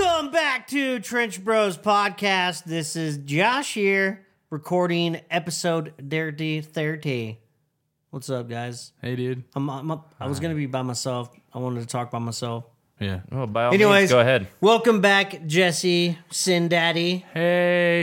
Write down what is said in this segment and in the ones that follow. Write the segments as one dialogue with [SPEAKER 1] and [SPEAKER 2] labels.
[SPEAKER 1] back to Trench Bros Podcast. This is Josh here, recording episode 30. 30. What's up, guys?
[SPEAKER 2] Hey, dude.
[SPEAKER 1] I'm, I'm up. I was going to be by myself. I wanted to talk by myself.
[SPEAKER 2] Yeah.
[SPEAKER 3] Well, by all
[SPEAKER 1] Anyways,
[SPEAKER 3] means, go ahead.
[SPEAKER 1] Welcome back, Jesse, Sin Daddy,
[SPEAKER 2] Hey.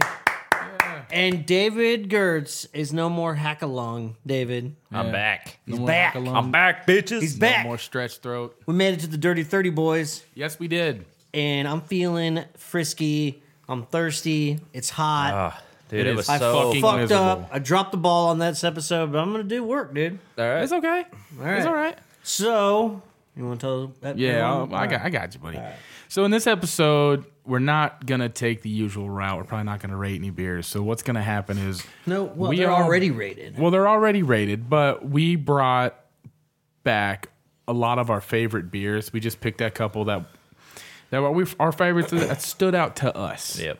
[SPEAKER 1] and David Gertz is no more hackalong, David.
[SPEAKER 3] I'm back.
[SPEAKER 2] He's
[SPEAKER 1] back.
[SPEAKER 3] I'm back, bitches.
[SPEAKER 1] He's
[SPEAKER 2] No
[SPEAKER 1] back.
[SPEAKER 2] more stretched throat.
[SPEAKER 1] We made it to the Dirty 30 Boys,
[SPEAKER 2] Yes, we did.
[SPEAKER 1] and I'm feeling frisky. I'm thirsty. It's hot.
[SPEAKER 3] Ah, dude,
[SPEAKER 2] It
[SPEAKER 3] it,
[SPEAKER 2] is
[SPEAKER 3] was
[SPEAKER 2] I
[SPEAKER 3] so.
[SPEAKER 2] fucking-
[SPEAKER 1] fucked
[SPEAKER 2] miserable.
[SPEAKER 1] up. I dropped the ball on this episode, but I'm gonna do work, dude.
[SPEAKER 3] all right.
[SPEAKER 2] It's okay.
[SPEAKER 1] right.
[SPEAKER 2] It's all right.
[SPEAKER 1] So you want to tell? That
[SPEAKER 2] Yeah, I'll-
[SPEAKER 1] everyone?
[SPEAKER 2] I got, I got you, buddy. So in this episode, we're not gonna take the usual route. We're probably not gonna rate any beers. So what's gonna happen is
[SPEAKER 1] no. Well,
[SPEAKER 2] we
[SPEAKER 1] they're
[SPEAKER 2] all-
[SPEAKER 1] already rated.
[SPEAKER 2] Well, they're already rated, but we brought back a lot of our favorite beers. We just picked a couple that that were we, our favorites that stood out to us.
[SPEAKER 3] Yep.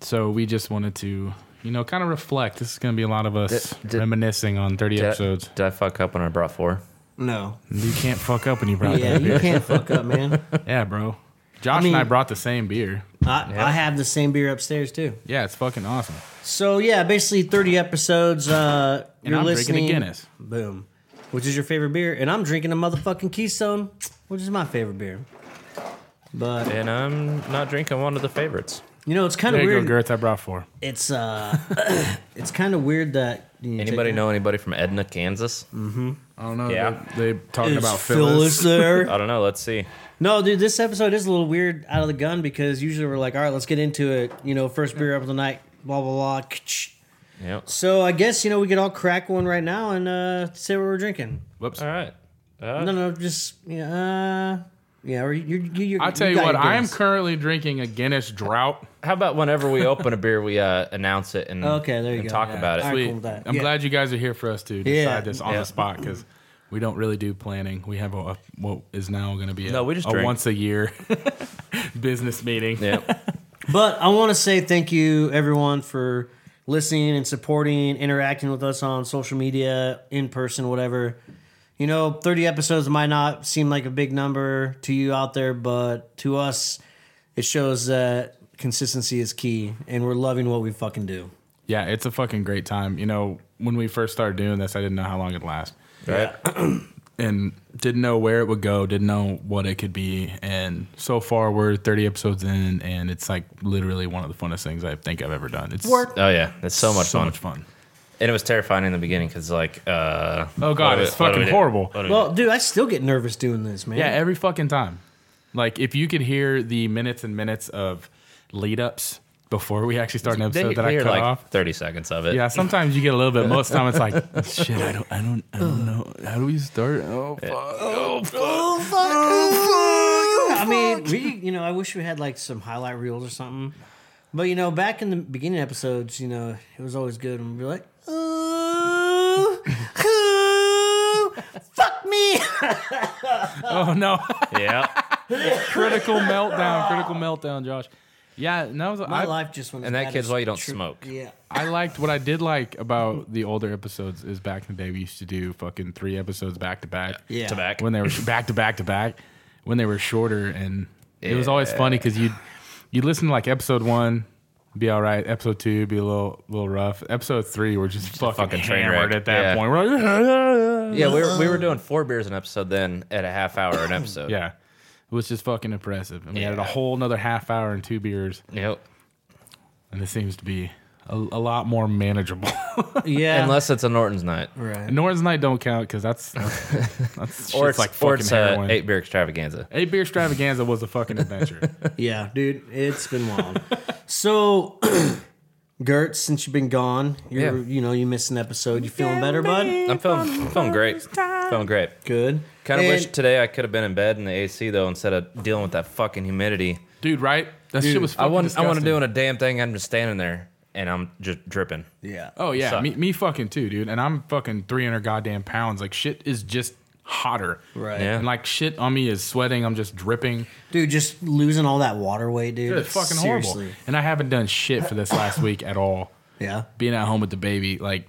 [SPEAKER 2] So we just wanted to, you know, kind of reflect. This is going to be a lot of us
[SPEAKER 3] Did- did-
[SPEAKER 2] reminiscing on 30
[SPEAKER 3] Did I,
[SPEAKER 2] episodes.
[SPEAKER 3] did I fuck up when I brought four?
[SPEAKER 1] No.
[SPEAKER 2] You can't fuck up when you brought
[SPEAKER 1] Yeah,
[SPEAKER 2] that
[SPEAKER 1] you
[SPEAKER 2] beer.
[SPEAKER 1] can't fuck up, man.
[SPEAKER 2] Yeah, bro. Josh and I
[SPEAKER 1] mean-
[SPEAKER 2] brought the same beer.
[SPEAKER 1] I, I have the same beer upstairs too.
[SPEAKER 2] Yeah, it's fucking awesome.
[SPEAKER 1] So yeah, basically 30 episodes. Uh,
[SPEAKER 2] And
[SPEAKER 1] you're
[SPEAKER 2] I'm
[SPEAKER 1] listening.
[SPEAKER 2] drinking a Guinness.
[SPEAKER 1] Boom. Which is your favorite beer? And I'm drinking a motherfucking Keystone, which is my favorite beer. But
[SPEAKER 3] And I'm not drinking one of the favorites.
[SPEAKER 1] you know, it's kind of
[SPEAKER 2] There you
[SPEAKER 1] weird.
[SPEAKER 2] go, Gertz. I brought four.
[SPEAKER 1] It's uh, it's kind of weird that you take
[SPEAKER 3] Anybody
[SPEAKER 1] that-
[SPEAKER 3] know anybody from Edna, Kansas?
[SPEAKER 2] I don't know.
[SPEAKER 3] Yeah.
[SPEAKER 2] They, they talking
[SPEAKER 1] Is
[SPEAKER 2] about
[SPEAKER 1] Phyllis
[SPEAKER 2] Phyllis.
[SPEAKER 1] there?
[SPEAKER 3] I don't know. Let's see.
[SPEAKER 1] No, dude, this episode is a little weird out of the gun because usually we're like, all right, let's get into it. You know, first beer up of the night, blah, blah, blah. Ka-ch.
[SPEAKER 3] Yep.
[SPEAKER 1] So I guess, you know, we could all crack one right now and uh, say what we're drinking.
[SPEAKER 2] Whoops.
[SPEAKER 3] All right. Uh,
[SPEAKER 1] No, no, just, yeah, uh, yeah, or you, you, you,
[SPEAKER 2] I'll tell you,
[SPEAKER 1] got
[SPEAKER 2] what,
[SPEAKER 1] your
[SPEAKER 2] I am
[SPEAKER 1] guess.
[SPEAKER 2] currently drinking a Guinness drought.
[SPEAKER 3] How about whenever we open a beer, we uh, announce it and
[SPEAKER 1] Okay, there you
[SPEAKER 3] and
[SPEAKER 1] go.
[SPEAKER 3] talk
[SPEAKER 1] Yeah.
[SPEAKER 3] about it.
[SPEAKER 1] All right.
[SPEAKER 2] Sweet.
[SPEAKER 1] cool with that.
[SPEAKER 2] I'm
[SPEAKER 1] Yeah.
[SPEAKER 2] glad you guys are here for us to decide
[SPEAKER 1] Yeah.
[SPEAKER 2] this on
[SPEAKER 3] Yeah.
[SPEAKER 2] the spot because we don't really do planning. We have a, a- what is now going to be a,
[SPEAKER 3] No, we just
[SPEAKER 2] a
[SPEAKER 3] drink.
[SPEAKER 2] once a year business meeting.
[SPEAKER 3] Yep.
[SPEAKER 1] But I want to say thank you, everyone, for listening and supporting, interacting with us on social media, in person, whatever. You know, 30 episodes might not seem like a big number to you out there, but to us, it shows that consistency is key and we're loving what we fucking do.
[SPEAKER 2] Yeah, it's a fucking great time. You know, when we first started doing this, I didn't know how long it'd last
[SPEAKER 3] Right.
[SPEAKER 2] and didn't know where it would go, didn't know what it could be. And so far, we're 30 episodes in, and it's like literally one of the funnest things I think I've ever done. It's
[SPEAKER 1] Work.
[SPEAKER 3] Oh yeah, it's so much
[SPEAKER 2] so
[SPEAKER 3] fun.
[SPEAKER 2] much fun.
[SPEAKER 3] And it was terrifying in the beginning because like, uh,
[SPEAKER 2] Oh,
[SPEAKER 3] what
[SPEAKER 2] God,
[SPEAKER 3] do we-
[SPEAKER 2] it's
[SPEAKER 3] what do we
[SPEAKER 2] fucking
[SPEAKER 3] do?
[SPEAKER 2] horrible.
[SPEAKER 3] What do we
[SPEAKER 1] Well, dude, I still get nervous doing this, man.
[SPEAKER 2] Yeah, every fucking time. Like if you could hear the minutes and minutes of lead ups before we actually start an
[SPEAKER 3] do? Then
[SPEAKER 2] episode
[SPEAKER 3] you
[SPEAKER 2] that I
[SPEAKER 3] hear
[SPEAKER 2] cut
[SPEAKER 3] like
[SPEAKER 2] off.
[SPEAKER 3] 30 seconds of it.
[SPEAKER 2] Yeah, sometimes you get a little bit. Most of the time it's like shit. I don't. I don't. I don't know. How do we start? Oh fuck. Oh fuck.
[SPEAKER 1] Oh, fuck. Oh, fuck. I mean, we, you know, I wish we had like some highlight reels or something. But you know, back in the beginning episodes, you know, it was always good and we'd be like, ooh, ooh, fuck me.
[SPEAKER 2] Oh no.
[SPEAKER 3] yeah.
[SPEAKER 2] critical meltdown. Critical meltdown, Josh. Yeah, and that was
[SPEAKER 1] My
[SPEAKER 2] I,
[SPEAKER 1] life just went.
[SPEAKER 3] And
[SPEAKER 1] as
[SPEAKER 3] that
[SPEAKER 1] bad
[SPEAKER 3] kid's
[SPEAKER 1] as
[SPEAKER 3] why you don't
[SPEAKER 1] tr-
[SPEAKER 3] smoke.
[SPEAKER 1] Yeah.
[SPEAKER 2] I liked what I did like about the older episodes is back in the day we used to do fucking three episodes back to back.
[SPEAKER 1] Yeah.
[SPEAKER 3] Tobacco.
[SPEAKER 2] when they were back to back to back when they were shorter and it was always funny because you you listen to like episode one be all right episode two be a little little rough episode three we're just, fucking,
[SPEAKER 3] fucking train
[SPEAKER 2] hammered
[SPEAKER 3] wreck.
[SPEAKER 2] at that
[SPEAKER 3] Yeah.
[SPEAKER 2] point we're like,
[SPEAKER 3] Yeah, we were, we were doing four beers an episode then at a half hour an episode.
[SPEAKER 2] yeah it was just fucking impressive and we had a
[SPEAKER 3] Yeah.
[SPEAKER 2] whole another half hour and two beers
[SPEAKER 3] Yep.
[SPEAKER 2] and it seems to be a, a lot more manageable
[SPEAKER 1] Yeah.
[SPEAKER 3] Unless it's a Norton's night.
[SPEAKER 1] right.
[SPEAKER 2] Norton's night don't count because that's that's, that's
[SPEAKER 3] Or
[SPEAKER 2] shit's
[SPEAKER 3] it's
[SPEAKER 2] like
[SPEAKER 3] like
[SPEAKER 2] fucking
[SPEAKER 3] or it's a
[SPEAKER 2] heroin.
[SPEAKER 3] eight beer extravaganza.
[SPEAKER 2] Eight beer extravaganza was a fucking adventure.
[SPEAKER 1] Yeah, dude, it's been wild. so, Gertz, since you've been gone, you're,
[SPEAKER 3] Yeah.
[SPEAKER 1] you know, you missed an episode. You feeling better, bud?
[SPEAKER 3] I'm feeling, I'm feeling great. Feeling great.
[SPEAKER 1] Good.
[SPEAKER 3] Kind of
[SPEAKER 1] And-
[SPEAKER 3] wish today I could have been in bed in the AC though instead of dealing with that fucking humidity.
[SPEAKER 2] Dude, right? That shit was
[SPEAKER 3] I
[SPEAKER 2] fucking
[SPEAKER 3] wasn't I wasn't
[SPEAKER 2] disgusting.
[SPEAKER 3] doing a damn thing. I'm just standing there and I'm just dripping.
[SPEAKER 1] Yeah.
[SPEAKER 2] Oh yeah,
[SPEAKER 3] Suck.
[SPEAKER 2] me, me fucking too, dude. And I'm fucking 300 goddamn pounds. Like shit is just hotter.
[SPEAKER 1] Right.
[SPEAKER 3] Yeah.
[SPEAKER 2] And like shit on me is sweating. I'm just dripping.
[SPEAKER 1] Dude, just losing all that water weight, dude.
[SPEAKER 2] It's fucking
[SPEAKER 1] Seriously.
[SPEAKER 2] horrible. And I haven't done shit for this last week at all.
[SPEAKER 1] Yeah.
[SPEAKER 2] Being at home with the baby, like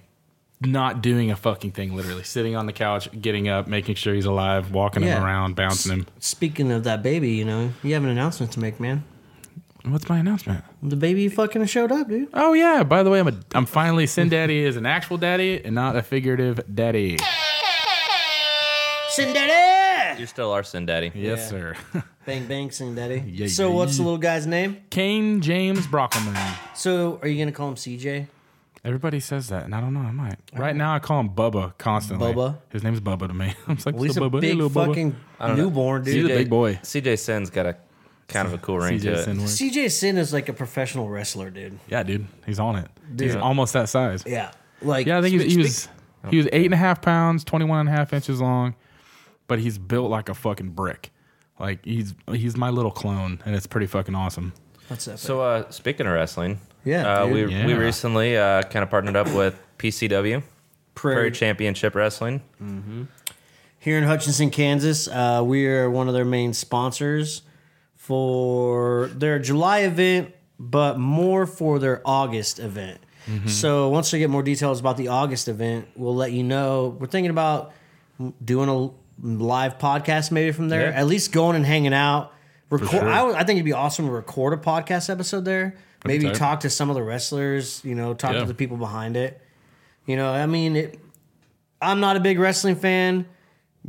[SPEAKER 2] not doing a fucking thing. Literally sitting on the couch, getting up, making sure he's alive, walking
[SPEAKER 1] Yeah.
[SPEAKER 2] him around, bouncing him.
[SPEAKER 1] Speaking of that baby, you know, you have an announcement to make, man.
[SPEAKER 2] What's my announcement?
[SPEAKER 1] The baby fucking showed up, dude.
[SPEAKER 2] Oh yeah. By the way, I'm a, I'm finally Sin Daddy is an actual daddy and not a figurative daddy.
[SPEAKER 1] Sin daddy.
[SPEAKER 3] You still are Sin Daddy.
[SPEAKER 2] Yes,
[SPEAKER 1] Yeah.
[SPEAKER 2] sir.
[SPEAKER 1] Bang bang, sin daddy.
[SPEAKER 2] Yeah,
[SPEAKER 1] so
[SPEAKER 2] yeah,
[SPEAKER 1] what's the
[SPEAKER 2] yeah.
[SPEAKER 1] little guy's name?
[SPEAKER 2] Kane James Brockelman.
[SPEAKER 1] So are you gonna call him CJ?
[SPEAKER 2] Everybody says that, and I don't know. I might. Right now, I call him Bubba constantly.
[SPEAKER 1] Bubba?
[SPEAKER 2] His name's Bubba to me. I'm like,
[SPEAKER 1] Well, he's
[SPEAKER 2] "Little
[SPEAKER 1] a
[SPEAKER 2] Bubba, hey,
[SPEAKER 1] big
[SPEAKER 2] little Bubba."
[SPEAKER 1] fucking newborn,
[SPEAKER 2] He's a
[SPEAKER 1] dude.
[SPEAKER 2] big boy.
[SPEAKER 3] CJ Sin's got a kind of a cool ring
[SPEAKER 2] CJ
[SPEAKER 3] to it.
[SPEAKER 2] Sin works.
[SPEAKER 1] CJ Sin is like a professional wrestler, dude.
[SPEAKER 2] Yeah, dude, he's on it. He's
[SPEAKER 1] Dude.
[SPEAKER 2] almost that size.
[SPEAKER 1] Yeah.
[SPEAKER 2] Yeah,
[SPEAKER 1] Like
[SPEAKER 2] I think he was
[SPEAKER 3] Speak-
[SPEAKER 2] he was, he was eight and a half pounds, 21 and a half inches long, but he's built like a fucking brick. Like he's he's my little clone, and it's pretty fucking awesome.
[SPEAKER 1] what's that?
[SPEAKER 3] So uh, speaking of wrestling,
[SPEAKER 1] Yeah,
[SPEAKER 3] uh,
[SPEAKER 1] dude.
[SPEAKER 3] we we
[SPEAKER 2] Yeah.
[SPEAKER 3] recently uh, kind of partnered up with PCW
[SPEAKER 1] Prairie,
[SPEAKER 3] Prairie Championship Wrestling.
[SPEAKER 1] here in Hutchinson, Kansas. Uh, we are one of their main sponsors for their July event, but more for their August event.
[SPEAKER 2] Mm-hmm.
[SPEAKER 1] So once we get more details about the August event, we'll let you know. We're thinking about doing a live podcast maybe from there.
[SPEAKER 3] Yeah.
[SPEAKER 1] At least going and hanging out. Record.
[SPEAKER 2] sure.
[SPEAKER 1] I, would- I think it'd be awesome to record a podcast episode there.
[SPEAKER 2] be
[SPEAKER 1] Maybe
[SPEAKER 2] tight.
[SPEAKER 1] talk to some of the wrestlers. You know, talk
[SPEAKER 2] Yeah.
[SPEAKER 1] to the people behind it. You know, I mean, it, I'm not a big wrestling fan.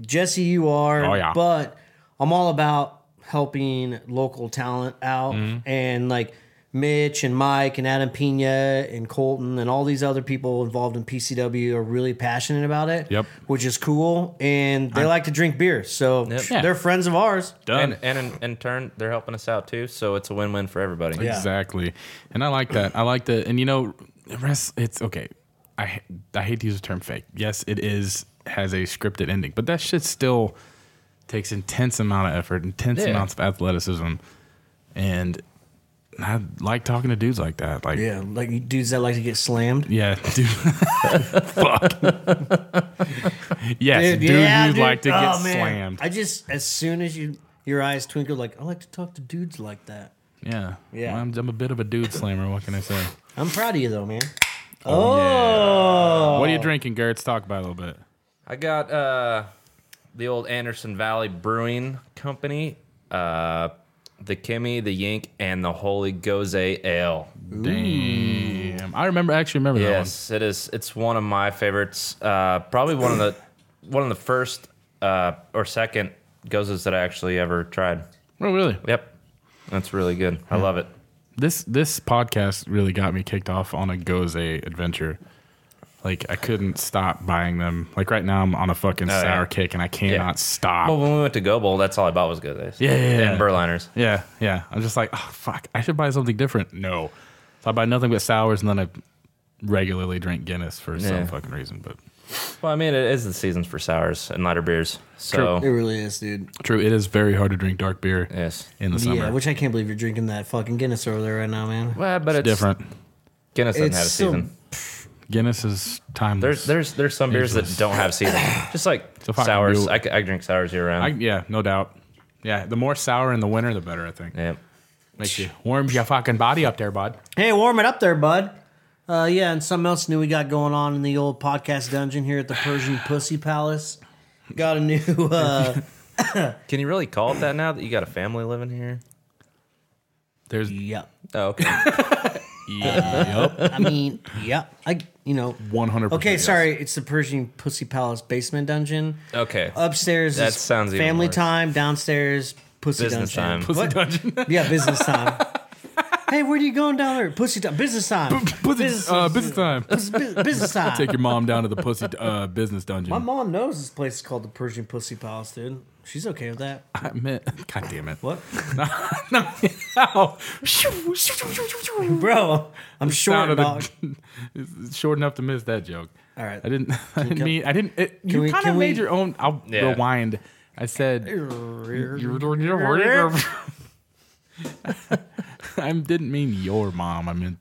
[SPEAKER 1] Jesse, you are.
[SPEAKER 2] Oh, yeah.
[SPEAKER 1] But I'm all about helping local talent out.
[SPEAKER 2] Mm-hmm.
[SPEAKER 1] And like Mitch and Mike and Adam Pena and Colton and all these other people involved in PCW are really passionate about it.
[SPEAKER 2] Yep.
[SPEAKER 1] Which is cool. And they like to drink beer. So
[SPEAKER 2] Yeah.
[SPEAKER 1] they're friends of ours.
[SPEAKER 2] Done.
[SPEAKER 3] And, and in, in turn, they're helping us out too, so it's a win-win for everybody.
[SPEAKER 1] Yeah.
[SPEAKER 2] Exactly. And I like that. I like that. And you know, rest. It's okay. I ha- I hate to use the term fake. Yes, it is has a scripted ending, but that shit still takes intense amount of effort, intense
[SPEAKER 3] Yeah.
[SPEAKER 2] amounts of athleticism, and I like talking to dudes like that. Like,
[SPEAKER 1] Yeah. Like dudes that like to get slammed.
[SPEAKER 2] yeah, dude. Fuck. yes, dude, you'd like to
[SPEAKER 1] Oh,
[SPEAKER 2] get
[SPEAKER 1] man.
[SPEAKER 2] slammed.
[SPEAKER 1] I just, as soon as you, your eyes twinkle, like, I like to talk to dudes like that.
[SPEAKER 2] yeah,
[SPEAKER 1] Yeah.
[SPEAKER 2] Well, I'm, I'm a bit of a dude slammer. What can I say?
[SPEAKER 1] I'm proud of you though, man.
[SPEAKER 2] Oh,
[SPEAKER 1] Oh,
[SPEAKER 2] What are you drinking, Gertz? Talk about it a little bit.
[SPEAKER 3] I got uh, the old Anderson Valley Brewing Company, uh, the Kimmy, the Yink, and the Holy Goze Ale.
[SPEAKER 2] Damn. I remember I actually remember
[SPEAKER 3] Yes, it is. It's one of my favorites. Uh, probably one of the one of the first uh, or second gozes that I actually ever tried.
[SPEAKER 2] that one. Oh really?
[SPEAKER 3] Yep, that's really good. I
[SPEAKER 1] Hmm.
[SPEAKER 3] love it.
[SPEAKER 2] This this podcast really got me kicked off on a goze adventure. Like I couldn't stop buying them. Like right now I'm on a fucking
[SPEAKER 3] Oh, yeah.
[SPEAKER 2] sour kick and I cannot stop.
[SPEAKER 3] Well, when we went to Go Bowl, that's all I bought was gozes.
[SPEAKER 2] Yeah, yeah, yeah.
[SPEAKER 3] and Burliners.
[SPEAKER 2] yeah, yeah. I'm just like, oh fuck, I should buy something different. No. So I buy nothing but sours and then I regularly drink Guinness for
[SPEAKER 3] Yeah.
[SPEAKER 2] some fucking reason. But
[SPEAKER 3] Well, I mean, it is the seasons for sours and lighter beers. So
[SPEAKER 1] It really is, dude.
[SPEAKER 2] true, it is very hard to drink dark beer
[SPEAKER 3] yes,
[SPEAKER 2] in the summer.
[SPEAKER 1] Yeah, which I can't believe you're drinking that fucking Guinness over there right now, man.
[SPEAKER 3] well, but it's,
[SPEAKER 2] different.
[SPEAKER 3] Guinness doesn't
[SPEAKER 1] It's
[SPEAKER 3] have a
[SPEAKER 1] so-
[SPEAKER 3] season.
[SPEAKER 2] Guinness is timeless.
[SPEAKER 3] There's there's there's some beers that don't have season. Just like
[SPEAKER 2] So fucking
[SPEAKER 3] sours,
[SPEAKER 2] do-
[SPEAKER 3] I, c- I drink sours year
[SPEAKER 2] I,
[SPEAKER 3] round.
[SPEAKER 2] yeah, no doubt. Yeah, the more sour in the winter, the better. I think
[SPEAKER 3] yeah.
[SPEAKER 2] makes you warms your fucking body up there, bud.
[SPEAKER 1] Hey, warm it up there, bud. Uh, yeah, and something else new we got going on in the old podcast dungeon here at the Persian Pussy Palace. Got a new. Uh,
[SPEAKER 3] Can you really call it that now that you got a family living here?
[SPEAKER 2] There's
[SPEAKER 1] yep.
[SPEAKER 3] Oh, okay.
[SPEAKER 2] yep,
[SPEAKER 1] I mean, yep. I, you know.
[SPEAKER 2] one hundred.
[SPEAKER 1] Okay, sorry. It's the Persian Pussy Palace basement dungeon. Uh,
[SPEAKER 3] okay.
[SPEAKER 1] Upstairs
[SPEAKER 3] That
[SPEAKER 1] is
[SPEAKER 3] sounds even
[SPEAKER 1] family
[SPEAKER 3] worse.
[SPEAKER 1] time. Downstairs, pussy
[SPEAKER 3] Business
[SPEAKER 1] dungeon.
[SPEAKER 3] time.
[SPEAKER 2] Pussy dungeon.
[SPEAKER 1] Yeah, business time. hey, where are you going down there? Pussy time. Business time.
[SPEAKER 2] Pussy, uh, business time.
[SPEAKER 1] Bus- bu- business time.
[SPEAKER 2] Take your mom down to the pussy uh, business
[SPEAKER 1] My
[SPEAKER 2] dungeon.
[SPEAKER 1] mom knows this place is called the Persian Pussy Palace, dude. She's okay with that.
[SPEAKER 2] I meant, God damn it.
[SPEAKER 1] What?
[SPEAKER 2] Ow.
[SPEAKER 1] Bro, I'm
[SPEAKER 2] Sounded
[SPEAKER 1] short,
[SPEAKER 2] a-
[SPEAKER 1] dog.
[SPEAKER 2] It's short enough to miss that joke.
[SPEAKER 1] All right.
[SPEAKER 2] I didn't. I didn't
[SPEAKER 1] come-
[SPEAKER 2] mean. I didn't. It, you
[SPEAKER 1] we-
[SPEAKER 2] kind of
[SPEAKER 1] can
[SPEAKER 2] made
[SPEAKER 1] we-
[SPEAKER 2] your own. I'll
[SPEAKER 3] Yeah.
[SPEAKER 2] rewind. I said. I didn't mean your mom. I meant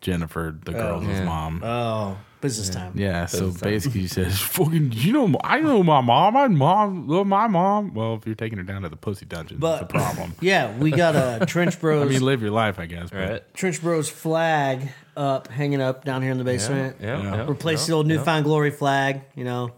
[SPEAKER 2] Jennifer, the girl's
[SPEAKER 3] Yeah. Uh,
[SPEAKER 2] mom.
[SPEAKER 1] Oh, business time.
[SPEAKER 2] yeah. So basically, she says, "Fucking, you know, I know my mom. My mom, love my mom." Well, if you're taking her down to the pussy dungeon, that's a
[SPEAKER 1] But-
[SPEAKER 2] problem.
[SPEAKER 1] Yeah, we got a Trench Bros.
[SPEAKER 2] I mean, live your life, I guess. But
[SPEAKER 3] Right.
[SPEAKER 1] Trench Bros flag up, hanging up down here in the basement.
[SPEAKER 3] Yeah.
[SPEAKER 2] Yeah.
[SPEAKER 3] yeah.
[SPEAKER 1] Replace
[SPEAKER 3] yeah,
[SPEAKER 1] the old
[SPEAKER 3] yeah.
[SPEAKER 1] Newfound Glory flag. You know,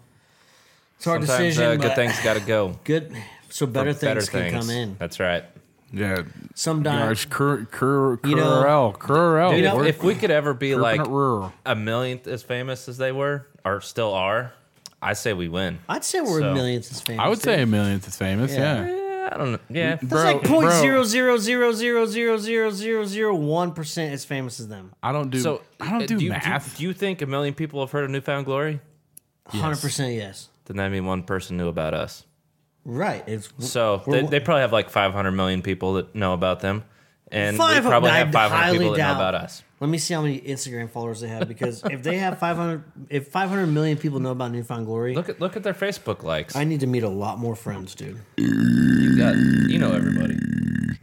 [SPEAKER 1] it's a hard
[SPEAKER 3] Sometimes
[SPEAKER 1] decision.
[SPEAKER 3] uh,
[SPEAKER 1] but
[SPEAKER 3] good things got to go.
[SPEAKER 1] Good. So better
[SPEAKER 3] For
[SPEAKER 1] things can come in.
[SPEAKER 3] That's right.
[SPEAKER 2] Yeah.
[SPEAKER 1] sometime.
[SPEAKER 2] Yards. Cur, cur, curl,
[SPEAKER 1] You know-
[SPEAKER 2] curl.
[SPEAKER 3] Uh, You know,
[SPEAKER 2] We're
[SPEAKER 3] if we could ever be
[SPEAKER 2] curving
[SPEAKER 3] like
[SPEAKER 2] it rural.
[SPEAKER 3] a millionth as famous as they were, or still are, I say we win.
[SPEAKER 1] I'd say we're
[SPEAKER 3] So,
[SPEAKER 1] millions as famous.
[SPEAKER 2] I would
[SPEAKER 1] dude.
[SPEAKER 2] say a millionth is famous.
[SPEAKER 1] Yeah.
[SPEAKER 2] Yeah.
[SPEAKER 3] Yeah, I don't know. Yeah,
[SPEAKER 1] That's
[SPEAKER 2] Bro,
[SPEAKER 1] like point
[SPEAKER 2] bro.
[SPEAKER 1] zero zero zero zero zero zero zero zero one percent as famous as them.
[SPEAKER 2] I don't do.
[SPEAKER 3] So
[SPEAKER 2] I don't
[SPEAKER 3] uh,
[SPEAKER 2] do,
[SPEAKER 3] you-
[SPEAKER 2] math.
[SPEAKER 3] Do you think a million people have heard of Newfound Glory?
[SPEAKER 1] Hundred percent yes.
[SPEAKER 3] Then that mean one person knew about us.
[SPEAKER 1] Right. It's
[SPEAKER 3] So
[SPEAKER 1] We're-
[SPEAKER 3] they, they probably have like 500 million people that know about them, and we
[SPEAKER 1] 500
[SPEAKER 3] probably have
[SPEAKER 1] I
[SPEAKER 3] 500 people
[SPEAKER 1] highly
[SPEAKER 3] that
[SPEAKER 1] doubt.
[SPEAKER 3] know about us.
[SPEAKER 1] Let me see how many Instagram followers they have because if they have 500, if 500 million people know about Newfound Glory,
[SPEAKER 3] Look at look at their Facebook likes.
[SPEAKER 1] I need to meet a lot more friends, dude.
[SPEAKER 3] you, got, you know everybody.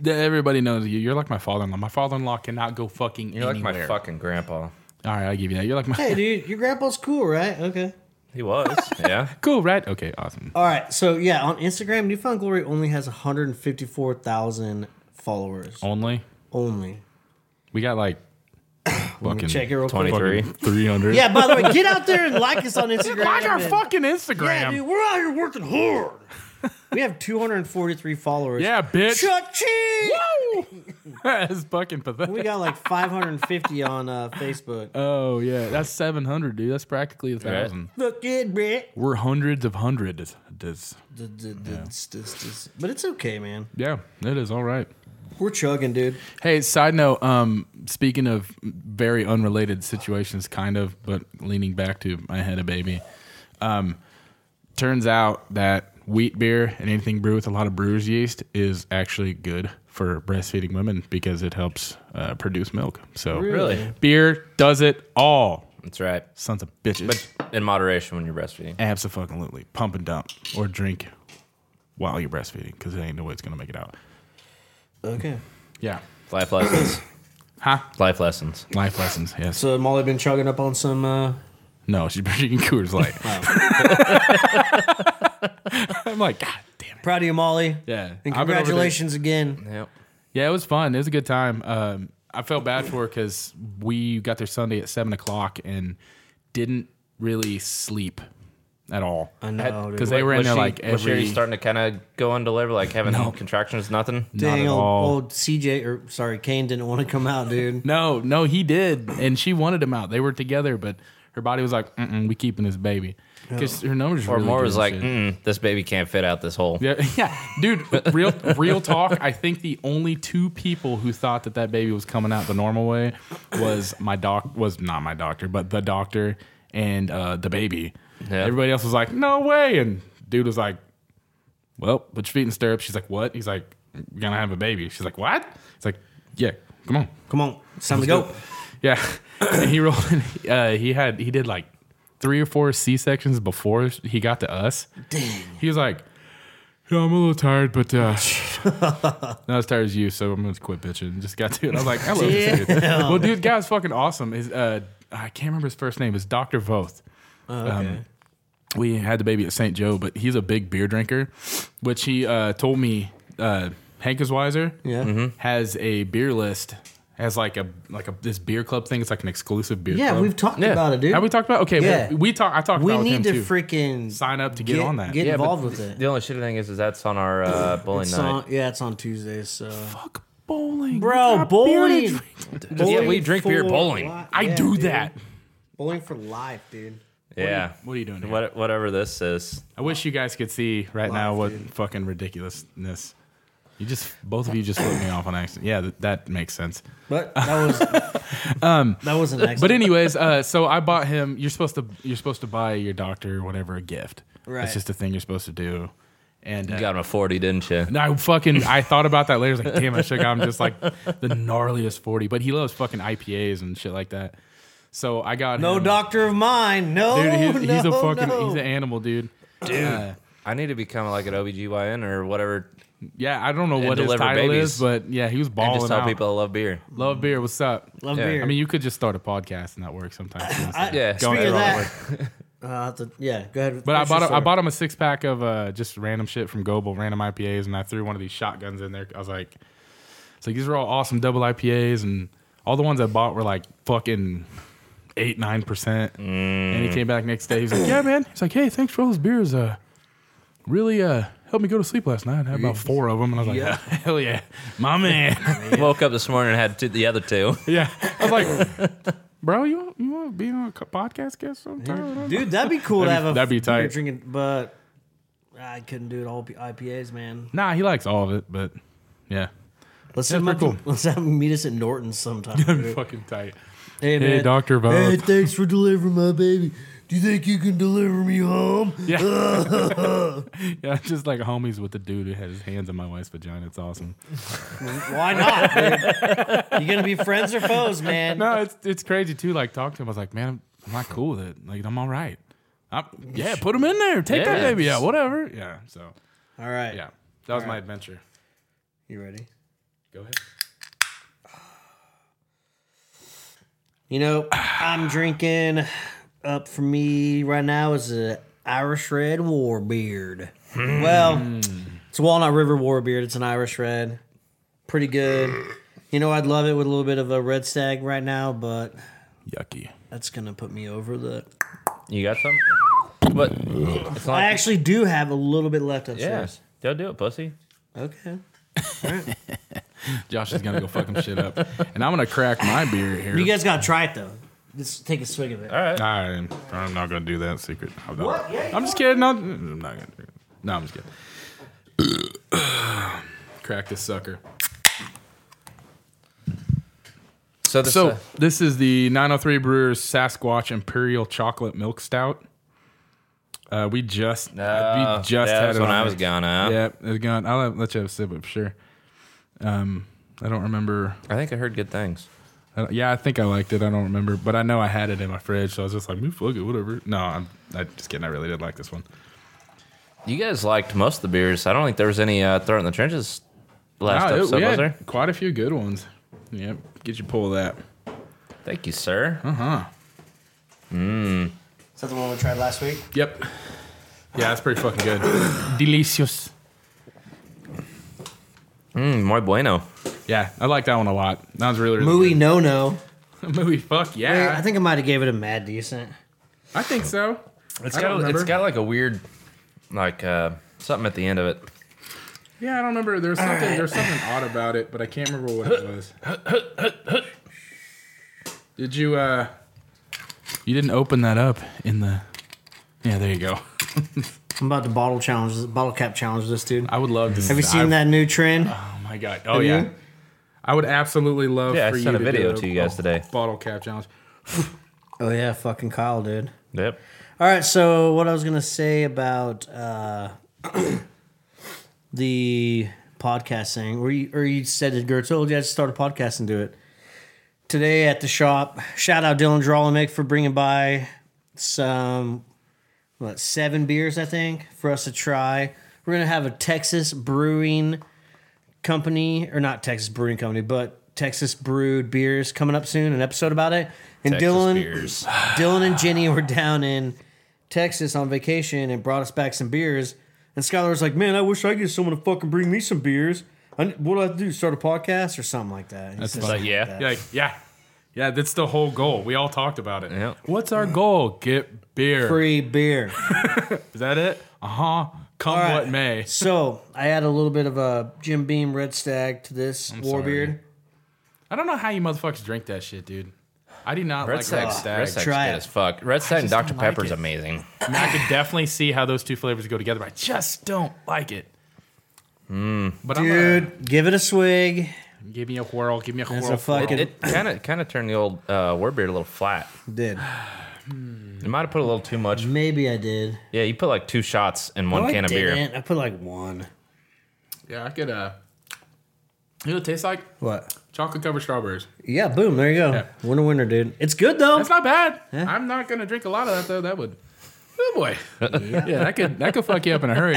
[SPEAKER 2] Yeah, Everybody knows you. You're like my father-in-law. My father-in-law cannot go fucking
[SPEAKER 3] You're like
[SPEAKER 2] anywhere.
[SPEAKER 3] my fucking grandpa.
[SPEAKER 2] All right, I give you that. You're like my
[SPEAKER 1] Hey, dude, your grandpa's cool, right? Okay.
[SPEAKER 3] He was, yeah.
[SPEAKER 2] cool, right? Okay, awesome.
[SPEAKER 1] All right. So, yeah, on Instagram, Newfound Glory only has 154,000 followers.
[SPEAKER 2] Only
[SPEAKER 1] Only.
[SPEAKER 2] we got like fucking
[SPEAKER 1] Check it real quick.
[SPEAKER 3] 23.
[SPEAKER 2] three hundred.
[SPEAKER 1] Yeah, by the way, get out there and like us on Instagram.
[SPEAKER 2] like our
[SPEAKER 1] and-
[SPEAKER 2] fucking Instagram.
[SPEAKER 1] Yeah, dude, we're out here working hard. We have 243 followers.
[SPEAKER 2] Yeah, bitch.
[SPEAKER 1] Cha-ching!
[SPEAKER 2] that is fucking pathetic.
[SPEAKER 1] We got like 550 on uh, Facebook.
[SPEAKER 2] oh yeah, that's seven hundred, dude. That's practically a thousand.
[SPEAKER 1] Look at Brett.
[SPEAKER 2] We're hundreds of hundreds. That's-
[SPEAKER 1] D- d- d- s- s- s- But it's okay, man.
[SPEAKER 2] yeah, it is all right.
[SPEAKER 1] We're chugging, dude.
[SPEAKER 2] Hey, side note. Um, speaking of very unrelated situations, kind of, but leaning back to I had a baby. Um, turns out that wheat beer and anything brewed with a lot of brewer's yeast is actually good for breastfeeding women because it helps uh, produce milk. So
[SPEAKER 3] Really?
[SPEAKER 2] beer does it all.
[SPEAKER 3] That's right.
[SPEAKER 2] Sons of bitches.
[SPEAKER 3] But in moderation when you're breastfeeding.
[SPEAKER 2] Absolutely. Pump and dump or drink while you're breastfeeding because it ain't no way it's going to make it out.
[SPEAKER 1] Okay.
[SPEAKER 2] Yeah.
[SPEAKER 3] Life lessons.
[SPEAKER 2] Huh?
[SPEAKER 3] Life lessons.
[SPEAKER 2] Life lessons. Yes.
[SPEAKER 1] So Molly been chugging up on some. Uh,
[SPEAKER 2] No, she's drinking Coors Light. I'm like, God damn it.
[SPEAKER 1] proud of you, Molly.
[SPEAKER 2] Yeah.
[SPEAKER 1] And
[SPEAKER 2] I've been over there-
[SPEAKER 1] congratulations again.
[SPEAKER 3] Yep.
[SPEAKER 2] Yeah, it was fun. It was a good time. Um, I felt bad for her because we got there Sunday at seven o'clock and didn't really sleep at all.
[SPEAKER 1] I know, Oh, dude.
[SPEAKER 2] because they were in
[SPEAKER 3] Was
[SPEAKER 2] there
[SPEAKER 3] she-
[SPEAKER 2] like
[SPEAKER 3] was she already
[SPEAKER 2] every.
[SPEAKER 3] starting to kind of go into labor, like having contractions, nothing.
[SPEAKER 2] at
[SPEAKER 1] Dang, old,
[SPEAKER 2] all.
[SPEAKER 1] old CJ or sorry, Kane didn't want to come out, dude.
[SPEAKER 2] No, no, he did, and she wanted him out. They were together, but her body was like, Mm-mm, "We keeping this baby," because her numbers.
[SPEAKER 3] Or
[SPEAKER 2] really
[SPEAKER 3] more
[SPEAKER 2] good
[SPEAKER 3] was
[SPEAKER 2] and
[SPEAKER 3] like,
[SPEAKER 2] shit.
[SPEAKER 3] mm, this baby can't fit out this hole.
[SPEAKER 2] Yeah, yeah, dude. Real, real talk. I think the only two people who thought that that baby was coming out the normal way was my doc, was not my doctor, but the doctor and uh, the baby.
[SPEAKER 3] Yeah.
[SPEAKER 2] Everybody else was like, "No way!" And dude was like, "Well, put your feet in stirrups." She's like, "What?" He's like, "You're gonna have a baby." She's like, "What?" It's like, "Yeah, come on."
[SPEAKER 1] Come on, it's time to go.
[SPEAKER 2] Yeah, and he rolled. In, uh, he had he did like three or four C sections before he got to us.
[SPEAKER 1] Dang.
[SPEAKER 2] He was like, "Yeah, I'm a little tired, but uh, not as tired as you, so I'm gonna quit bitching." And just got to it. I was like, "I love this dude." Well, dude, guy was fucking awesome. His uh, I can't remember his first name. It's Doctor Voth.
[SPEAKER 1] Oh,
[SPEAKER 2] Um,
[SPEAKER 1] Okay.
[SPEAKER 2] We had the baby at St. Joe, but he's a big beer drinker, which he uh, told me. Uh, Hank is wiser
[SPEAKER 1] yeah.
[SPEAKER 2] has a beer list. Has like a like a this beer club thing. It's like an exclusive beer.
[SPEAKER 1] Yeah,
[SPEAKER 2] club.
[SPEAKER 1] we've talked about it, dude.
[SPEAKER 2] Have we talked about? Okay,
[SPEAKER 1] Yeah.
[SPEAKER 2] we, we talk. I talked.
[SPEAKER 1] We
[SPEAKER 2] about it
[SPEAKER 1] need
[SPEAKER 2] with
[SPEAKER 1] to
[SPEAKER 2] him too.
[SPEAKER 1] freaking
[SPEAKER 2] sign up to get, on that.
[SPEAKER 1] Get
[SPEAKER 2] yeah,
[SPEAKER 1] involved with it.
[SPEAKER 3] The only shitty thing is, is that's on our uh, bowling
[SPEAKER 1] It's
[SPEAKER 3] night.
[SPEAKER 1] on, yeah, it's on Tuesdays. So
[SPEAKER 2] but fuck bowling,
[SPEAKER 1] Bro,
[SPEAKER 2] You got beer to
[SPEAKER 1] bowling.
[SPEAKER 2] drink.
[SPEAKER 3] Yeah, we
[SPEAKER 1] Bowling
[SPEAKER 3] drink beer
[SPEAKER 1] for
[SPEAKER 3] bowling.
[SPEAKER 1] li-
[SPEAKER 2] I
[SPEAKER 1] yeah,
[SPEAKER 2] do
[SPEAKER 1] dude.
[SPEAKER 2] that.
[SPEAKER 1] Bowling for life, dude.
[SPEAKER 3] yeah.
[SPEAKER 2] What are you doing? Here?
[SPEAKER 3] What, whatever this is.
[SPEAKER 2] I wish you guys could see right now
[SPEAKER 1] Live,
[SPEAKER 2] what
[SPEAKER 1] dude.
[SPEAKER 2] fucking ridiculousness. You just both of you just flipped me off on accident. Yeah, that, that makes sense.
[SPEAKER 1] But that was that was an excellent.
[SPEAKER 2] Um, But anyways, uh, so I bought him. You're supposed to you're supposed to buy your doctor or whatever a gift.
[SPEAKER 1] Right.
[SPEAKER 2] It's just a thing you're supposed to do. And uh,
[SPEAKER 3] You got him a 40, didn't you?
[SPEAKER 2] And I fucking I thought about that later. I was like, damn, I should have him just like the gnarliest forty. But he loves fucking IPAs and shit like that. So I got
[SPEAKER 1] No
[SPEAKER 2] him-
[SPEAKER 1] doctor of mine. No,
[SPEAKER 2] Dude, he's,
[SPEAKER 1] no,
[SPEAKER 2] he's a fucking
[SPEAKER 1] no.
[SPEAKER 2] he's an animal, dude. Uh, Dude,
[SPEAKER 3] I need to become like an OBGYN or whatever
[SPEAKER 2] yeah, I don't know what his
[SPEAKER 3] deliver
[SPEAKER 2] title
[SPEAKER 3] babies.
[SPEAKER 2] is, but yeah, he was balling
[SPEAKER 3] and just tell
[SPEAKER 2] out.
[SPEAKER 3] people I love beer.
[SPEAKER 2] Love beer, what's up?
[SPEAKER 1] love
[SPEAKER 3] Yeah,
[SPEAKER 1] beer.
[SPEAKER 2] I mean, you could just start a podcast and that works sometimes. too, so-
[SPEAKER 1] I,
[SPEAKER 2] Going
[SPEAKER 3] Yeah.
[SPEAKER 1] speaking of
[SPEAKER 2] through all the
[SPEAKER 1] that, uh, I'll have to- yeah, go ahead.
[SPEAKER 2] But I bought, a, I bought him a six pack of uh, just random shit from Goebel, random IPAs, and I threw one of these shotguns in there. I was like, it's like these are all awesome double IPAs, and all the ones I bought were like fucking eight nine percent.
[SPEAKER 1] Mm.
[SPEAKER 2] And he came back next day. He's like, yeah, man. He's like, hey, thanks for all those beers. Uh, really uh, helped helped me go to sleep last night. I had about four of them, and I was like,
[SPEAKER 1] Yeah.
[SPEAKER 2] hell yeah, my man.
[SPEAKER 3] Woke up this morning and had two, the other two.
[SPEAKER 2] yeah, I was like, bro, you want, you want to be on a co- podcast guest sometime?
[SPEAKER 1] Dude, that'd be cool to
[SPEAKER 2] That'd
[SPEAKER 1] have
[SPEAKER 2] be-
[SPEAKER 1] a beer
[SPEAKER 2] that'd be tight.
[SPEAKER 1] drinking, but I couldn't do it all IPAs, man.
[SPEAKER 2] Nah, he likes all of it, but yeah,
[SPEAKER 1] Let's
[SPEAKER 2] Yeah,
[SPEAKER 1] have him
[SPEAKER 2] pretty
[SPEAKER 1] up- let's have him meet us at Norton's sometime. dude.
[SPEAKER 2] fucking tight.
[SPEAKER 1] hey,
[SPEAKER 2] Hey,
[SPEAKER 1] man.
[SPEAKER 2] Doctor Bob.
[SPEAKER 1] Hey, thanks for delivering my baby. Do you think you can deliver me home?
[SPEAKER 2] Yeah. yeah, just like homies with the dude who had his hands in my wife's vagina. It's awesome.
[SPEAKER 1] Why not? dude? you gonna be friends or foes, man?
[SPEAKER 2] No, it's it's crazy too. Like talk to him. I was like, man, I'm, I'm not cool with it. Like I'm all right. I'm, yeah, put him in there. Take that
[SPEAKER 3] Yeah.
[SPEAKER 2] baby out. Whatever. Yeah. So
[SPEAKER 1] All right.
[SPEAKER 2] yeah, that was my adventure.
[SPEAKER 1] You ready?
[SPEAKER 2] Go ahead.
[SPEAKER 1] You know, I'm drinking up for me right now is a Irish Red War Beard.
[SPEAKER 3] Hmm.
[SPEAKER 1] Well, it's Walnut River War Beard. It's an Irish Red. Pretty good. You know, I'd love it with a little bit of a red stag right now, but
[SPEAKER 2] Yucky.
[SPEAKER 1] that's gonna put me over the.
[SPEAKER 3] You got some? But it's not
[SPEAKER 1] I
[SPEAKER 3] like-
[SPEAKER 1] actually do have a little bit left
[SPEAKER 3] yeah.
[SPEAKER 1] upstairs.
[SPEAKER 3] Don't do it, pussy.
[SPEAKER 1] Okay.
[SPEAKER 2] Josh is gonna go fuck him shit up, and I'm gonna crack my beer here.
[SPEAKER 1] You guys gotta try it though. Just take a swig of it.
[SPEAKER 3] All right.
[SPEAKER 2] I, I'm not gonna do that secret. I'm not,
[SPEAKER 1] What? Yeah, you
[SPEAKER 2] I'm just kidding. No, I'm not gonna. do it. No, I'm just kidding. Crack this sucker.
[SPEAKER 3] So this
[SPEAKER 2] So
[SPEAKER 3] uh,
[SPEAKER 2] this is the 903 Brewers Sasquatch Imperial Chocolate Milk Stout. Uh, we just
[SPEAKER 3] uh,
[SPEAKER 2] we just
[SPEAKER 3] yeah,
[SPEAKER 2] had
[SPEAKER 3] that's
[SPEAKER 2] it
[SPEAKER 3] when
[SPEAKER 2] on
[SPEAKER 3] I was
[SPEAKER 2] there.
[SPEAKER 3] gonna.
[SPEAKER 2] Yeah, it's gone. I'll let you have a sip of it for sure. Um, I don't remember.
[SPEAKER 3] I think I heard good things.
[SPEAKER 2] I don't- yeah, I think I liked it. I don't remember, but I know I had it in my fridge, so I was just like, "Mm, fuck it, whatever. No, I'm, I'm just kidding. I really did like this one.
[SPEAKER 3] You guys liked most of the beers. I don't think there was any uh, throw it in the trenches last
[SPEAKER 2] Wow, Ah, it-
[SPEAKER 3] episode,
[SPEAKER 2] we
[SPEAKER 3] was
[SPEAKER 2] had
[SPEAKER 3] there?
[SPEAKER 2] quite a few good ones. Yep, get your pull of that.
[SPEAKER 3] Thank you, sir.
[SPEAKER 1] Is that the one we tried last week?
[SPEAKER 2] Yep. Yeah, that's pretty fucking good. Delicious.
[SPEAKER 3] Mm, muy bueno.
[SPEAKER 2] Yeah, I like that one a lot. That was really, really
[SPEAKER 1] Mooey
[SPEAKER 2] good.
[SPEAKER 1] no no.
[SPEAKER 2] Movie, fuck yeah.
[SPEAKER 1] Uh, I think I might have gave it a mad decent.
[SPEAKER 2] I think so.
[SPEAKER 3] It's
[SPEAKER 2] I don't
[SPEAKER 3] got it's
[SPEAKER 2] remember.
[SPEAKER 3] got like a weird like uh, something at the end of it.
[SPEAKER 2] Yeah, I don't remember. There was something. There was something odd about it, but I can't remember what it was. Did you? uh You didn't open that up in the. Yeah, there you go.
[SPEAKER 1] I'm about to bottle challenge, this- bottle cap challenge this dude.
[SPEAKER 2] I would love to.
[SPEAKER 1] Have you seen that new trend?
[SPEAKER 2] Oh my god! Oh
[SPEAKER 1] Have
[SPEAKER 2] yeah.
[SPEAKER 1] you?
[SPEAKER 2] I would absolutely love
[SPEAKER 3] Yeah, I
[SPEAKER 2] for you
[SPEAKER 3] sent a
[SPEAKER 2] to
[SPEAKER 3] video
[SPEAKER 2] do
[SPEAKER 3] to you guys today.
[SPEAKER 2] Bottle cap challenge.
[SPEAKER 1] Oh yeah, fucking Kyle, dude.
[SPEAKER 3] Yep.
[SPEAKER 1] All right, so what I was gonna say about uh, the podcast thing, or you, or you said to Gertz, "Oh, yeah, just start a podcast and do it." Today at the shop, shout out Dylan Drolemick for bringing by some what seven beers, I think, for us to try. We're gonna have a Texas Brewing Company, or not Texas Brewing Company, but Texas brewed beers coming up soon. An episode about it, and
[SPEAKER 3] Texas
[SPEAKER 1] Dylan.
[SPEAKER 3] beers.
[SPEAKER 1] Dylan and Jenny were down in Texas on vacation and brought us back some beers. And Skylar was like, "Man, I wish I could get someone to fucking bring me some beers. I, what do I have to do? Start a podcast or something like that?" And he says
[SPEAKER 2] fine.
[SPEAKER 1] something
[SPEAKER 3] Uh, Yeah.
[SPEAKER 1] that.
[SPEAKER 2] You're like, yeah, yeah. That's the whole goal. We all talked about it.
[SPEAKER 3] Yep.
[SPEAKER 2] What's our goal? Get beer.
[SPEAKER 1] Free beer.
[SPEAKER 2] Is that it? Uh huh. Come
[SPEAKER 1] All
[SPEAKER 2] what
[SPEAKER 1] right.
[SPEAKER 2] may.
[SPEAKER 1] so I add a little bit of a Jim Beam Red Stag to this war
[SPEAKER 2] sorry.
[SPEAKER 1] beard.
[SPEAKER 2] I don't know how you motherfuckers drink that shit, dude. I do not
[SPEAKER 3] Red
[SPEAKER 2] like
[SPEAKER 3] Stag,
[SPEAKER 2] Red
[SPEAKER 3] Red
[SPEAKER 2] Stag.
[SPEAKER 3] Stag's
[SPEAKER 1] Try
[SPEAKER 3] good
[SPEAKER 1] it.
[SPEAKER 3] as fuck. Red Stag and
[SPEAKER 2] just
[SPEAKER 3] Dr.
[SPEAKER 2] don't like
[SPEAKER 3] Pepper's
[SPEAKER 2] it.
[SPEAKER 3] amazing.
[SPEAKER 2] I, mean, I could definitely see how those two flavors go together, but I just don't like it.
[SPEAKER 3] Mm.
[SPEAKER 2] But I'm
[SPEAKER 1] Dude, give it a swig.
[SPEAKER 2] gonna, give me a whirl. Give me a whirl.
[SPEAKER 1] It's a
[SPEAKER 2] whirl.
[SPEAKER 1] fucking
[SPEAKER 3] It kind of kind of turned the old uh, Warbeard a little flat.
[SPEAKER 1] did.
[SPEAKER 3] You might have put a little too much.
[SPEAKER 1] Maybe I did.
[SPEAKER 3] Yeah, you put like two shots in one
[SPEAKER 1] No, I
[SPEAKER 3] can of beer.
[SPEAKER 1] didn't. I put like one.
[SPEAKER 2] Yeah, I could. uh You know, what it tastes like
[SPEAKER 1] What?
[SPEAKER 2] chocolate covered strawberries.
[SPEAKER 1] Yeah, boom. There you go.
[SPEAKER 2] Yeah.
[SPEAKER 1] Winner, winner, dude. It's good though.
[SPEAKER 2] That's not bad. I'm not gonna drink a lot of that though. That would. Oh boy. Yeah, that could that could fuck you up in a hurry.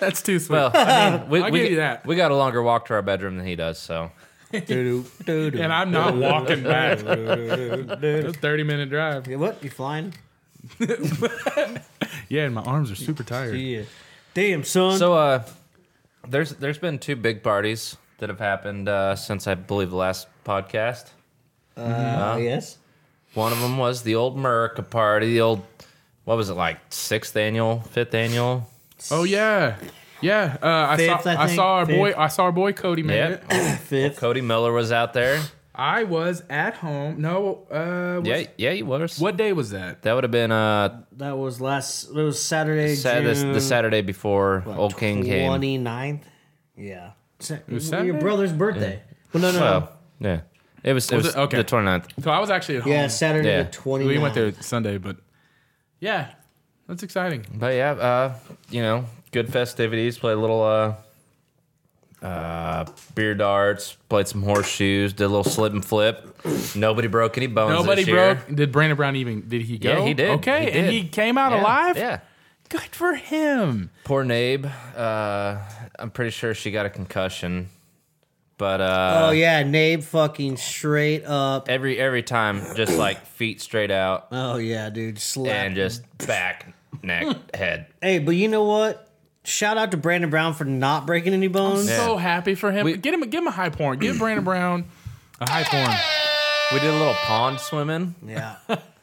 [SPEAKER 2] That's too sweet.
[SPEAKER 3] Well, I mean, we,
[SPEAKER 2] I'll
[SPEAKER 3] we,
[SPEAKER 2] give you that.
[SPEAKER 3] we got a longer walk to our bedroom than he does, so
[SPEAKER 1] Doo-doo, doo-doo.
[SPEAKER 2] and I'm not walking back. It's a 30 minute drive.
[SPEAKER 1] Yeah, What? You flying?
[SPEAKER 2] Yeah, and my arms are super tired.
[SPEAKER 1] Yeah. Damn, son.
[SPEAKER 3] So uh, there's there's been two big parties that have happened uh, since I believe the last podcast.
[SPEAKER 1] uh, yes.
[SPEAKER 3] One of them was the old Murica party, the old what was it like sixth annual, fifth annual?
[SPEAKER 2] Oh yeah. Yeah, uh, I
[SPEAKER 1] Fifth,
[SPEAKER 2] saw.
[SPEAKER 1] I
[SPEAKER 2] I,
[SPEAKER 1] think.
[SPEAKER 2] saw our boy.
[SPEAKER 1] Fifth.
[SPEAKER 2] I saw our boy Cody made
[SPEAKER 3] Yep.
[SPEAKER 2] it.
[SPEAKER 1] Fifth.
[SPEAKER 3] Cody Miller was out there.
[SPEAKER 2] I was at home. No. Uh, was-
[SPEAKER 3] Yeah, yeah, he was.
[SPEAKER 2] What day was that?
[SPEAKER 3] That would have been uh
[SPEAKER 1] That was last. It was Saturday,
[SPEAKER 3] Saturday,
[SPEAKER 1] June
[SPEAKER 3] the Saturday before Old King came.
[SPEAKER 1] 29th. Yeah. Sa-
[SPEAKER 2] was
[SPEAKER 1] your
[SPEAKER 2] Saturday?
[SPEAKER 1] brother's birthday. Well, no, no, no.
[SPEAKER 3] Well, Oh, yeah, it was. It was,
[SPEAKER 2] Was it? Okay.
[SPEAKER 3] the 29th.
[SPEAKER 2] So I was actually at home.
[SPEAKER 1] yeah, Saturday
[SPEAKER 3] Yeah.
[SPEAKER 1] the 29th.
[SPEAKER 2] we went there Sunday, but yeah, that's exciting.
[SPEAKER 3] But yeah, uh, you know, good festivities. Played a little uh, uh, beer darts. Played some horseshoes. Did a little slip and flip. Nobody broke any bones.
[SPEAKER 2] Nobody
[SPEAKER 3] this year.
[SPEAKER 2] broke. Did Brandon Brown even? Did he go?
[SPEAKER 3] Yeah, he did.
[SPEAKER 2] Okay,
[SPEAKER 3] He
[SPEAKER 2] and
[SPEAKER 3] did.
[SPEAKER 2] he came out
[SPEAKER 3] Yeah,
[SPEAKER 2] alive.
[SPEAKER 3] Yeah.
[SPEAKER 2] good for him.
[SPEAKER 3] Poor Nabe. Uh, I'm pretty sure she got a concussion. But uh,
[SPEAKER 1] Oh yeah, Nabe fucking straight up.
[SPEAKER 3] every every time, just like feet straight out
[SPEAKER 1] Oh yeah, dude, slap.
[SPEAKER 3] and just back, neck, head.
[SPEAKER 1] hey, but you know what? Shout out to Brandon Brown for not breaking any bones.
[SPEAKER 3] Yeah.
[SPEAKER 2] So happy for him.
[SPEAKER 3] We-
[SPEAKER 2] give him, give him a high point. Give Brandon Brown a high point.
[SPEAKER 3] We did a little pond swimming.
[SPEAKER 1] Yeah.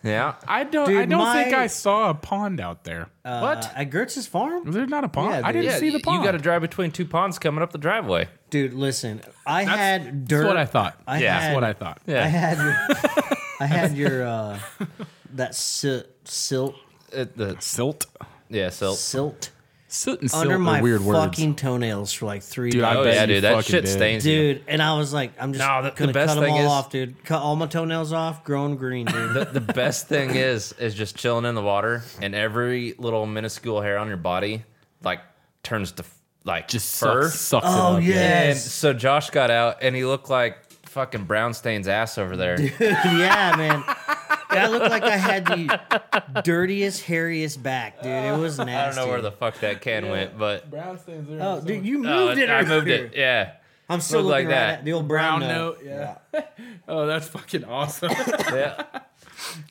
[SPEAKER 3] Yeah.
[SPEAKER 2] I don't. I
[SPEAKER 1] Dude,
[SPEAKER 2] don't
[SPEAKER 1] my-
[SPEAKER 2] think I saw a pond out there.
[SPEAKER 1] Uh, at Gertz's farm,
[SPEAKER 2] Was there not a pond?
[SPEAKER 1] yeah,
[SPEAKER 2] I
[SPEAKER 1] dude.
[SPEAKER 2] didn't
[SPEAKER 3] Yeah,
[SPEAKER 2] see the
[SPEAKER 3] y-
[SPEAKER 2] pond.
[SPEAKER 3] You got to drive between two ponds coming up the driveway.
[SPEAKER 1] dude. Listen, I
[SPEAKER 2] That's-
[SPEAKER 1] had dirt.
[SPEAKER 2] That's what I thought.
[SPEAKER 1] I
[SPEAKER 3] Yeah,
[SPEAKER 1] had,
[SPEAKER 3] that's
[SPEAKER 2] That's what I thought.
[SPEAKER 1] I
[SPEAKER 3] Yeah,
[SPEAKER 1] had your, I had your uh, that silt silt
[SPEAKER 3] it, the,
[SPEAKER 2] Silt.
[SPEAKER 3] yeah. So
[SPEAKER 1] silt
[SPEAKER 2] Silt and silt
[SPEAKER 1] under my
[SPEAKER 2] are weird
[SPEAKER 1] fucking
[SPEAKER 2] words.
[SPEAKER 1] toenails for like three
[SPEAKER 2] Dude,
[SPEAKER 1] days.
[SPEAKER 2] I
[SPEAKER 3] oh
[SPEAKER 2] bet
[SPEAKER 3] yeah,
[SPEAKER 2] you
[SPEAKER 3] dude, that
[SPEAKER 2] fucking
[SPEAKER 3] shit
[SPEAKER 2] did.
[SPEAKER 3] stains you.
[SPEAKER 1] dude. And I was like, I'm just
[SPEAKER 3] No, the- the
[SPEAKER 1] gonna
[SPEAKER 3] best
[SPEAKER 1] cut them
[SPEAKER 3] thing
[SPEAKER 1] all
[SPEAKER 3] is-
[SPEAKER 1] off, dude. Cut all my toenails off, growing green, dude.
[SPEAKER 3] The, the best thing is is just chilling in the water, and every little minuscule hair on your body like turns to like
[SPEAKER 2] Just
[SPEAKER 3] fur.
[SPEAKER 2] sucks, sucks it
[SPEAKER 1] Oh,
[SPEAKER 2] up,
[SPEAKER 3] And
[SPEAKER 1] yes.
[SPEAKER 3] so Josh got out, and he looked like fucking Brownstain's ass over there.
[SPEAKER 1] yeah, man. And I looked like I had the dirtiest, hairiest back, dude. It was nasty.
[SPEAKER 3] I don't know where the fuck that can went, but
[SPEAKER 2] Brown stains there.
[SPEAKER 1] Oh, dude, you
[SPEAKER 3] Oh,
[SPEAKER 1] moved it.
[SPEAKER 3] I
[SPEAKER 1] right
[SPEAKER 3] moved
[SPEAKER 1] here.
[SPEAKER 3] it. Yeah,
[SPEAKER 1] I'm still
[SPEAKER 3] Looked
[SPEAKER 1] looking
[SPEAKER 3] like
[SPEAKER 1] right
[SPEAKER 3] that.
[SPEAKER 1] at the old brown,
[SPEAKER 2] brown
[SPEAKER 1] note.
[SPEAKER 2] note. Yeah. oh, that's fucking awesome.
[SPEAKER 3] yeah.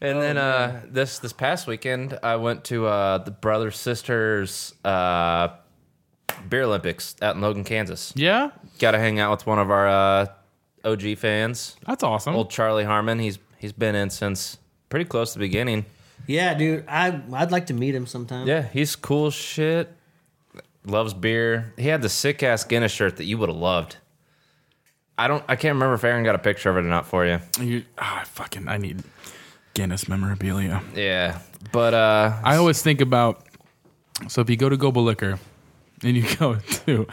[SPEAKER 3] And
[SPEAKER 1] Oh,
[SPEAKER 3] then uh, this this past weekend, I went to uh, the brother sisters uh, beer Olympics out in Logan, Kansas.
[SPEAKER 2] yeah,
[SPEAKER 3] Got to hang out with one of our uh, OG fans,
[SPEAKER 2] that's awesome.
[SPEAKER 3] old Charlie Harmon. He's he's been in since pretty close to the beginning.
[SPEAKER 1] Yeah, dude. I I'd like to meet him sometime.
[SPEAKER 3] Yeah, he's cool as shit. Loves beer. He had the sick ass Guinness shirt that you would have loved. I don't. I can't remember if Aaron got a picture of it or not for you.
[SPEAKER 2] You, ah, fucking, I need Guinness memorabilia.
[SPEAKER 3] Yeah, but uh,
[SPEAKER 2] I always think about. So if you go to Goble Liquor, and you go to,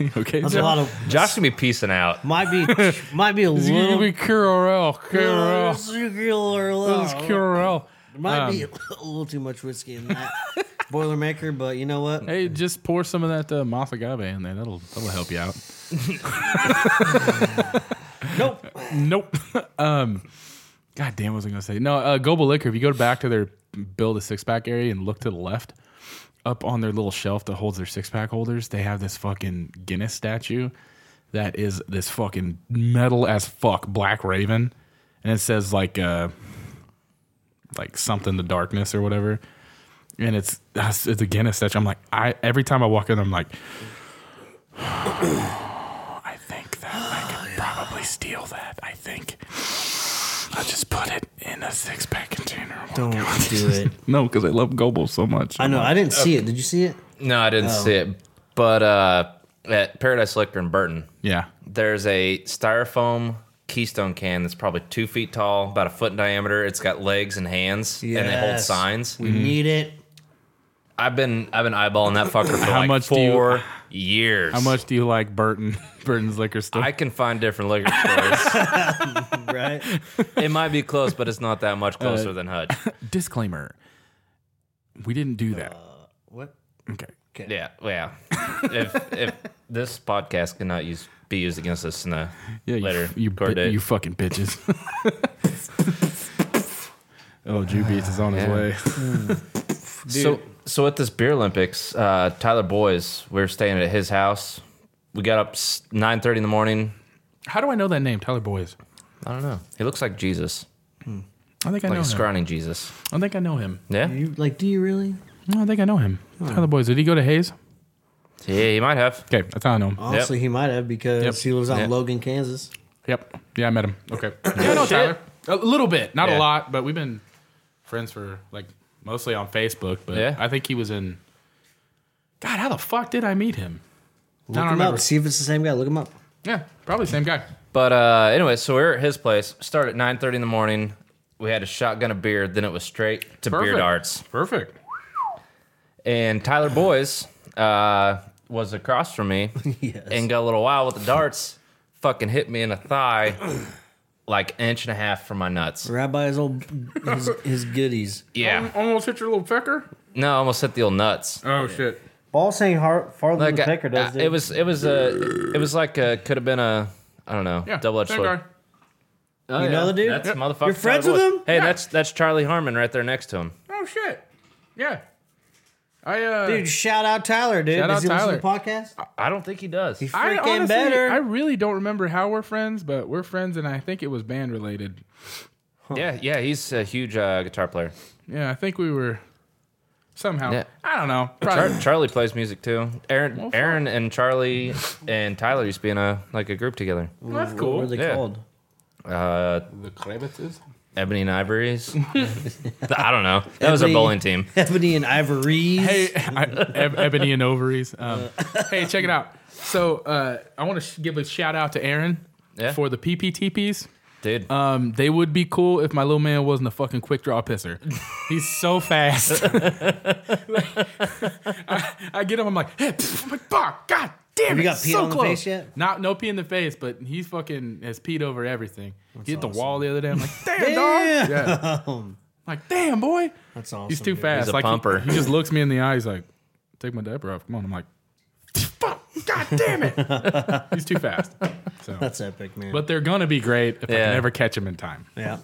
[SPEAKER 2] You okay,
[SPEAKER 1] That's a lot of
[SPEAKER 3] Josh gonna be peacing out.
[SPEAKER 1] might be might be a
[SPEAKER 2] It's gonna
[SPEAKER 1] little.
[SPEAKER 2] be QRL,
[SPEAKER 1] little-
[SPEAKER 2] QRL, it's
[SPEAKER 1] little-
[SPEAKER 2] QRL.
[SPEAKER 1] Might be a
[SPEAKER 2] Um,
[SPEAKER 1] little too much whiskey in that Boilermaker, but you know what?
[SPEAKER 2] Hey, just pour some of that uh, Masagabe in there. That'll that'll help you out.
[SPEAKER 1] Nope.
[SPEAKER 2] Nope. um, God damn, what was I gonna say? No, uh, Goble Liquor. If you go back to their build a six pack area and look to the left, up on their little shelf that holds their six pack holders, they have this fucking Guinness statue that is this fucking metal as fuck black raven, and it says like uh, like something the darkness or whatever. And it's it's a Guinness statue. I'm like, I every time I walk in, I'm like, I think that I
[SPEAKER 1] Oh,
[SPEAKER 2] could probably steal that. I think. I'll just put it in a six pack container.
[SPEAKER 1] Don't do it.
[SPEAKER 2] No, because I love Goble so much.
[SPEAKER 1] I know. I didn't see it. Did you see it?
[SPEAKER 3] No, I didn't see it. But uh, at Paradise Liquor in Burton,
[SPEAKER 2] Yeah.
[SPEAKER 3] there's a styrofoam Keystone can that's probably two feet tall, about a foot in diameter. It's got legs and hands, and they hold
[SPEAKER 1] Yes.
[SPEAKER 3] signs.
[SPEAKER 1] We need it.
[SPEAKER 3] I've been I've been eyeballing that fucker for
[SPEAKER 2] How
[SPEAKER 3] like
[SPEAKER 2] much do you-
[SPEAKER 3] four years.
[SPEAKER 2] How much do you like Burton? Burton's liquor store.
[SPEAKER 3] I can find different liquor stores.
[SPEAKER 1] Right.
[SPEAKER 3] it might be close, but it's not that much closer than Hutch.
[SPEAKER 2] Disclaimer: We didn't do that.
[SPEAKER 1] What?
[SPEAKER 2] Uh, Okay.
[SPEAKER 3] Yeah, yeah. if if this podcast cannot use be used against us in a
[SPEAKER 2] Yeah. You,
[SPEAKER 3] later
[SPEAKER 2] you,
[SPEAKER 3] court
[SPEAKER 2] bi-
[SPEAKER 3] date.
[SPEAKER 2] you fucking bitches. oh, Jew Beats is on his
[SPEAKER 3] Yeah.
[SPEAKER 2] way.
[SPEAKER 3] So, so at this beer Olympics, uh, Tyler Boys, we were staying at his house. We got up nine thirty in the morning.
[SPEAKER 2] How do I know that name, Tyler Boys?
[SPEAKER 3] I don't know. He looks like Jesus,
[SPEAKER 2] I think I
[SPEAKER 3] like
[SPEAKER 2] know him.
[SPEAKER 3] a scrawny Jesus.
[SPEAKER 2] I think I know him.
[SPEAKER 3] Yeah,
[SPEAKER 1] You like? Do you really?
[SPEAKER 2] No, I think I know him. Tyler Boys. Did he go to Hayes?
[SPEAKER 3] yeah, he might have.
[SPEAKER 2] Okay, that's how I know him.
[SPEAKER 1] Honestly, he might have because
[SPEAKER 2] Yep.
[SPEAKER 1] he lives out
[SPEAKER 3] Yep.
[SPEAKER 1] in Logan, Kansas.
[SPEAKER 2] Yep. Yeah, I met him. Okay. yeah, I know Tyler. A little bit, not a
[SPEAKER 3] Yeah.
[SPEAKER 2] lot, but we've been friends for like mostly on Facebook. But
[SPEAKER 3] Yeah.
[SPEAKER 2] I think he was in. God, how the fuck did I meet him?
[SPEAKER 1] Look
[SPEAKER 2] I don't
[SPEAKER 1] him
[SPEAKER 2] remember.
[SPEAKER 1] up. See if it's the same guy. Look him up.
[SPEAKER 2] Yeah, probably same guy.
[SPEAKER 3] But uh, anyway, so we were at his place. Started at nine thirty in the morning. We had a shotgun of beer. Then it was straight to
[SPEAKER 2] Perfect.
[SPEAKER 3] beard arts.
[SPEAKER 2] Perfect.
[SPEAKER 3] And Tyler Boys uh, was across from me
[SPEAKER 1] Yes.
[SPEAKER 3] and got a little wild with the darts. Fucking hit me in the thigh, like an inch and a half from my nuts.
[SPEAKER 1] Rabbi's old his, his goodies.
[SPEAKER 3] Yeah.
[SPEAKER 2] Almost hit your little pecker.
[SPEAKER 3] No, I almost hit the old nuts.
[SPEAKER 2] Oh shit.
[SPEAKER 1] Ball saying har farther
[SPEAKER 3] Like
[SPEAKER 1] than
[SPEAKER 3] I-
[SPEAKER 1] Pecker does.
[SPEAKER 2] uh,
[SPEAKER 3] I-
[SPEAKER 1] dude.
[SPEAKER 3] it was, it was a, it was like a, could have been a, I don't know,
[SPEAKER 2] Yeah.
[SPEAKER 3] double edged
[SPEAKER 2] same
[SPEAKER 3] sword.
[SPEAKER 2] guy.
[SPEAKER 3] Oh,
[SPEAKER 1] You know the dude?
[SPEAKER 3] That's
[SPEAKER 1] Yep.
[SPEAKER 3] motherfucker.
[SPEAKER 1] You're friends
[SPEAKER 3] Tyler
[SPEAKER 1] with
[SPEAKER 3] Boyd.
[SPEAKER 1] him?
[SPEAKER 3] Hey, that's that's Charlie Harmon right there next to him.
[SPEAKER 2] Oh shit. Yeah. I uh
[SPEAKER 1] dude. Shout out Tyler, dude.
[SPEAKER 2] Shout
[SPEAKER 1] does
[SPEAKER 2] out
[SPEAKER 1] he listen to
[SPEAKER 2] Tyler.
[SPEAKER 1] the podcast?
[SPEAKER 3] I don't think he does.
[SPEAKER 1] He
[SPEAKER 2] I
[SPEAKER 1] freaking
[SPEAKER 2] honestly,
[SPEAKER 1] better.
[SPEAKER 2] I really don't remember how we're friends, but we're friends, and I think it was band related.
[SPEAKER 3] Yeah, yeah, he's a huge uh, guitar player.
[SPEAKER 2] Yeah, I think we were somehow.
[SPEAKER 3] Yeah.
[SPEAKER 2] I don't know. Probably.
[SPEAKER 3] Char- Charlie plays music too. Aaron, Aaron, and Charlie and Tyler used to be in a like a group together.
[SPEAKER 1] What
[SPEAKER 2] that's
[SPEAKER 1] are
[SPEAKER 2] cool.
[SPEAKER 1] they
[SPEAKER 3] Yeah.
[SPEAKER 1] called?
[SPEAKER 3] Uh,
[SPEAKER 2] The Kremetzes.
[SPEAKER 3] Ebony and Ivories. I don't know. That was our
[SPEAKER 1] Ebony-
[SPEAKER 3] bowling team.
[SPEAKER 1] Ebony and Ivories.
[SPEAKER 2] Hey, I, Eb- Ebony and Ovaries. Um, hey, check it out. So uh, I want to sh- give a shout out to Aaron
[SPEAKER 3] Yeah.
[SPEAKER 2] for the PPTPs.
[SPEAKER 3] Dude,
[SPEAKER 2] Um, they would be cool if my little man wasn't a fucking quick draw pisser. He's so fast. I, I get him. I'm like, hey, pff, I'm like, fuck, god damn
[SPEAKER 1] Have
[SPEAKER 2] it,
[SPEAKER 1] you got pee
[SPEAKER 2] so
[SPEAKER 1] on the
[SPEAKER 2] close.
[SPEAKER 1] face yet?
[SPEAKER 2] Not no pee in the face, but he's fucking has peed over everything. he hit the wall the other day. I'm like, damn,
[SPEAKER 1] Damn.
[SPEAKER 2] dog. Yeah. I'm like, damn, boy.
[SPEAKER 1] That's awesome.
[SPEAKER 2] He's too
[SPEAKER 1] dude.
[SPEAKER 2] fast.
[SPEAKER 3] He's a
[SPEAKER 2] like he-
[SPEAKER 3] pumper.
[SPEAKER 2] He, just looks me in the eye. He's like, take my diaper off. Come on. I'm like, fuck, god damn it. he's too fast. So,
[SPEAKER 1] That's epic, man.
[SPEAKER 2] but they're gonna be great if I
[SPEAKER 3] Yeah.
[SPEAKER 2] can ever catch him in time.
[SPEAKER 1] Yeah.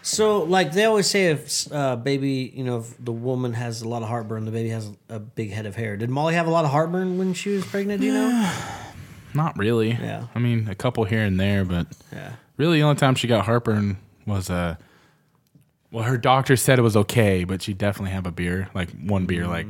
[SPEAKER 1] So, like they always say, if uh, baby, you know, if the woman has a lot of heartburn, the baby has a big head of hair. Did Molly have a lot of heartburn when she was pregnant? Do you know?
[SPEAKER 2] Not really.
[SPEAKER 1] Yeah.
[SPEAKER 2] I mean, a couple here and there, but
[SPEAKER 1] Yeah.
[SPEAKER 2] really the only time she got heartburn was uh well, her doctor said it was okay, but she definitely have a beer, like one beer like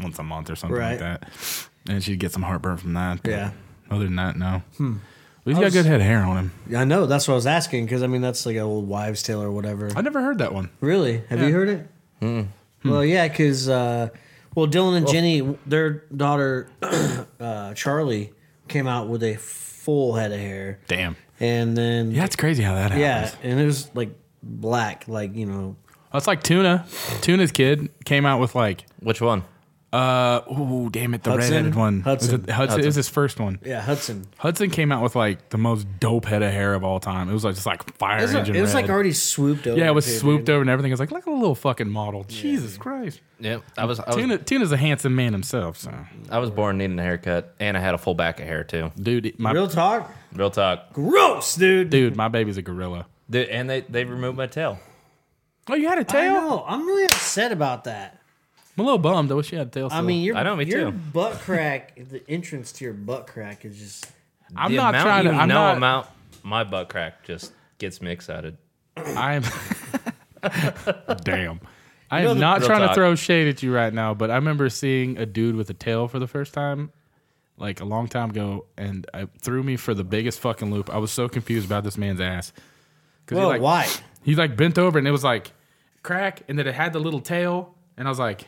[SPEAKER 2] once a month or something
[SPEAKER 1] Right.
[SPEAKER 2] like that. And she'd get some heartburn from that. but
[SPEAKER 1] Yeah.
[SPEAKER 2] Other than that, no. Hmm. He's got good head of hair on him.
[SPEAKER 1] Yeah, I know. That's what I was asking because I mean that's like an old wives' tale or whatever.
[SPEAKER 2] I never heard that one.
[SPEAKER 1] Really? Have you heard it? Well, yeah, because uh, well, Dylan and Jenny, their daughter uh, Charlie, came out with a full head of hair,
[SPEAKER 2] Damn.
[SPEAKER 1] and then
[SPEAKER 2] Yeah, it's crazy how that happens.
[SPEAKER 1] yeah, and it was like black, like you know,
[SPEAKER 2] That's like Tuna. Tuna's kid came out with like
[SPEAKER 3] which one?
[SPEAKER 2] uh oh damn it, the
[SPEAKER 1] Hudson?
[SPEAKER 2] red-headed one.
[SPEAKER 1] Hudson.
[SPEAKER 2] Is it, Hudson. It was his first one.
[SPEAKER 1] yeah, Hudson.
[SPEAKER 2] Hudson came out with like the most dope head of hair of all time. It was like just like fire
[SPEAKER 1] It was,
[SPEAKER 2] engine.
[SPEAKER 1] it was like
[SPEAKER 2] red.
[SPEAKER 1] already swooped over.
[SPEAKER 2] yeah, it was
[SPEAKER 1] too,
[SPEAKER 2] swooped
[SPEAKER 1] dude.
[SPEAKER 2] over and everything. It was like look at a little fucking model. Jesus Christ,
[SPEAKER 3] Yeah, I was I was,
[SPEAKER 2] Tuna Tuna's a handsome man himself. So
[SPEAKER 3] I was born needing a haircut, and I had a full back of hair too.
[SPEAKER 2] dude, my
[SPEAKER 1] Real talk,
[SPEAKER 3] Real talk,
[SPEAKER 1] gross, dude.
[SPEAKER 2] dude, my baby's a gorilla.
[SPEAKER 3] dude. And they they removed my tail.
[SPEAKER 2] Oh, you had a
[SPEAKER 1] I
[SPEAKER 2] tail?
[SPEAKER 1] know. I'm really upset about that.
[SPEAKER 2] I'm a little bummed. I wish you had a tail.
[SPEAKER 1] I
[SPEAKER 2] still.
[SPEAKER 1] mean, your
[SPEAKER 3] I know, me
[SPEAKER 1] your
[SPEAKER 3] too.
[SPEAKER 1] butt crack, the entrance to your butt crack is just.
[SPEAKER 2] I'm
[SPEAKER 3] the
[SPEAKER 2] not
[SPEAKER 3] amount
[SPEAKER 2] trying to.
[SPEAKER 3] you
[SPEAKER 2] I'm
[SPEAKER 3] know
[SPEAKER 2] not.
[SPEAKER 3] amount my butt crack just gets me excited.
[SPEAKER 2] I'm. Damn. I am
[SPEAKER 1] the-
[SPEAKER 2] not
[SPEAKER 3] Real
[SPEAKER 2] trying to
[SPEAKER 3] talk.
[SPEAKER 2] throw shade at you right now, but I remember seeing a dude with a tail for the first time, like a long time ago, and it threw me for the biggest fucking loop. I was so confused about this man's ass. 'Cause
[SPEAKER 1] Well,
[SPEAKER 2] he like,
[SPEAKER 1] why?
[SPEAKER 2] He like bent over and it was like crack, and then it had the little tail, and I was like,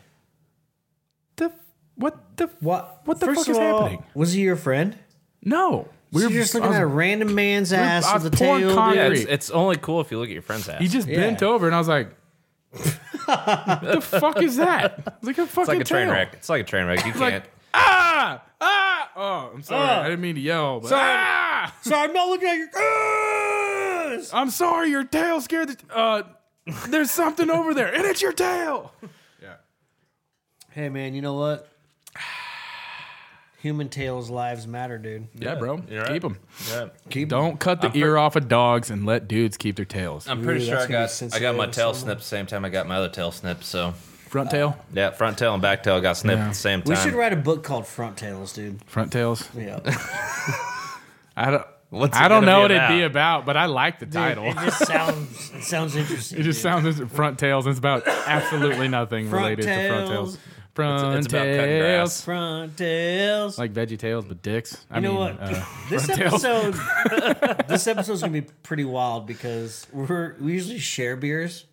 [SPEAKER 2] the what the
[SPEAKER 1] What?
[SPEAKER 2] What the
[SPEAKER 1] First
[SPEAKER 2] fuck
[SPEAKER 1] of
[SPEAKER 2] is
[SPEAKER 1] all,
[SPEAKER 2] happening?
[SPEAKER 1] Was he your friend?
[SPEAKER 2] no. We
[SPEAKER 1] You're just looking
[SPEAKER 2] I was-
[SPEAKER 1] at a random man's ass
[SPEAKER 2] I
[SPEAKER 1] with a
[SPEAKER 2] was pouring
[SPEAKER 1] tail.
[SPEAKER 2] con-
[SPEAKER 1] dude.
[SPEAKER 3] Yeah,
[SPEAKER 2] Agree.
[SPEAKER 3] it's, it's only cool if you look at your friend's ass.
[SPEAKER 2] He just
[SPEAKER 1] Yeah.
[SPEAKER 2] bent over, and I was like, "What the fuck is that?" It's like a fucking
[SPEAKER 3] it's like a train
[SPEAKER 2] tail.
[SPEAKER 3] wreck. It's like a train wreck. You
[SPEAKER 2] like,
[SPEAKER 3] can't.
[SPEAKER 2] ah, ah. Oh, I'm sorry. I didn't mean to yell. But, ah,
[SPEAKER 1] Sorry, I'm not looking at your. ass.
[SPEAKER 2] I'm sorry. Your tail scared the. Uh, there's something over there, and it's your tail. Yeah.
[SPEAKER 1] Hey, man, you know what? Human tails, lives matter, dude.
[SPEAKER 2] Yeah, bro.
[SPEAKER 3] you're right.
[SPEAKER 2] Keep them.
[SPEAKER 3] Yeah.
[SPEAKER 1] Keep
[SPEAKER 2] Don't cut the ear off of dogs and let dudes keep their tails.
[SPEAKER 3] I'm pretty
[SPEAKER 1] Ooh,
[SPEAKER 3] sure
[SPEAKER 1] that's
[SPEAKER 3] I
[SPEAKER 1] gonna be
[SPEAKER 3] got I got my
[SPEAKER 1] sensitive somewhere.
[SPEAKER 3] tail snipped the same time I got my other tail snipped. So
[SPEAKER 2] Front tail.
[SPEAKER 3] yeah, front tail and back tail got snipped
[SPEAKER 2] Yeah.
[SPEAKER 3] at the same time.
[SPEAKER 1] We should write a book called Front Tails, dude.
[SPEAKER 2] Front tails.
[SPEAKER 1] Yeah.
[SPEAKER 2] I don't.
[SPEAKER 3] What's
[SPEAKER 2] I
[SPEAKER 3] it
[SPEAKER 2] don't
[SPEAKER 3] gonna
[SPEAKER 2] know
[SPEAKER 3] be
[SPEAKER 2] what it'd
[SPEAKER 3] about?
[SPEAKER 2] be about, but I like the title.
[SPEAKER 1] It just sounds it sounds interesting.
[SPEAKER 2] It just
[SPEAKER 1] dude.
[SPEAKER 2] sounds as front tails, and it's about absolutely nothing
[SPEAKER 1] Front
[SPEAKER 2] related to front tails.
[SPEAKER 1] tails.
[SPEAKER 2] Front
[SPEAKER 3] It's- it's about cutting
[SPEAKER 2] tails,
[SPEAKER 3] grass.
[SPEAKER 1] Front tails.
[SPEAKER 2] like Veggie Tales, but dicks. I
[SPEAKER 1] you know
[SPEAKER 2] mean,
[SPEAKER 1] what?
[SPEAKER 2] Uh,
[SPEAKER 1] this
[SPEAKER 2] front tails.
[SPEAKER 1] episode, this episode's gonna be pretty wild because we're we usually share beers.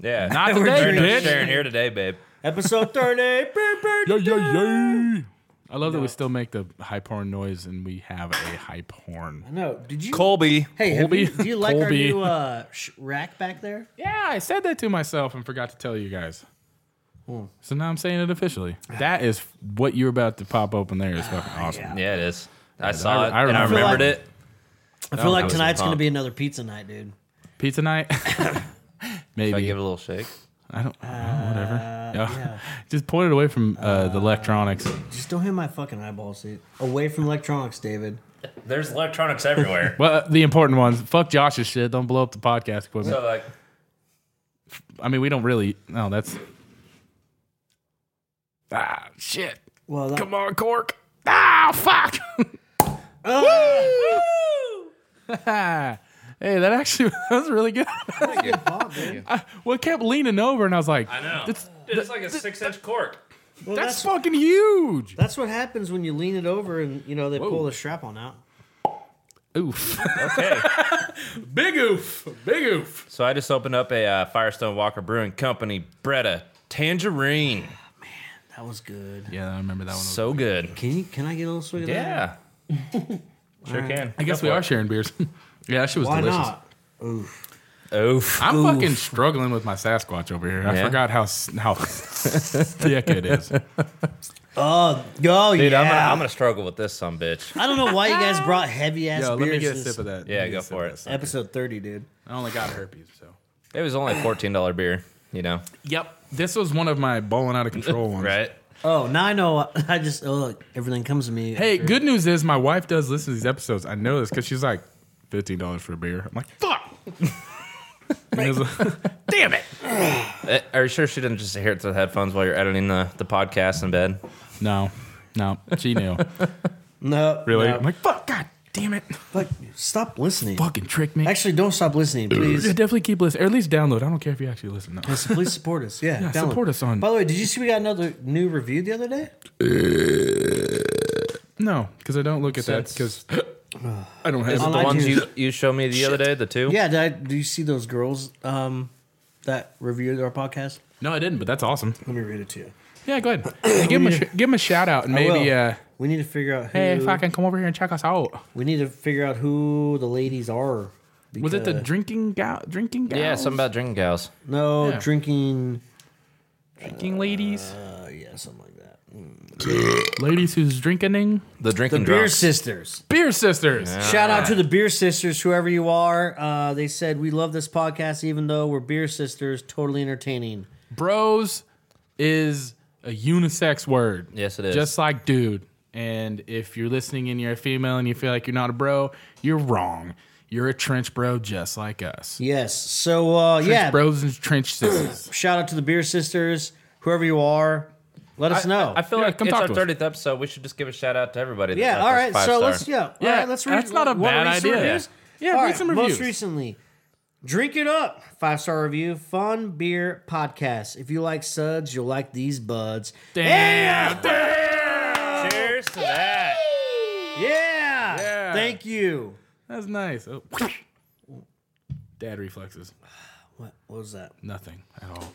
[SPEAKER 3] Yeah.
[SPEAKER 2] Not
[SPEAKER 1] We're
[SPEAKER 2] today,
[SPEAKER 1] doing
[SPEAKER 3] sharing,
[SPEAKER 2] bitch.
[SPEAKER 3] sharing here today, babe.
[SPEAKER 1] Episode thirty. beep, beep.
[SPEAKER 2] Yay, yay, yay. I love that we still make the high porn noise and we have a high porn.
[SPEAKER 1] No, did you?
[SPEAKER 4] Colby.
[SPEAKER 1] hey, have
[SPEAKER 2] Colby?
[SPEAKER 1] you, do you like our
[SPEAKER 2] Colby.
[SPEAKER 1] new uh, sh- rack back there?
[SPEAKER 2] Yeah, I said that to myself and forgot to tell you guys. So now I'm saying it officially. That is what you're about to pop open there is fucking awesome.
[SPEAKER 3] Ah, Yeah, it is. I saw
[SPEAKER 2] I- I
[SPEAKER 3] it. and I
[SPEAKER 2] remember
[SPEAKER 3] remembered
[SPEAKER 1] that.
[SPEAKER 3] it.
[SPEAKER 1] I feel like
[SPEAKER 3] was
[SPEAKER 1] tonight's going to
[SPEAKER 3] pumped.
[SPEAKER 1] be another pizza night, dude.
[SPEAKER 2] Pizza night?
[SPEAKER 3] Should I
[SPEAKER 2] Maybe.
[SPEAKER 3] give it a little shake?
[SPEAKER 2] I don't. oh, whatever. Yeah. Just point it away from uh, the electronics.
[SPEAKER 1] Just don't hit my fucking eyeballs, dude. Away from electronics, David.
[SPEAKER 3] There's electronics everywhere.
[SPEAKER 2] Well, uh, the important ones. Fuck Josh's shit. Don't blow up the podcast equipment.
[SPEAKER 3] so like,
[SPEAKER 2] I mean, we don't really. No, that's. Ah, shit.
[SPEAKER 1] Well, that,
[SPEAKER 2] Come on, Cork. Ah, fuck.
[SPEAKER 1] Uh,
[SPEAKER 2] Woo! hey, that actually that was really good. well, it kept leaning over, and I was like, That's,
[SPEAKER 3] it's like a six-inch cork.
[SPEAKER 1] well, that's,
[SPEAKER 2] that's fucking huge.
[SPEAKER 1] that's what happens when you lean it over and you know they pull the strap on out.
[SPEAKER 2] Oof. Big oof. Big oof.
[SPEAKER 3] So I just opened up a uh, Firestone Walker Brewing Company Bretta Tangerine.
[SPEAKER 1] That was good.
[SPEAKER 2] Yeah, I remember that one.
[SPEAKER 3] So good.
[SPEAKER 1] Can you? Can I get a little swig of that?
[SPEAKER 3] Yeah. sure can.
[SPEAKER 2] I guess we are sharing beers. yeah, that shit was
[SPEAKER 1] Why
[SPEAKER 2] delicious.
[SPEAKER 1] not?
[SPEAKER 3] Oof.
[SPEAKER 2] I'm fucking struggling with my Sasquatch over here. I
[SPEAKER 3] Yeah?
[SPEAKER 2] forgot how s- how thick it is.
[SPEAKER 1] Oh, oh
[SPEAKER 3] Dude,
[SPEAKER 1] yeah.
[SPEAKER 3] I'm, gonna, I'm gonna struggle with this some bitch.
[SPEAKER 1] I don't know why you guys brought heavy ass
[SPEAKER 2] Yo,
[SPEAKER 1] beers.
[SPEAKER 2] let me get a
[SPEAKER 1] this
[SPEAKER 2] sip of that.
[SPEAKER 3] Yeah,
[SPEAKER 2] Let me
[SPEAKER 3] go
[SPEAKER 2] get a sip
[SPEAKER 3] for
[SPEAKER 2] of
[SPEAKER 3] it.
[SPEAKER 2] that sucker.
[SPEAKER 1] Episode thirty, dude.
[SPEAKER 2] I only got herpes, so.
[SPEAKER 3] It was only a fourteen dollar beer, you know.
[SPEAKER 2] Yep. This was one of my bowling out of control ones.
[SPEAKER 3] Right?
[SPEAKER 1] Oh, now I know. I just oh, look, everything comes to me.
[SPEAKER 2] Hey, good news is my wife does listen to these episodes. I know this because she's like fifteen dollars for a beer. I'm like, fuck. And it was- Damn it.
[SPEAKER 3] Eh, Are you sure she didn't just hear it through the headphones while you're editing the, the podcast in bed?
[SPEAKER 2] No, no, she knew.
[SPEAKER 1] no,
[SPEAKER 2] Really?
[SPEAKER 1] no.
[SPEAKER 2] I'm like, fuck. God damn it.
[SPEAKER 1] Fuck, stop listening.
[SPEAKER 2] Fucking trick me.
[SPEAKER 1] Actually, don't stop listening,
[SPEAKER 2] Yeah,
[SPEAKER 1] please.
[SPEAKER 2] definitely keep listening, or at least download. I don't care if you actually listen. No.
[SPEAKER 1] So please support us. Yeah,
[SPEAKER 2] Yeah,
[SPEAKER 1] download.
[SPEAKER 2] support us on-
[SPEAKER 1] By the way, did you see we got another new review the other day?
[SPEAKER 2] No, because I don't look at that because I don't have
[SPEAKER 1] On
[SPEAKER 3] The
[SPEAKER 1] iTunes.
[SPEAKER 2] it.
[SPEAKER 3] ones you, you showed me the other day, the two?
[SPEAKER 1] Yeah, did I, do you see those girls um, that reviewed our podcast?
[SPEAKER 2] No, I didn't, but that's awesome.
[SPEAKER 1] Let me read it to you.
[SPEAKER 2] Yeah, go ahead. Hey, give him a sh- give him a shout out and
[SPEAKER 1] I
[SPEAKER 2] maybe
[SPEAKER 1] will.
[SPEAKER 2] uh,
[SPEAKER 1] we need to figure out who.
[SPEAKER 2] hey, if I can come over here and check us out.
[SPEAKER 1] We need to figure out who the ladies are.
[SPEAKER 2] Was it the
[SPEAKER 1] because-
[SPEAKER 2] drinking gal? Drinking gals?
[SPEAKER 3] Yeah, something about drinking gals.
[SPEAKER 1] no
[SPEAKER 2] Yeah.
[SPEAKER 1] drinking?
[SPEAKER 2] drinking ladies,
[SPEAKER 1] Uh, yeah, something like that.
[SPEAKER 2] ladies who's drinking.
[SPEAKER 3] The
[SPEAKER 1] The
[SPEAKER 3] drinking
[SPEAKER 1] Beer
[SPEAKER 3] drunks.
[SPEAKER 1] Sisters.
[SPEAKER 2] Beer sisters.
[SPEAKER 1] Shout out to
[SPEAKER 2] Ah.
[SPEAKER 1] the Beer Sisters, whoever you are. Uh, they said we love this podcast, even though we're Beer Sisters. Totally entertaining.
[SPEAKER 2] Bros is a unisex word.
[SPEAKER 3] Yes, it is.
[SPEAKER 2] Just like dude. And if you're listening and you're a female and you feel like you're not a bro, you're wrong. You're a trench bro just like us.
[SPEAKER 1] Yes. So uh,
[SPEAKER 2] Trench
[SPEAKER 1] yeah,
[SPEAKER 2] bros and trench sisters.
[SPEAKER 1] shout out to the Beer Sisters, whoever you are. Let us know.
[SPEAKER 3] I feel
[SPEAKER 2] Yeah,
[SPEAKER 3] like
[SPEAKER 2] come
[SPEAKER 3] it's
[SPEAKER 2] talk
[SPEAKER 3] our
[SPEAKER 2] to us.
[SPEAKER 3] thirtieth episode. We should just give a shout out to everybody. that
[SPEAKER 1] yeah.
[SPEAKER 3] left
[SPEAKER 1] All
[SPEAKER 3] us
[SPEAKER 1] right. So
[SPEAKER 3] five star.
[SPEAKER 1] let's yeah. All
[SPEAKER 2] Yeah,
[SPEAKER 1] right. Let's read.
[SPEAKER 2] that's not a
[SPEAKER 1] wanna
[SPEAKER 2] bad
[SPEAKER 1] read some
[SPEAKER 2] idea.
[SPEAKER 1] Reviews?
[SPEAKER 2] Yeah,
[SPEAKER 1] All
[SPEAKER 2] read some reviews.
[SPEAKER 1] Most recently, drink it up. Five star review. Fun beer podcast. If you like suds, you'll like these buds.
[SPEAKER 2] Damn.
[SPEAKER 3] Cheers to that.
[SPEAKER 1] Yeah.
[SPEAKER 2] Yeah.
[SPEAKER 1] Thank you.
[SPEAKER 2] That's nice. Oh. Dad reflexes.
[SPEAKER 1] What, what was that?
[SPEAKER 2] Nothing at all.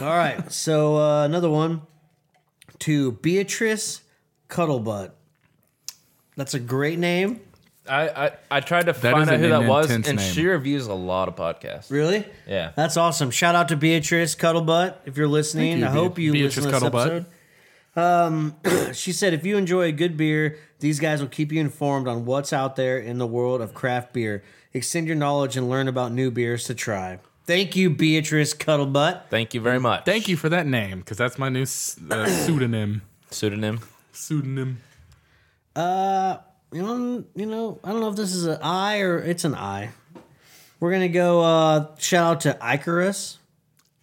[SPEAKER 1] All right. So uh, another one to Beatrice Cuddlebutt. That's a great name.
[SPEAKER 3] I, I, I tried to
[SPEAKER 2] is
[SPEAKER 3] find out
[SPEAKER 2] an
[SPEAKER 3] who that was, and
[SPEAKER 2] intense name.
[SPEAKER 3] she reviews a lot of podcasts.
[SPEAKER 1] Really?
[SPEAKER 3] Yeah.
[SPEAKER 1] That's awesome. Shout out to Beatrice Cuddlebutt if you're listening.
[SPEAKER 2] you,
[SPEAKER 1] I hope
[SPEAKER 2] Bea-
[SPEAKER 1] you
[SPEAKER 2] Beatrice
[SPEAKER 1] listen to this
[SPEAKER 2] Cuddlebutt.
[SPEAKER 1] episode. Um, she said, if you enjoy a good beer, these guys will keep you informed on what's out there in the world of craft beer. Extend your knowledge and learn about new beers to try. Thank you, Beatrice Cuddlebutt.
[SPEAKER 3] Thank you very much.
[SPEAKER 2] Thank you for that name because that's my new s- uh, pseudonym.
[SPEAKER 3] Pseudonym.
[SPEAKER 2] Pseudonym.
[SPEAKER 1] You know, you know, I don't know if this is an I or it's an I. We're gonna go. uh Shout out to Icarus.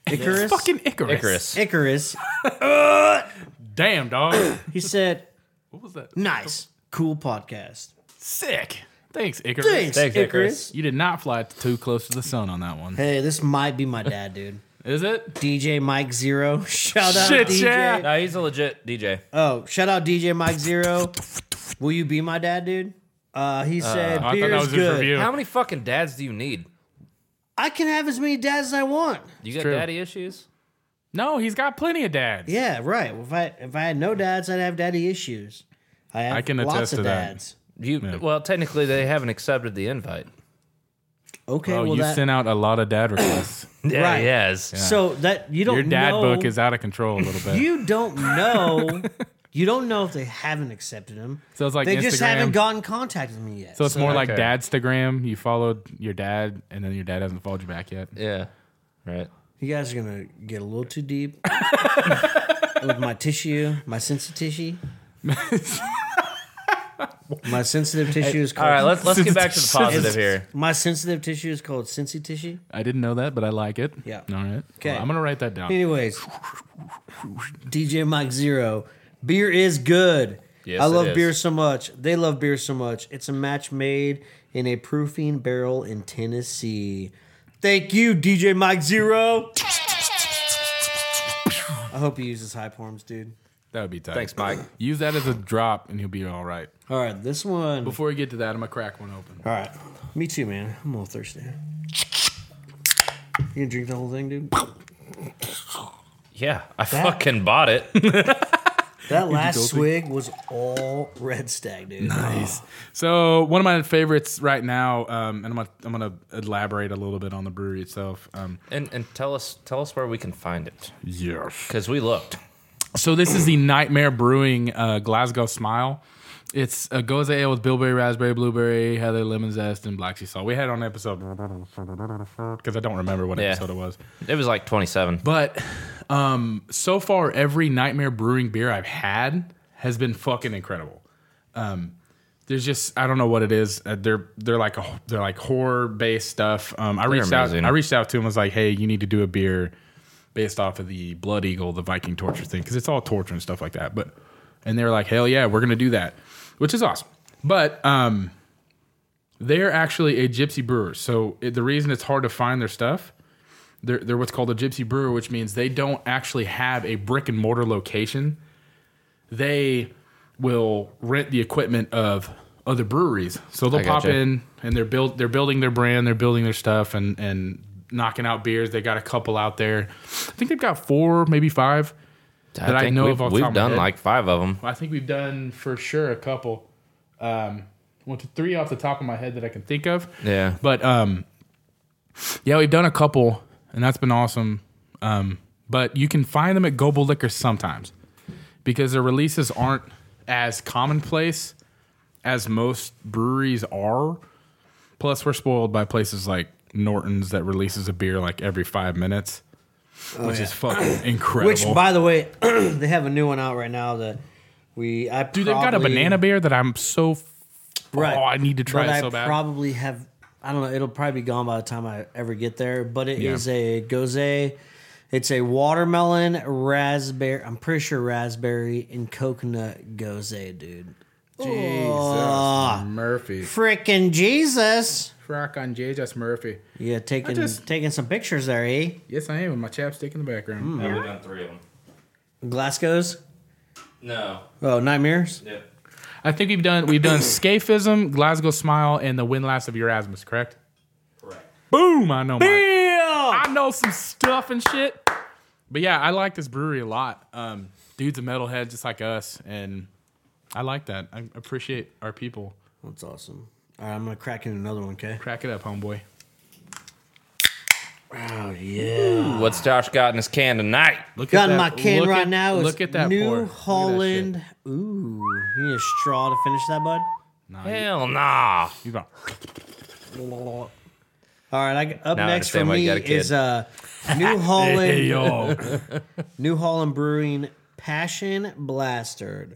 [SPEAKER 1] Icarus.
[SPEAKER 2] Fucking Icarus.
[SPEAKER 3] Icarus.
[SPEAKER 1] Icarus.
[SPEAKER 2] Damn, dog.
[SPEAKER 1] He said,
[SPEAKER 2] what was that?
[SPEAKER 1] "Nice, cool podcast."
[SPEAKER 2] Sick. Thanks, Icarus.
[SPEAKER 1] Thanks,
[SPEAKER 3] Thanks,
[SPEAKER 1] Icarus.
[SPEAKER 3] Icarus.
[SPEAKER 2] You did not fly too close to the sun on that one.
[SPEAKER 1] Hey, this might be my dad, dude.
[SPEAKER 2] Is it? Oh,
[SPEAKER 1] DJ Mike Zero. Shout out
[SPEAKER 2] Shit,
[SPEAKER 1] DJ.
[SPEAKER 2] yeah.
[SPEAKER 3] No, he's a legit DJ.
[SPEAKER 1] Oh, shout out DJ Mike Zero. Will you be my dad, dude? Uh, he said,
[SPEAKER 2] I thought that
[SPEAKER 1] "Beer's
[SPEAKER 2] was his
[SPEAKER 1] good."
[SPEAKER 2] review.
[SPEAKER 3] How many fucking dads do you need?
[SPEAKER 1] I can have as many dads as I want.
[SPEAKER 3] You got
[SPEAKER 2] true.
[SPEAKER 3] daddy issues?
[SPEAKER 2] No, he's got plenty of dads.
[SPEAKER 1] Yeah, right. Well, if I if I had no dads, I'd have daddy issues. I have
[SPEAKER 2] I can
[SPEAKER 1] lots
[SPEAKER 2] attest
[SPEAKER 1] of
[SPEAKER 2] to that.
[SPEAKER 1] dads.
[SPEAKER 3] You well, technically they haven't accepted the invite.
[SPEAKER 1] Okay,
[SPEAKER 2] Oh,
[SPEAKER 1] well
[SPEAKER 2] you
[SPEAKER 1] that,
[SPEAKER 2] sent out a lot of dad requests.
[SPEAKER 3] Yeah,
[SPEAKER 1] Right.
[SPEAKER 3] he has.
[SPEAKER 1] so that you don't
[SPEAKER 2] Your dad
[SPEAKER 1] know,
[SPEAKER 2] book is out of control a little bit.
[SPEAKER 1] Oh, you don't know you don't know if they haven't accepted him.
[SPEAKER 2] so it's like
[SPEAKER 1] they
[SPEAKER 2] Instagram.
[SPEAKER 1] just haven't gotten in contact with me yet.
[SPEAKER 2] so it's more like
[SPEAKER 3] okay.
[SPEAKER 2] dadstagram. You followed your dad, and then your dad hasn't followed you back yet.
[SPEAKER 3] Yeah. Right.
[SPEAKER 1] you guys are gonna get a little too deep with my tissue, my sensitive tissue. my sensitive tissue is
[SPEAKER 3] All
[SPEAKER 1] called
[SPEAKER 3] right, let's let's get back to the positive here.
[SPEAKER 1] my sensitive tissue is called Cincy tissue.
[SPEAKER 2] I didn't know that, but I like it.
[SPEAKER 1] Yeah.
[SPEAKER 2] All right.
[SPEAKER 1] Okay.
[SPEAKER 2] Well, I'm gonna write that down.
[SPEAKER 1] Anyways, DJ Mike Zero, beer is good.
[SPEAKER 3] Yes,
[SPEAKER 1] I
[SPEAKER 3] it
[SPEAKER 1] love
[SPEAKER 3] is.
[SPEAKER 1] beer so much. They love beer so much. It's a match made in a proofing barrel in Tennessee. Thank you, DJ Mike Zero. I hope he uses high forms, dude.
[SPEAKER 2] That would be tight.
[SPEAKER 3] Thanks, Mike.
[SPEAKER 2] Use that as a drop, and you'll be all right.
[SPEAKER 1] All right, this one. All
[SPEAKER 2] Before we get to that, I'm gonna crack one open.
[SPEAKER 1] right, me too, man. I'm a little thirsty. You gonna drink the whole thing, dude?
[SPEAKER 3] Yeah, I fucking bought it.
[SPEAKER 1] That last swig was all Red Stag, dude.
[SPEAKER 2] Nice. So one of my favorites right now, um, and I'm gonna, I'm gonna elaborate a little bit on the brewery itself. Um,
[SPEAKER 3] And and tell us tell us where we can find it
[SPEAKER 2] yes.
[SPEAKER 3] because we looked.
[SPEAKER 2] So this is the Nightmare Brewing uh, Glasgow Smile. It's a goza ale with bilberry, raspberry, blueberry, heather, lemon zest, and black sea salt. We had it on episode because I don't remember what
[SPEAKER 3] Yeah.
[SPEAKER 2] episode it was.
[SPEAKER 3] It was like 27.
[SPEAKER 2] But um, so far, every Nightmare Brewing beer I've had has been fucking incredible. Um, there's just I don't know what it is. Uh, they're they're like a, they're like horror based stuff. Um, I reached
[SPEAKER 3] amazing.
[SPEAKER 2] out I reached out to him was like, hey, you need to do a beer based off of the Blood Eagle, the Viking torture thing, because it's all torture and stuff like that. But and they were like, hell yeah, we're gonna do that, which is awesome. But um, they're actually a gypsy brewer. So it, the reason it's hard to find their stuff, they're, they're what's called a gypsy brewer, which means they don't actually have a brick and mortar location. They will rent the equipment of other breweries. So they'll
[SPEAKER 3] I
[SPEAKER 2] pop
[SPEAKER 3] gotcha.
[SPEAKER 2] in and they're build they're building their brand, they're building their stuff and and knocking out beers. They got a couple out there. I think they've got four, maybe five. That I
[SPEAKER 3] think
[SPEAKER 2] know
[SPEAKER 3] we've,
[SPEAKER 2] of off the top
[SPEAKER 3] we've
[SPEAKER 2] of my
[SPEAKER 3] done
[SPEAKER 2] head.
[SPEAKER 3] like five of them.
[SPEAKER 2] I think we've done for sure a couple. Um, one to three off the top of my head that I can think of.
[SPEAKER 3] Yeah.
[SPEAKER 2] But um, yeah, we've done a couple, and that's been awesome. Um, but you can find them at Goble Liquor sometimes because their releases aren't as commonplace as most breweries are. Plus, we're spoiled by places like Norton's that releases a beer like every five minutes, which is fucking incredible.
[SPEAKER 1] Which, by the way, they have a new one out right now that we I
[SPEAKER 2] Dude, they've got a banana beer that I'm so. Oh, I need to try
[SPEAKER 1] but
[SPEAKER 2] it
[SPEAKER 1] I
[SPEAKER 2] so bad.
[SPEAKER 1] Probably have I don't know. It'll probably be gone by the time I ever get there. But it
[SPEAKER 2] Yeah.
[SPEAKER 1] is a goze. It's a watermelon raspberry. I'm pretty sure raspberry and coconut goze, dude.
[SPEAKER 2] Jesus Murphy.
[SPEAKER 1] Freaking Jesus!
[SPEAKER 2] Rock on Jesus Murphy.
[SPEAKER 1] Yeah, taking
[SPEAKER 2] just-
[SPEAKER 1] taking some pictures there, eh?
[SPEAKER 2] Yes, I am with my chapstick in the background.
[SPEAKER 1] Hmm.
[SPEAKER 3] Yeah, we've done three of them.
[SPEAKER 1] Glasgow's.
[SPEAKER 3] No.
[SPEAKER 1] Oh, nightmares.
[SPEAKER 3] Yeah.
[SPEAKER 2] I think we've done we've done Scaphism, Glasgow Smile, and the Wind Last of Erasmus. Correct.
[SPEAKER 3] Correct.
[SPEAKER 2] Boom! I know. My,
[SPEAKER 1] Yeah.
[SPEAKER 2] I know some stuff and shit. But yeah, I like this brewery a lot. Um, dude's a metalhead just like us, and I like that. I appreciate our people.
[SPEAKER 1] That's awesome. All right, I'm gonna crack in another one, okay?
[SPEAKER 2] Crack it up, homeboy.
[SPEAKER 1] Oh yeah.
[SPEAKER 3] What's Josh got in his can tonight?
[SPEAKER 2] Look
[SPEAKER 1] Got
[SPEAKER 2] that-
[SPEAKER 1] in my can
[SPEAKER 2] look
[SPEAKER 1] right
[SPEAKER 2] at-
[SPEAKER 1] now. Is
[SPEAKER 2] Look at that
[SPEAKER 1] New
[SPEAKER 2] pour. Look at that shit.
[SPEAKER 1] Holland. Ooh, you need a straw to finish that, bud.
[SPEAKER 3] Hell nah.
[SPEAKER 2] You got-
[SPEAKER 1] All right, I, up
[SPEAKER 3] Now I
[SPEAKER 1] next for
[SPEAKER 3] understand why you
[SPEAKER 1] me
[SPEAKER 3] got a kid.
[SPEAKER 1] is uh, New Holland.
[SPEAKER 2] Hey yo.
[SPEAKER 1] New Holland Brewing Passion Blastered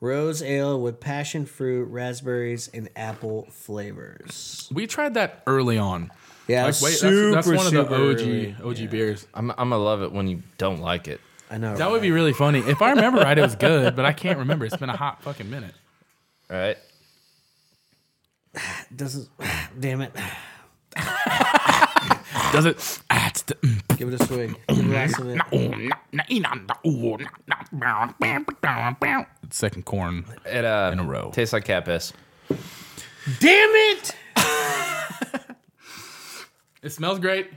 [SPEAKER 1] Rose Ale with passion fruit, raspberries, and apple flavors.
[SPEAKER 2] We tried that early on.
[SPEAKER 1] Yeah,
[SPEAKER 2] Like,
[SPEAKER 1] that's
[SPEAKER 2] wait,
[SPEAKER 1] super,
[SPEAKER 2] that's, that's one of the
[SPEAKER 1] super
[SPEAKER 2] OG
[SPEAKER 1] early.
[SPEAKER 2] OG beers.
[SPEAKER 3] I'm, I'm gonna love it when you don't like it.
[SPEAKER 1] I know.
[SPEAKER 2] That would be really funny if I remember right. It was good, but I can't remember. It's been a hot fucking minute.
[SPEAKER 3] All right.
[SPEAKER 1] doesn't. Damn it!
[SPEAKER 2] Does it? Ah, it's the- mm,
[SPEAKER 1] Give it a swig. Glass of it.
[SPEAKER 2] mm, nah, nah, nah, ooh, nah, nah, bow, bow, bow, bow. Second corn.
[SPEAKER 3] It uh, in
[SPEAKER 2] a row.
[SPEAKER 3] Tastes like cat piss.
[SPEAKER 1] Damn it!
[SPEAKER 2] It smells great.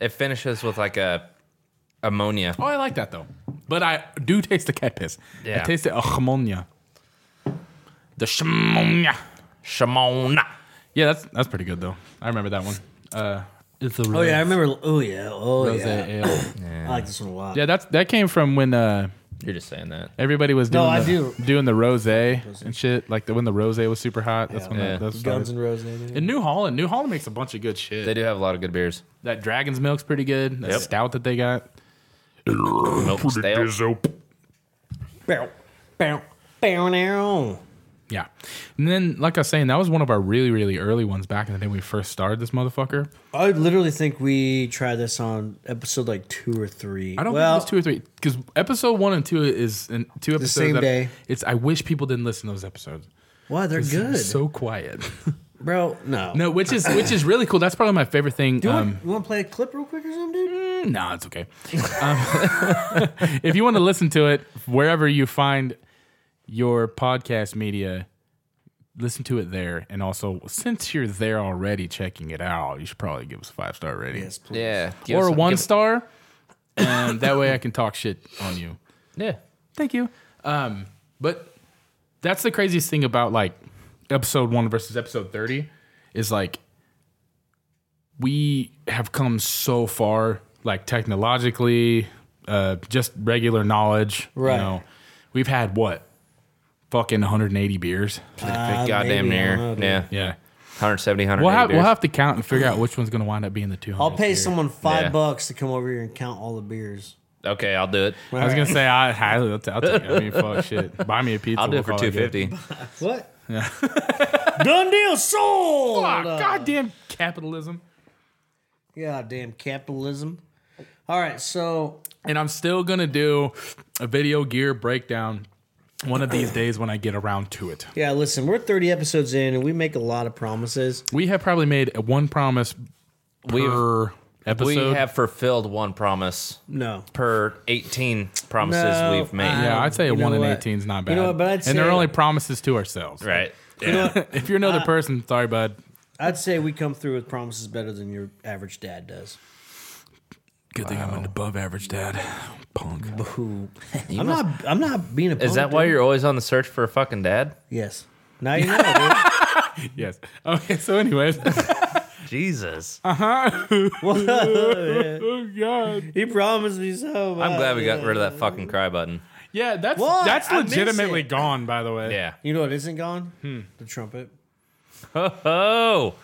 [SPEAKER 3] It finishes with like a ammonia.
[SPEAKER 2] Oh, I like that though. But I do taste the cat piss.
[SPEAKER 3] Yeah.
[SPEAKER 2] I taste the uh, ammonia. The shmonia.
[SPEAKER 3] Shimona.
[SPEAKER 2] Yeah, that's that's pretty good though. I remember that one. Uh, it's the
[SPEAKER 1] Oh yeah, I remember. Oh yeah, oh yeah.
[SPEAKER 2] uh, ale.
[SPEAKER 1] I like this one a lot.
[SPEAKER 2] yeah, that's that came from when uh,
[SPEAKER 3] You're just saying that.
[SPEAKER 2] everybody was doing
[SPEAKER 1] No, I
[SPEAKER 2] the,
[SPEAKER 1] do.
[SPEAKER 2] doing the rosé and shit. Like the, when the rosé was super hot. That's when
[SPEAKER 3] Yeah.
[SPEAKER 2] that, that's
[SPEAKER 1] Guns and Roses.
[SPEAKER 2] in New Holland, New Holland makes a bunch of good shit.
[SPEAKER 3] They do have a lot of good beers.
[SPEAKER 2] that Dragon's Milk's pretty good. That
[SPEAKER 3] Yep.
[SPEAKER 2] stout that they got.
[SPEAKER 3] Milk stale.
[SPEAKER 1] Bow, bow, bow, now.
[SPEAKER 2] Yeah. And then, like I was saying, that was one of our really, really early ones back in the day when we first started this motherfucker.
[SPEAKER 1] I literally think we tried this on episode like two or three.
[SPEAKER 2] I don't
[SPEAKER 1] well,
[SPEAKER 2] think it's two or three because episode one and two is in two episodes
[SPEAKER 1] same
[SPEAKER 2] that-
[SPEAKER 1] day.
[SPEAKER 2] It's I wish people didn't listen to those episodes.
[SPEAKER 1] Why they're
[SPEAKER 2] It
[SPEAKER 1] good,
[SPEAKER 2] was so quiet.
[SPEAKER 1] bro? No,
[SPEAKER 2] no, which is which is really cool. That's probably my favorite thing.
[SPEAKER 1] You
[SPEAKER 2] Um, Mm-hmm.
[SPEAKER 1] want, to play a clip real quick or something, dude?
[SPEAKER 2] no, it's okay. Um, if you want to listen to it wherever you find your podcast media, listen to it there. And also, since you're there already checking it out, you should probably give us a five star rating.
[SPEAKER 1] Yes, please.
[SPEAKER 3] Yeah. give
[SPEAKER 2] or
[SPEAKER 3] us
[SPEAKER 2] a
[SPEAKER 3] some-
[SPEAKER 2] one
[SPEAKER 3] give-
[SPEAKER 2] star. Um, that way I can talk shit on you.
[SPEAKER 3] Yeah.
[SPEAKER 2] Thank you. Um, but that's the craziest thing about like episode one versus episode 30 is like we have come so far, like technologically, uh, just regular knowledge.
[SPEAKER 1] Right.
[SPEAKER 2] You know, we've had what? Fucking 180 beers.
[SPEAKER 1] Uh,
[SPEAKER 3] Goddamn
[SPEAKER 1] maybe, I
[SPEAKER 3] near.
[SPEAKER 1] don't know, dude.
[SPEAKER 3] yeah.
[SPEAKER 2] Yeah.
[SPEAKER 3] 170, 180
[SPEAKER 2] We'll have,
[SPEAKER 3] beers.
[SPEAKER 2] we'll have to count and figure out which one's going to wind up being the 200.
[SPEAKER 1] I'll pay someone five
[SPEAKER 3] Yeah.
[SPEAKER 1] bucks to come over here and count all the beers.
[SPEAKER 3] okay, I'll do it.
[SPEAKER 2] I was gonna say I highly. I'll, t- I'll take it. I mean, fuck shit. Buy me a pizza.
[SPEAKER 3] I'll do
[SPEAKER 2] we'll
[SPEAKER 3] it for
[SPEAKER 2] call
[SPEAKER 3] two
[SPEAKER 2] good.
[SPEAKER 3] fifty.
[SPEAKER 1] What? Done deal, sold.
[SPEAKER 2] Fuck, goddamn capitalism.
[SPEAKER 1] Goddamn capitalism. All right, so
[SPEAKER 2] And I'm still gonna do a video gear breakdown one of these days when I get around to it.
[SPEAKER 1] yeah, listen, we're 30 episodes in and we make a lot of promises.
[SPEAKER 2] We have probably made one promise per
[SPEAKER 3] We
[SPEAKER 2] episode.
[SPEAKER 3] have fulfilled one promise
[SPEAKER 1] No.
[SPEAKER 3] per 18 promises
[SPEAKER 1] No,
[SPEAKER 3] we've made.
[SPEAKER 1] I-
[SPEAKER 2] yeah, I'd say
[SPEAKER 1] You
[SPEAKER 2] a
[SPEAKER 1] know
[SPEAKER 2] one in
[SPEAKER 1] what?
[SPEAKER 2] eighteen is not bad.
[SPEAKER 1] You know what, but I'd
[SPEAKER 2] and
[SPEAKER 1] say- Uh,
[SPEAKER 2] they're only promises to ourselves.
[SPEAKER 3] Right.
[SPEAKER 2] If you're another person, sorry, bud.
[SPEAKER 1] I'd say we come through with promises better than your average dad does.
[SPEAKER 2] Good thing I'm an above average dad. Punk.
[SPEAKER 1] Who? I'm not. I'm not being a.
[SPEAKER 3] Is that why you're always on the search for a fucking dad?
[SPEAKER 1] Yes. Now you know. dude.
[SPEAKER 2] Yes. Okay. So, anyways.
[SPEAKER 3] Jesus.
[SPEAKER 2] oh God.
[SPEAKER 1] He promised me so.
[SPEAKER 3] I'm glad we got rid of that fucking cry button.
[SPEAKER 2] Yeah, that's
[SPEAKER 1] What?
[SPEAKER 2] that's
[SPEAKER 1] I miss
[SPEAKER 2] legitimately
[SPEAKER 1] it.
[SPEAKER 2] gone. By the way.
[SPEAKER 3] Yeah.
[SPEAKER 1] You know what isn't gone?
[SPEAKER 3] Hmm.
[SPEAKER 1] The trumpet.
[SPEAKER 3] Oh.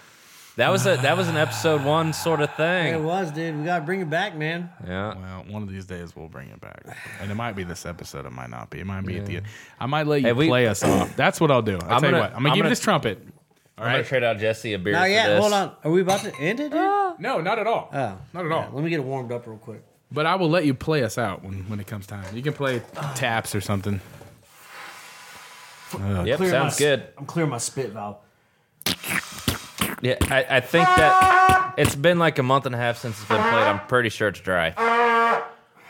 [SPEAKER 3] That was a that was an episode 1 sort of
[SPEAKER 1] It
[SPEAKER 3] thing.
[SPEAKER 1] was, dude. We gotta bring it back, man.
[SPEAKER 3] Yeah.
[SPEAKER 2] Well, one of these days we'll bring it back, and it might be this episode. It might not be. It might be at the end. I might let you
[SPEAKER 3] Hey, we-
[SPEAKER 2] play us off. That's what I'll do. I'll
[SPEAKER 3] I'm
[SPEAKER 2] tell
[SPEAKER 3] gonna-
[SPEAKER 2] you what. I'm gonna
[SPEAKER 3] I'm
[SPEAKER 2] give
[SPEAKER 3] gonna-
[SPEAKER 2] you this trumpet. All
[SPEAKER 3] I'm going
[SPEAKER 2] right.
[SPEAKER 3] to trade out Jesse a beer
[SPEAKER 1] Not
[SPEAKER 3] for
[SPEAKER 1] yet.
[SPEAKER 3] this.
[SPEAKER 1] Hold on. Are we about to end it, dude?
[SPEAKER 2] No, not at all.
[SPEAKER 1] Oh.
[SPEAKER 2] Not at
[SPEAKER 1] Yeah,
[SPEAKER 2] all.
[SPEAKER 1] let me get it warmed up real quick.
[SPEAKER 2] But I will let you play us out when, when it comes time. You can play taps or something.
[SPEAKER 3] Yep,
[SPEAKER 1] Clear
[SPEAKER 3] sounds
[SPEAKER 1] my,
[SPEAKER 3] good.
[SPEAKER 1] I'm clearing my spit valve.
[SPEAKER 3] Yeah, I, I think that it's been like a month and a half since it's been played. I'm pretty sure it's dry.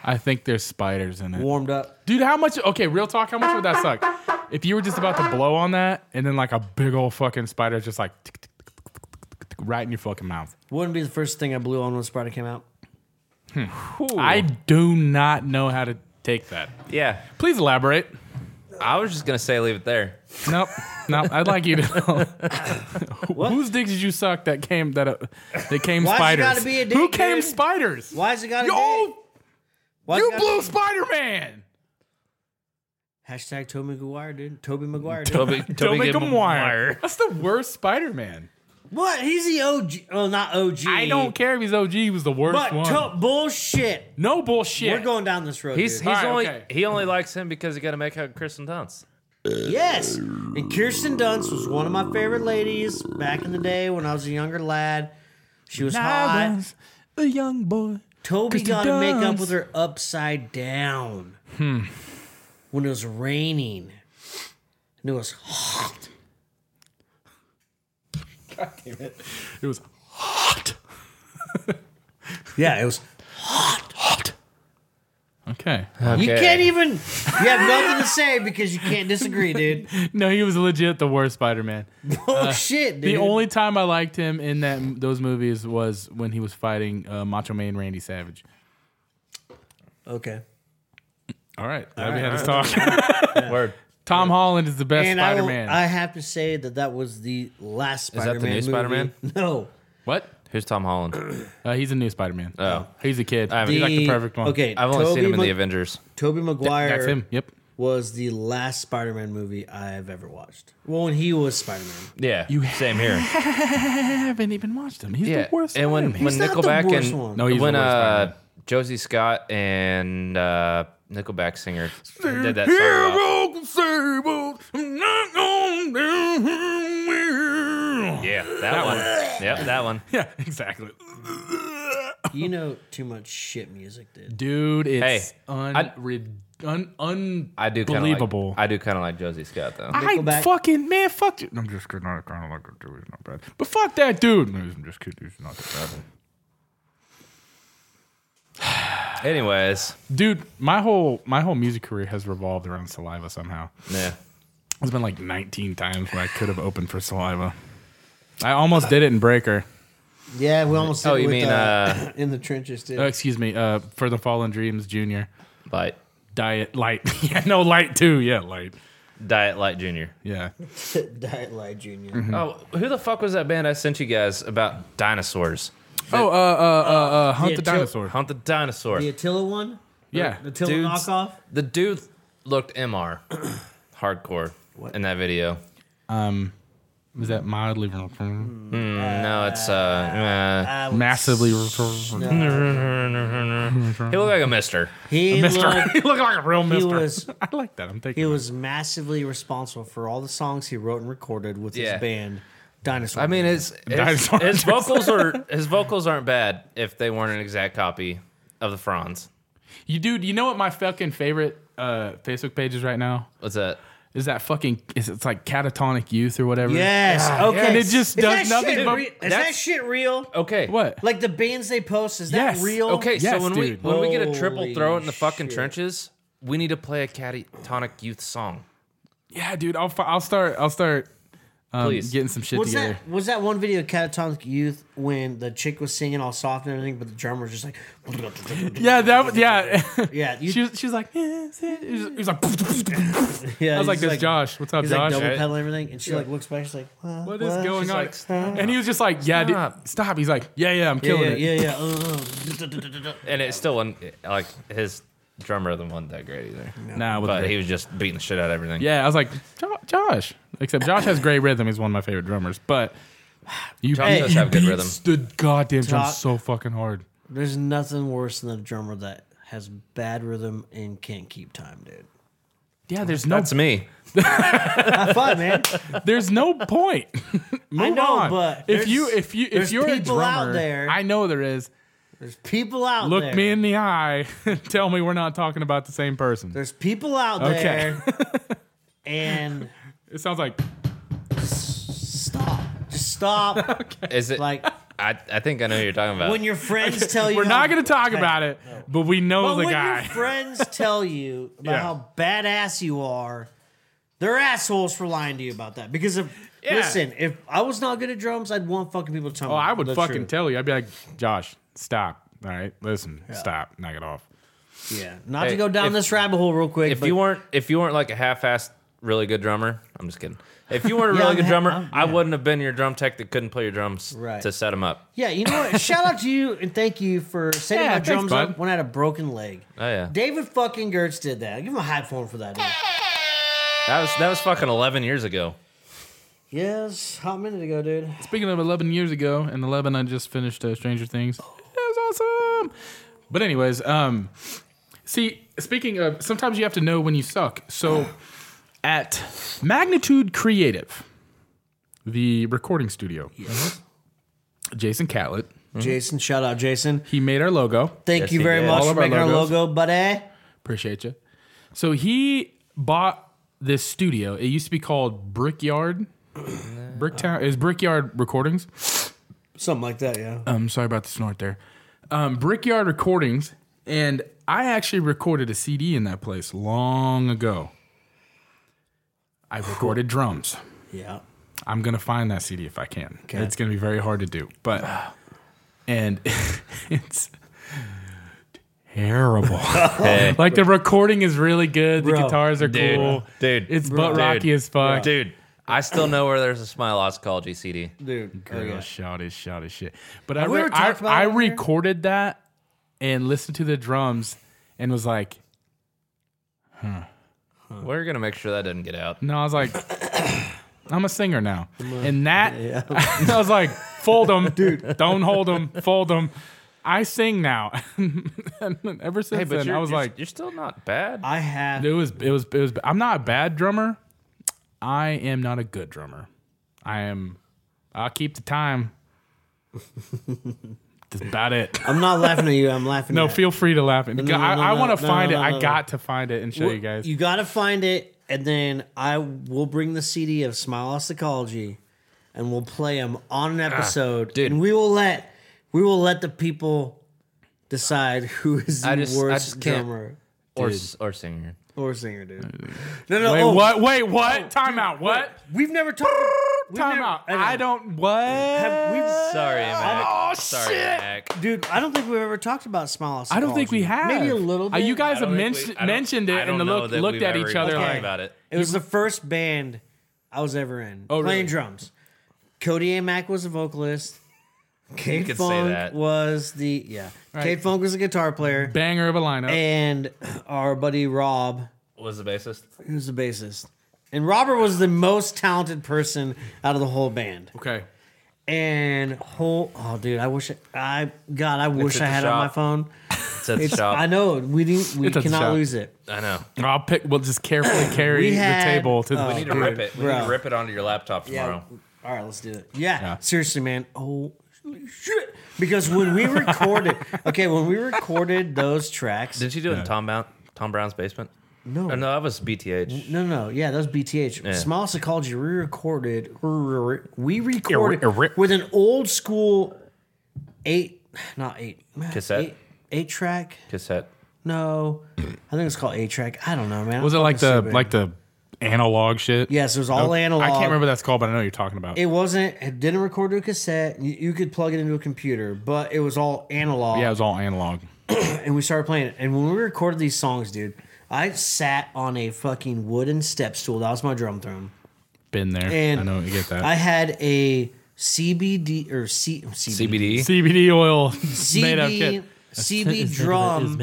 [SPEAKER 2] I think there's spiders in it.
[SPEAKER 1] Warmed up.
[SPEAKER 2] Dude, how much? Okay, real talk. How much would that suck? If you were just about to blow on that, and then like a big old fucking spider just like tick, tick, tick, tick, tick, tick, right in your fucking mouth.
[SPEAKER 1] Wouldn't be the first thing I blew on when Sparta came out.
[SPEAKER 2] I do not know how to take that.
[SPEAKER 3] Yeah.
[SPEAKER 2] Please elaborate.
[SPEAKER 3] I was just going to say leave it there.
[SPEAKER 2] Nope, nope. I'd like you to. Whose dick did you suck that came that uh, that came
[SPEAKER 1] Why's it
[SPEAKER 2] spiders?
[SPEAKER 1] gotta be a dick,
[SPEAKER 2] Who came
[SPEAKER 1] dude?
[SPEAKER 2] spiders?
[SPEAKER 1] Why's it got a
[SPEAKER 2] Yo,
[SPEAKER 1] dick? Why's it
[SPEAKER 2] you
[SPEAKER 1] got a
[SPEAKER 2] blew Spider Man.
[SPEAKER 1] Hashtag Toby McGuire, dude. Toby McGuire, dude.
[SPEAKER 3] Toby,
[SPEAKER 2] Don't
[SPEAKER 3] Toby
[SPEAKER 2] make him wire.
[SPEAKER 3] Maguire.
[SPEAKER 2] That's the worst Spider Man.
[SPEAKER 1] What? He's the OG. Well, not OG.
[SPEAKER 2] I don't care if he's OG. He was the worst
[SPEAKER 1] But
[SPEAKER 2] one.
[SPEAKER 1] to- bullshit.
[SPEAKER 2] no bullshit.
[SPEAKER 1] We're going down this road.
[SPEAKER 3] He's,
[SPEAKER 1] He's,
[SPEAKER 3] he's
[SPEAKER 2] All right,
[SPEAKER 3] only
[SPEAKER 2] okay.
[SPEAKER 3] he only likes him because he got to make out with Kristen Dunst.
[SPEAKER 1] yes. And Kirsten Dunst was one of my favorite ladies back in the day when I was a younger lad. She was
[SPEAKER 2] I
[SPEAKER 1] hot.
[SPEAKER 2] was a young boy.
[SPEAKER 1] Toby
[SPEAKER 2] Kirsten
[SPEAKER 1] got to make up
[SPEAKER 2] Dunst.
[SPEAKER 1] with her upside down. Hmm. When it was raining. And it was hot.
[SPEAKER 2] It was hot.
[SPEAKER 1] Yeah, it was.
[SPEAKER 2] Hot. Okay.
[SPEAKER 1] You
[SPEAKER 3] Okay.
[SPEAKER 1] can't even. You have nothing to say because you can't disagree, dude.
[SPEAKER 2] No, he was legit the worst Spider Man.
[SPEAKER 1] Oh
[SPEAKER 3] Uh,
[SPEAKER 1] shit,
[SPEAKER 2] The
[SPEAKER 1] dude.
[SPEAKER 2] only time I liked him in that those movies was when he was fighting uh, Macho Man Randy Savage.
[SPEAKER 1] Okay.
[SPEAKER 2] All right. Glad we had this talk.
[SPEAKER 3] Word.
[SPEAKER 2] Tom Holland is the best
[SPEAKER 1] And I will-
[SPEAKER 2] Spider Man.
[SPEAKER 1] I, have to say that that was the last
[SPEAKER 3] that the
[SPEAKER 1] Spider-Man
[SPEAKER 3] new
[SPEAKER 1] movie.
[SPEAKER 3] Spider-Man?
[SPEAKER 1] No.
[SPEAKER 2] what?
[SPEAKER 3] Who's Tom Holland?
[SPEAKER 2] Uh, he's a new Spider Man.
[SPEAKER 3] Oh.
[SPEAKER 2] He's a kid.
[SPEAKER 3] haven't-
[SPEAKER 2] he's like the
[SPEAKER 1] The-
[SPEAKER 2] perfect one.
[SPEAKER 1] Okay.
[SPEAKER 3] I've only seen him in
[SPEAKER 1] Ma-
[SPEAKER 3] the Avengers.
[SPEAKER 1] Tobey Maguire
[SPEAKER 2] That's him. Yep.
[SPEAKER 1] was the last Spider-Man movie I've ever watched. Well, when he was Spider-Man.
[SPEAKER 3] Yeah. You same here.
[SPEAKER 2] haven't even watched him. He's
[SPEAKER 3] Yeah.
[SPEAKER 2] the worst.
[SPEAKER 3] and when
[SPEAKER 2] Spider-Man.
[SPEAKER 3] when
[SPEAKER 1] He's not the
[SPEAKER 3] Nickelback
[SPEAKER 1] worst
[SPEAKER 3] and
[SPEAKER 1] one.
[SPEAKER 2] No, he's the
[SPEAKER 3] when
[SPEAKER 2] worst
[SPEAKER 3] uh,
[SPEAKER 2] Spider-Man.
[SPEAKER 3] Josie Scott and uh, Nickelback singer did that uh, solo. Yeah, that, one. Yep, that one.
[SPEAKER 2] Yeah, exactly.
[SPEAKER 1] You know too much shit music, dude.
[SPEAKER 2] Dude, it's
[SPEAKER 3] Hey, I-
[SPEAKER 2] unre- un- un-
[SPEAKER 3] I do kind of
[SPEAKER 2] believable.
[SPEAKER 3] Like, I do kind of like Josie Scott though.
[SPEAKER 2] I
[SPEAKER 1] Nickelback.
[SPEAKER 2] fucking man, fuck you. I'm just kidding. I kind of like it too. He's not bad, but fuck that dude. No, I'm just kidding. He's not that
[SPEAKER 3] Anyways,
[SPEAKER 2] bad. Dude, my whole my whole music career has revolved around saliva somehow.
[SPEAKER 3] yeah.
[SPEAKER 2] It's been like 19 times where I could have opened for saliva. I almost did it in Breaker.
[SPEAKER 1] Yeah, we almost.
[SPEAKER 3] Oh,
[SPEAKER 1] did it
[SPEAKER 3] you
[SPEAKER 1] with,
[SPEAKER 3] mean uh,
[SPEAKER 1] in the trenches, dude?
[SPEAKER 2] Oh, excuse me. Uh, for the Fallen Dreams Junior.
[SPEAKER 3] Light
[SPEAKER 2] Diet light. yeah, no light too. Yeah, light.
[SPEAKER 3] Diet Light Junior?
[SPEAKER 2] Yeah.
[SPEAKER 1] Diet Light Junior.
[SPEAKER 3] Oh, who the fuck was that band I sent you guys about dinosaurs?
[SPEAKER 2] Oh, uh, uh, uh, uh Hunt
[SPEAKER 1] yeah,
[SPEAKER 2] the
[SPEAKER 1] chill-
[SPEAKER 2] Dinosaur.
[SPEAKER 3] Hunt the dinosaur.
[SPEAKER 1] The Attila one.
[SPEAKER 2] Yeah.
[SPEAKER 1] The Attila
[SPEAKER 3] Dudes.
[SPEAKER 1] knockoff.
[SPEAKER 3] The dude looked MR hardcore in that video.
[SPEAKER 2] Um, was that mildly
[SPEAKER 1] Mm.
[SPEAKER 3] No, it's uh,
[SPEAKER 1] I would
[SPEAKER 2] massively?
[SPEAKER 3] uh, he looked like a mister.
[SPEAKER 1] He
[SPEAKER 2] Mister,
[SPEAKER 1] looked-
[SPEAKER 2] he looked like a real Mister.
[SPEAKER 1] was-
[SPEAKER 2] I like that. I'm taking.
[SPEAKER 1] he was massively responsible for all the songs he wrote and recorded with
[SPEAKER 3] Yeah.
[SPEAKER 1] his band, Dinosaur.
[SPEAKER 3] I mean, his his,
[SPEAKER 2] Dinosaur.
[SPEAKER 3] his vocals are his vocals aren't bad if they weren't an exact copy of the Franz.
[SPEAKER 2] You dude, you know what my fucking favorite uh, Facebook page is right now?
[SPEAKER 3] What's that?
[SPEAKER 2] Is that fucking? Is it's like Catatonic Youth or whatever?
[SPEAKER 1] yes. Okay.
[SPEAKER 2] And it just
[SPEAKER 1] Is that
[SPEAKER 2] does nothing
[SPEAKER 1] shit
[SPEAKER 2] but-
[SPEAKER 1] re- is that
[SPEAKER 3] that's-
[SPEAKER 1] shit real?
[SPEAKER 3] Okay,
[SPEAKER 2] What?
[SPEAKER 1] Like the bands they post, is that
[SPEAKER 2] Yes.
[SPEAKER 1] real?
[SPEAKER 3] Okay,
[SPEAKER 2] Yes,
[SPEAKER 3] so when
[SPEAKER 2] dude.
[SPEAKER 3] we when we get a triple
[SPEAKER 1] Holy
[SPEAKER 3] throw in the fucking
[SPEAKER 1] shit.
[SPEAKER 3] trenches, we need to play a catatonic youth song.
[SPEAKER 2] yeah, dude. I'll fi- I'll start. I'll start. Um,
[SPEAKER 3] Please.
[SPEAKER 2] getting some shit
[SPEAKER 1] What's
[SPEAKER 2] together.
[SPEAKER 1] that? Was that one video of Catatonic Youth when the chick was singing all soft and everything, but the drummer was just like,
[SPEAKER 2] Yeah, that. was- Yeah.
[SPEAKER 1] yeah, you,
[SPEAKER 2] she was. She was like. Yeah, it's it. It was, it was like.
[SPEAKER 1] yeah,
[SPEAKER 2] I was like,
[SPEAKER 1] he's
[SPEAKER 2] "This Josh. What's up,
[SPEAKER 1] He's like
[SPEAKER 2] Josh?
[SPEAKER 1] double
[SPEAKER 3] Right.
[SPEAKER 1] pedal and everything, and she like looks back, she's like, what,
[SPEAKER 2] What is going
[SPEAKER 1] She's
[SPEAKER 2] on?"
[SPEAKER 1] like, "Stop."
[SPEAKER 2] and he was just like, "Yeah,
[SPEAKER 3] Stop.
[SPEAKER 2] dude, stop." He's like, "Yeah, yeah, I'm
[SPEAKER 1] yeah,
[SPEAKER 2] killing
[SPEAKER 1] yeah,
[SPEAKER 2] it."
[SPEAKER 1] yeah, yeah. uh, uh,
[SPEAKER 3] And it still wasn't like his drum rhythm wasn't that great either.
[SPEAKER 2] Nah, it wasn't
[SPEAKER 3] but
[SPEAKER 2] great.
[SPEAKER 3] he was just beating the shit out of everything.
[SPEAKER 2] Yeah, I was like, "Jo- Josh. Except Josh has great rhythm. He's one of my favorite drummers. But you,
[SPEAKER 3] Josh does
[SPEAKER 2] you
[SPEAKER 3] have good
[SPEAKER 2] beat
[SPEAKER 3] rhythm.
[SPEAKER 2] The goddamn drum
[SPEAKER 1] Josh-
[SPEAKER 2] so fucking hard.
[SPEAKER 1] There's nothing worse than a drummer that has bad rhythm and can't keep time, dude.
[SPEAKER 2] Yeah, there's no,
[SPEAKER 3] that's me.
[SPEAKER 1] Have fun, man.
[SPEAKER 2] there's no point. Move
[SPEAKER 1] know,
[SPEAKER 2] on.
[SPEAKER 1] but
[SPEAKER 2] if you,
[SPEAKER 1] there's-
[SPEAKER 2] if you, if
[SPEAKER 1] there's
[SPEAKER 2] you're a
[SPEAKER 1] people out
[SPEAKER 2] drummer,
[SPEAKER 1] there-
[SPEAKER 2] I know there is.
[SPEAKER 1] There's people out
[SPEAKER 2] Look
[SPEAKER 1] there.
[SPEAKER 2] me in the eye. and Tell me we're not talking about the same person.
[SPEAKER 1] There's people out
[SPEAKER 2] Okay.
[SPEAKER 1] there. and
[SPEAKER 2] it sounds like
[SPEAKER 1] stop. Just stop.
[SPEAKER 3] Is it
[SPEAKER 1] Like
[SPEAKER 3] I, I think I know who you're talking about.
[SPEAKER 1] when your friends tell you
[SPEAKER 2] we're not
[SPEAKER 1] how-
[SPEAKER 2] going to talk
[SPEAKER 1] Hey,
[SPEAKER 2] about it, but we know
[SPEAKER 1] But
[SPEAKER 2] the
[SPEAKER 1] when
[SPEAKER 2] guy.
[SPEAKER 1] your friends tell you about
[SPEAKER 2] Yeah.
[SPEAKER 1] how badass you are, they're assholes for lying to you about that. Because if
[SPEAKER 2] Yeah.
[SPEAKER 1] listen, if I was not good at drums, I'd want fucking people to tell
[SPEAKER 2] Oh,
[SPEAKER 1] me.
[SPEAKER 2] I would
[SPEAKER 1] the
[SPEAKER 2] fucking
[SPEAKER 1] truth.
[SPEAKER 2] tell you. I'd be like, Josh, stop. All right, listen, stop. Knock it off.
[SPEAKER 1] Yeah, not
[SPEAKER 3] Hey,
[SPEAKER 1] to go down
[SPEAKER 3] if-
[SPEAKER 1] this rabbit hole real quick.
[SPEAKER 3] if
[SPEAKER 1] but
[SPEAKER 3] you weren't if you weren't like a half-assed really good drummer, I'm just kidding. If you weren't a
[SPEAKER 1] Yeah,
[SPEAKER 3] really
[SPEAKER 1] I'm
[SPEAKER 3] good
[SPEAKER 1] ha-
[SPEAKER 3] drummer,
[SPEAKER 1] I'm-
[SPEAKER 3] I wouldn't have been your drum tech that couldn't play your drums
[SPEAKER 1] Right.
[SPEAKER 3] to set them up.
[SPEAKER 1] Yeah, you know what? Shout out to you and thank you for setting
[SPEAKER 2] Yeah,
[SPEAKER 1] my
[SPEAKER 2] thanks,
[SPEAKER 1] drums
[SPEAKER 2] bud.
[SPEAKER 1] up when I had a broken leg.
[SPEAKER 3] Oh yeah,
[SPEAKER 1] David fucking Gertz did that. Give him a high form for that. Dude.
[SPEAKER 3] that was that was fucking 11 years ago.
[SPEAKER 1] Yes, hot minute ago, dude.
[SPEAKER 2] Speaking of 11 years ago, and 11, I just finished uh, Stranger Things. It was awesome. But anyways, um, see, speaking of, sometimes you have to know when you suck. So, at Magnitude Creative, the recording studio, Jason Catlett,
[SPEAKER 1] Jason, shout out, Jason.
[SPEAKER 2] he made our logo.
[SPEAKER 1] Thank
[SPEAKER 3] Yes,
[SPEAKER 1] you
[SPEAKER 3] he
[SPEAKER 1] very
[SPEAKER 3] did.
[SPEAKER 1] much
[SPEAKER 2] All
[SPEAKER 1] for
[SPEAKER 2] of our
[SPEAKER 1] making our
[SPEAKER 2] logos.
[SPEAKER 1] logo, buddy.
[SPEAKER 2] Appreciate you. So he bought this studio. It used to be called Brickyard. Bricktown is Brickyard Recordings.
[SPEAKER 1] Something like that, yeah.
[SPEAKER 2] I'm sorry about the snort there. Um, Brickyard Recordings, and I actually recorded a CD in that place long ago. I recorded drums.
[SPEAKER 1] yeah.
[SPEAKER 2] I'm gonna find that CD if I can. It's gonna be very hard to do, but and it's terrible.
[SPEAKER 3] Hey.
[SPEAKER 2] like the recording is really good. The
[SPEAKER 1] Bro.
[SPEAKER 2] guitars are
[SPEAKER 3] Dude.
[SPEAKER 2] cool.
[SPEAKER 3] Dude.
[SPEAKER 2] it's
[SPEAKER 3] Bro.
[SPEAKER 2] butt rocky
[SPEAKER 3] Dude.
[SPEAKER 2] as fuck.
[SPEAKER 3] Dude, I still know where there's a Smile Oscology CD.
[SPEAKER 1] dude. oh,
[SPEAKER 2] Girl, shot is shot is shit. But I,
[SPEAKER 1] we
[SPEAKER 2] re-
[SPEAKER 1] ever
[SPEAKER 2] I,
[SPEAKER 1] talked about
[SPEAKER 2] I
[SPEAKER 1] it on here?
[SPEAKER 2] recorded that and listened to the drums and was like,
[SPEAKER 3] We're going to make sure that doesn't get out.
[SPEAKER 2] no, I was like, I'm a singer now. And that, I was like, fold them, dude. Don't hold them, fold them. I sing now. and ever since
[SPEAKER 3] Hey, but
[SPEAKER 2] then,
[SPEAKER 3] you're,
[SPEAKER 2] I was
[SPEAKER 3] you're-
[SPEAKER 2] like,
[SPEAKER 3] you're still not bad.
[SPEAKER 1] I have.
[SPEAKER 2] it was, it was, it was. I'm not a bad drummer. I am not a good drummer. I am. I'll keep the time. That's about it.
[SPEAKER 1] I'm not laughing at you. I'm laughing.
[SPEAKER 2] No,
[SPEAKER 1] at
[SPEAKER 2] feel free to laugh. at me.
[SPEAKER 1] no,
[SPEAKER 2] I,
[SPEAKER 1] no,
[SPEAKER 2] I
[SPEAKER 1] no,
[SPEAKER 2] want to
[SPEAKER 1] no,
[SPEAKER 2] find
[SPEAKER 1] no,
[SPEAKER 2] it.
[SPEAKER 1] no, no.
[SPEAKER 2] I got to find it and show you guys.
[SPEAKER 1] You gotta find it, and then I will bring the CD of Smile Psychology, and we'll play them on an
[SPEAKER 2] Ah,
[SPEAKER 1] episode,
[SPEAKER 3] dude.
[SPEAKER 1] and we will let we will let the people decide who is the
[SPEAKER 3] I just- I
[SPEAKER 1] worst
[SPEAKER 3] just can't-
[SPEAKER 1] drummer
[SPEAKER 3] Or, s- or singer.
[SPEAKER 1] or singer, dude. No, no,
[SPEAKER 2] Wait,
[SPEAKER 1] oh,
[SPEAKER 2] what? Wait, what? time out. What?
[SPEAKER 1] We've never talked. we've
[SPEAKER 2] Time
[SPEAKER 1] never-
[SPEAKER 2] out. I don't. What?
[SPEAKER 1] Have, we've,
[SPEAKER 3] Sorry, Mac.
[SPEAKER 2] Oh,
[SPEAKER 3] Sorry,
[SPEAKER 2] shit.
[SPEAKER 3] Mac.
[SPEAKER 1] dude, I don't think we've ever talked about Smile Psychology.
[SPEAKER 2] I don't think we have.
[SPEAKER 1] Maybe a little
[SPEAKER 2] Uh,
[SPEAKER 1] bit.
[SPEAKER 2] you guys
[SPEAKER 3] I
[SPEAKER 2] have
[SPEAKER 3] don't think
[SPEAKER 2] mentioned
[SPEAKER 3] we- I don't-
[SPEAKER 2] mentioned
[SPEAKER 3] I
[SPEAKER 2] it
[SPEAKER 3] don't
[SPEAKER 2] and
[SPEAKER 3] know
[SPEAKER 2] looked
[SPEAKER 3] that
[SPEAKER 2] looked
[SPEAKER 3] we've
[SPEAKER 2] at
[SPEAKER 3] ever
[SPEAKER 2] each other
[SPEAKER 3] even talked
[SPEAKER 2] like.
[SPEAKER 3] about it.
[SPEAKER 1] It was the first band I was ever in
[SPEAKER 2] Oh,
[SPEAKER 1] playing
[SPEAKER 2] really?
[SPEAKER 1] drums. Cody A. Mack was a vocalist. Kate
[SPEAKER 3] could say
[SPEAKER 1] Funk
[SPEAKER 3] that.
[SPEAKER 1] was the yeah. Kate Funk was a guitar player,
[SPEAKER 2] Banger of a lineup.
[SPEAKER 1] and our buddy Rob,
[SPEAKER 3] Was the bassist?
[SPEAKER 1] who was the bassist, and Robert was the most talented person out of the whole band.
[SPEAKER 2] Okay.
[SPEAKER 1] And whole oh dude, I wish I, I God, I wish
[SPEAKER 3] at
[SPEAKER 1] I
[SPEAKER 3] the
[SPEAKER 1] had it on my
[SPEAKER 3] shop.
[SPEAKER 1] phone.
[SPEAKER 3] It's at the
[SPEAKER 1] It's,
[SPEAKER 3] shop.
[SPEAKER 1] I know we didn't. We
[SPEAKER 2] It's at the
[SPEAKER 1] cannot
[SPEAKER 2] shop.
[SPEAKER 1] lose it.
[SPEAKER 3] I know.
[SPEAKER 2] I'll pick. We'll just carefully carry
[SPEAKER 1] We had-
[SPEAKER 2] the table to the.
[SPEAKER 1] oh,
[SPEAKER 3] We need to rip it. We need
[SPEAKER 1] Bro.
[SPEAKER 3] to rip it onto your laptop
[SPEAKER 1] Yeah.
[SPEAKER 3] tomorrow.
[SPEAKER 1] All right, let's do it. Yeah, seriously, man. Oh shit! Because when we recorded, okay, when we recorded those tracks,
[SPEAKER 3] Didn't you do it in Tom, Brown, Tom Brown's basement?
[SPEAKER 1] no,
[SPEAKER 3] Oh, no, that was BTH.
[SPEAKER 1] no, no, yeah, that was BTH. Small Psychology. We recorded. We recorded
[SPEAKER 2] Yeah, re-
[SPEAKER 1] with an old school eight, not eight
[SPEAKER 3] Cassette?
[SPEAKER 1] eight, eight track.
[SPEAKER 3] Cassette.
[SPEAKER 1] No, I think it's called eight track. I don't know, man.
[SPEAKER 2] was it
[SPEAKER 1] I'm
[SPEAKER 2] like the
[SPEAKER 1] stupid.
[SPEAKER 2] like the analog shit?
[SPEAKER 1] Yes, it was all analog.
[SPEAKER 2] I can't remember what that's called, but I know what you're talking about.
[SPEAKER 1] It wasn't. It didn't record to a cassette. You, you could plug it into a computer, but it was all analog.
[SPEAKER 2] yeah, it was all analog.
[SPEAKER 1] and we started playing it. And when we recorded these songs, dude, I sat on a fucking wooden step stool. That was my drum throne.
[SPEAKER 2] Been there.
[SPEAKER 1] And
[SPEAKER 2] I know. I get that.
[SPEAKER 1] I had a CBD or C, CBD,
[SPEAKER 3] CBD.
[SPEAKER 2] CBD oil made up
[SPEAKER 1] CB,
[SPEAKER 2] shit.
[SPEAKER 1] CB drum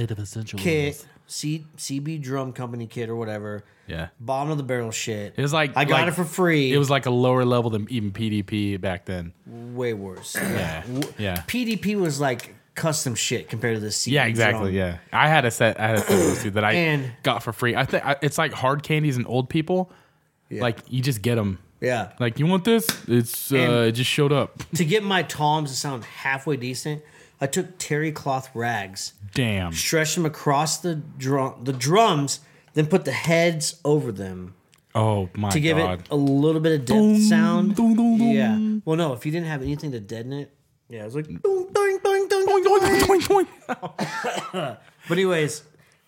[SPEAKER 1] kit, C, CB drum company kit or whatever.
[SPEAKER 2] Yeah.
[SPEAKER 1] Bottom of the barrel shit.
[SPEAKER 2] It was like
[SPEAKER 1] I got
[SPEAKER 2] like-
[SPEAKER 1] it for free.
[SPEAKER 2] It was like a lower level than even PDP back then.
[SPEAKER 1] way worse. Yeah.
[SPEAKER 2] Yeah, yeah,
[SPEAKER 1] PDP was like custom shit compared to the CB.
[SPEAKER 2] yeah, exactly.
[SPEAKER 1] drum.
[SPEAKER 2] Yeah, I had a set. I had a set of those two that I
[SPEAKER 1] And-
[SPEAKER 2] got for free. I think I- it's like hard candies and old people. Like you just get them.
[SPEAKER 1] Yeah.
[SPEAKER 2] Like you want this? It's uh,
[SPEAKER 1] And-
[SPEAKER 2] it just showed up.
[SPEAKER 1] to get my toms to sound halfway decent, I took terry cloth rags,
[SPEAKER 2] Damn.
[SPEAKER 1] stretched them across the drum, the drums, then put the heads over them
[SPEAKER 2] Oh my
[SPEAKER 1] to give
[SPEAKER 2] god.
[SPEAKER 1] it a little bit of depth sound.
[SPEAKER 2] dun, dun, dun.
[SPEAKER 1] Yeah. Well, no, if you didn't have anything to deaden it, yeah, it was like.
[SPEAKER 2] Mm.
[SPEAKER 1] dun, dun, dun, dun, dun, dun. But anyways,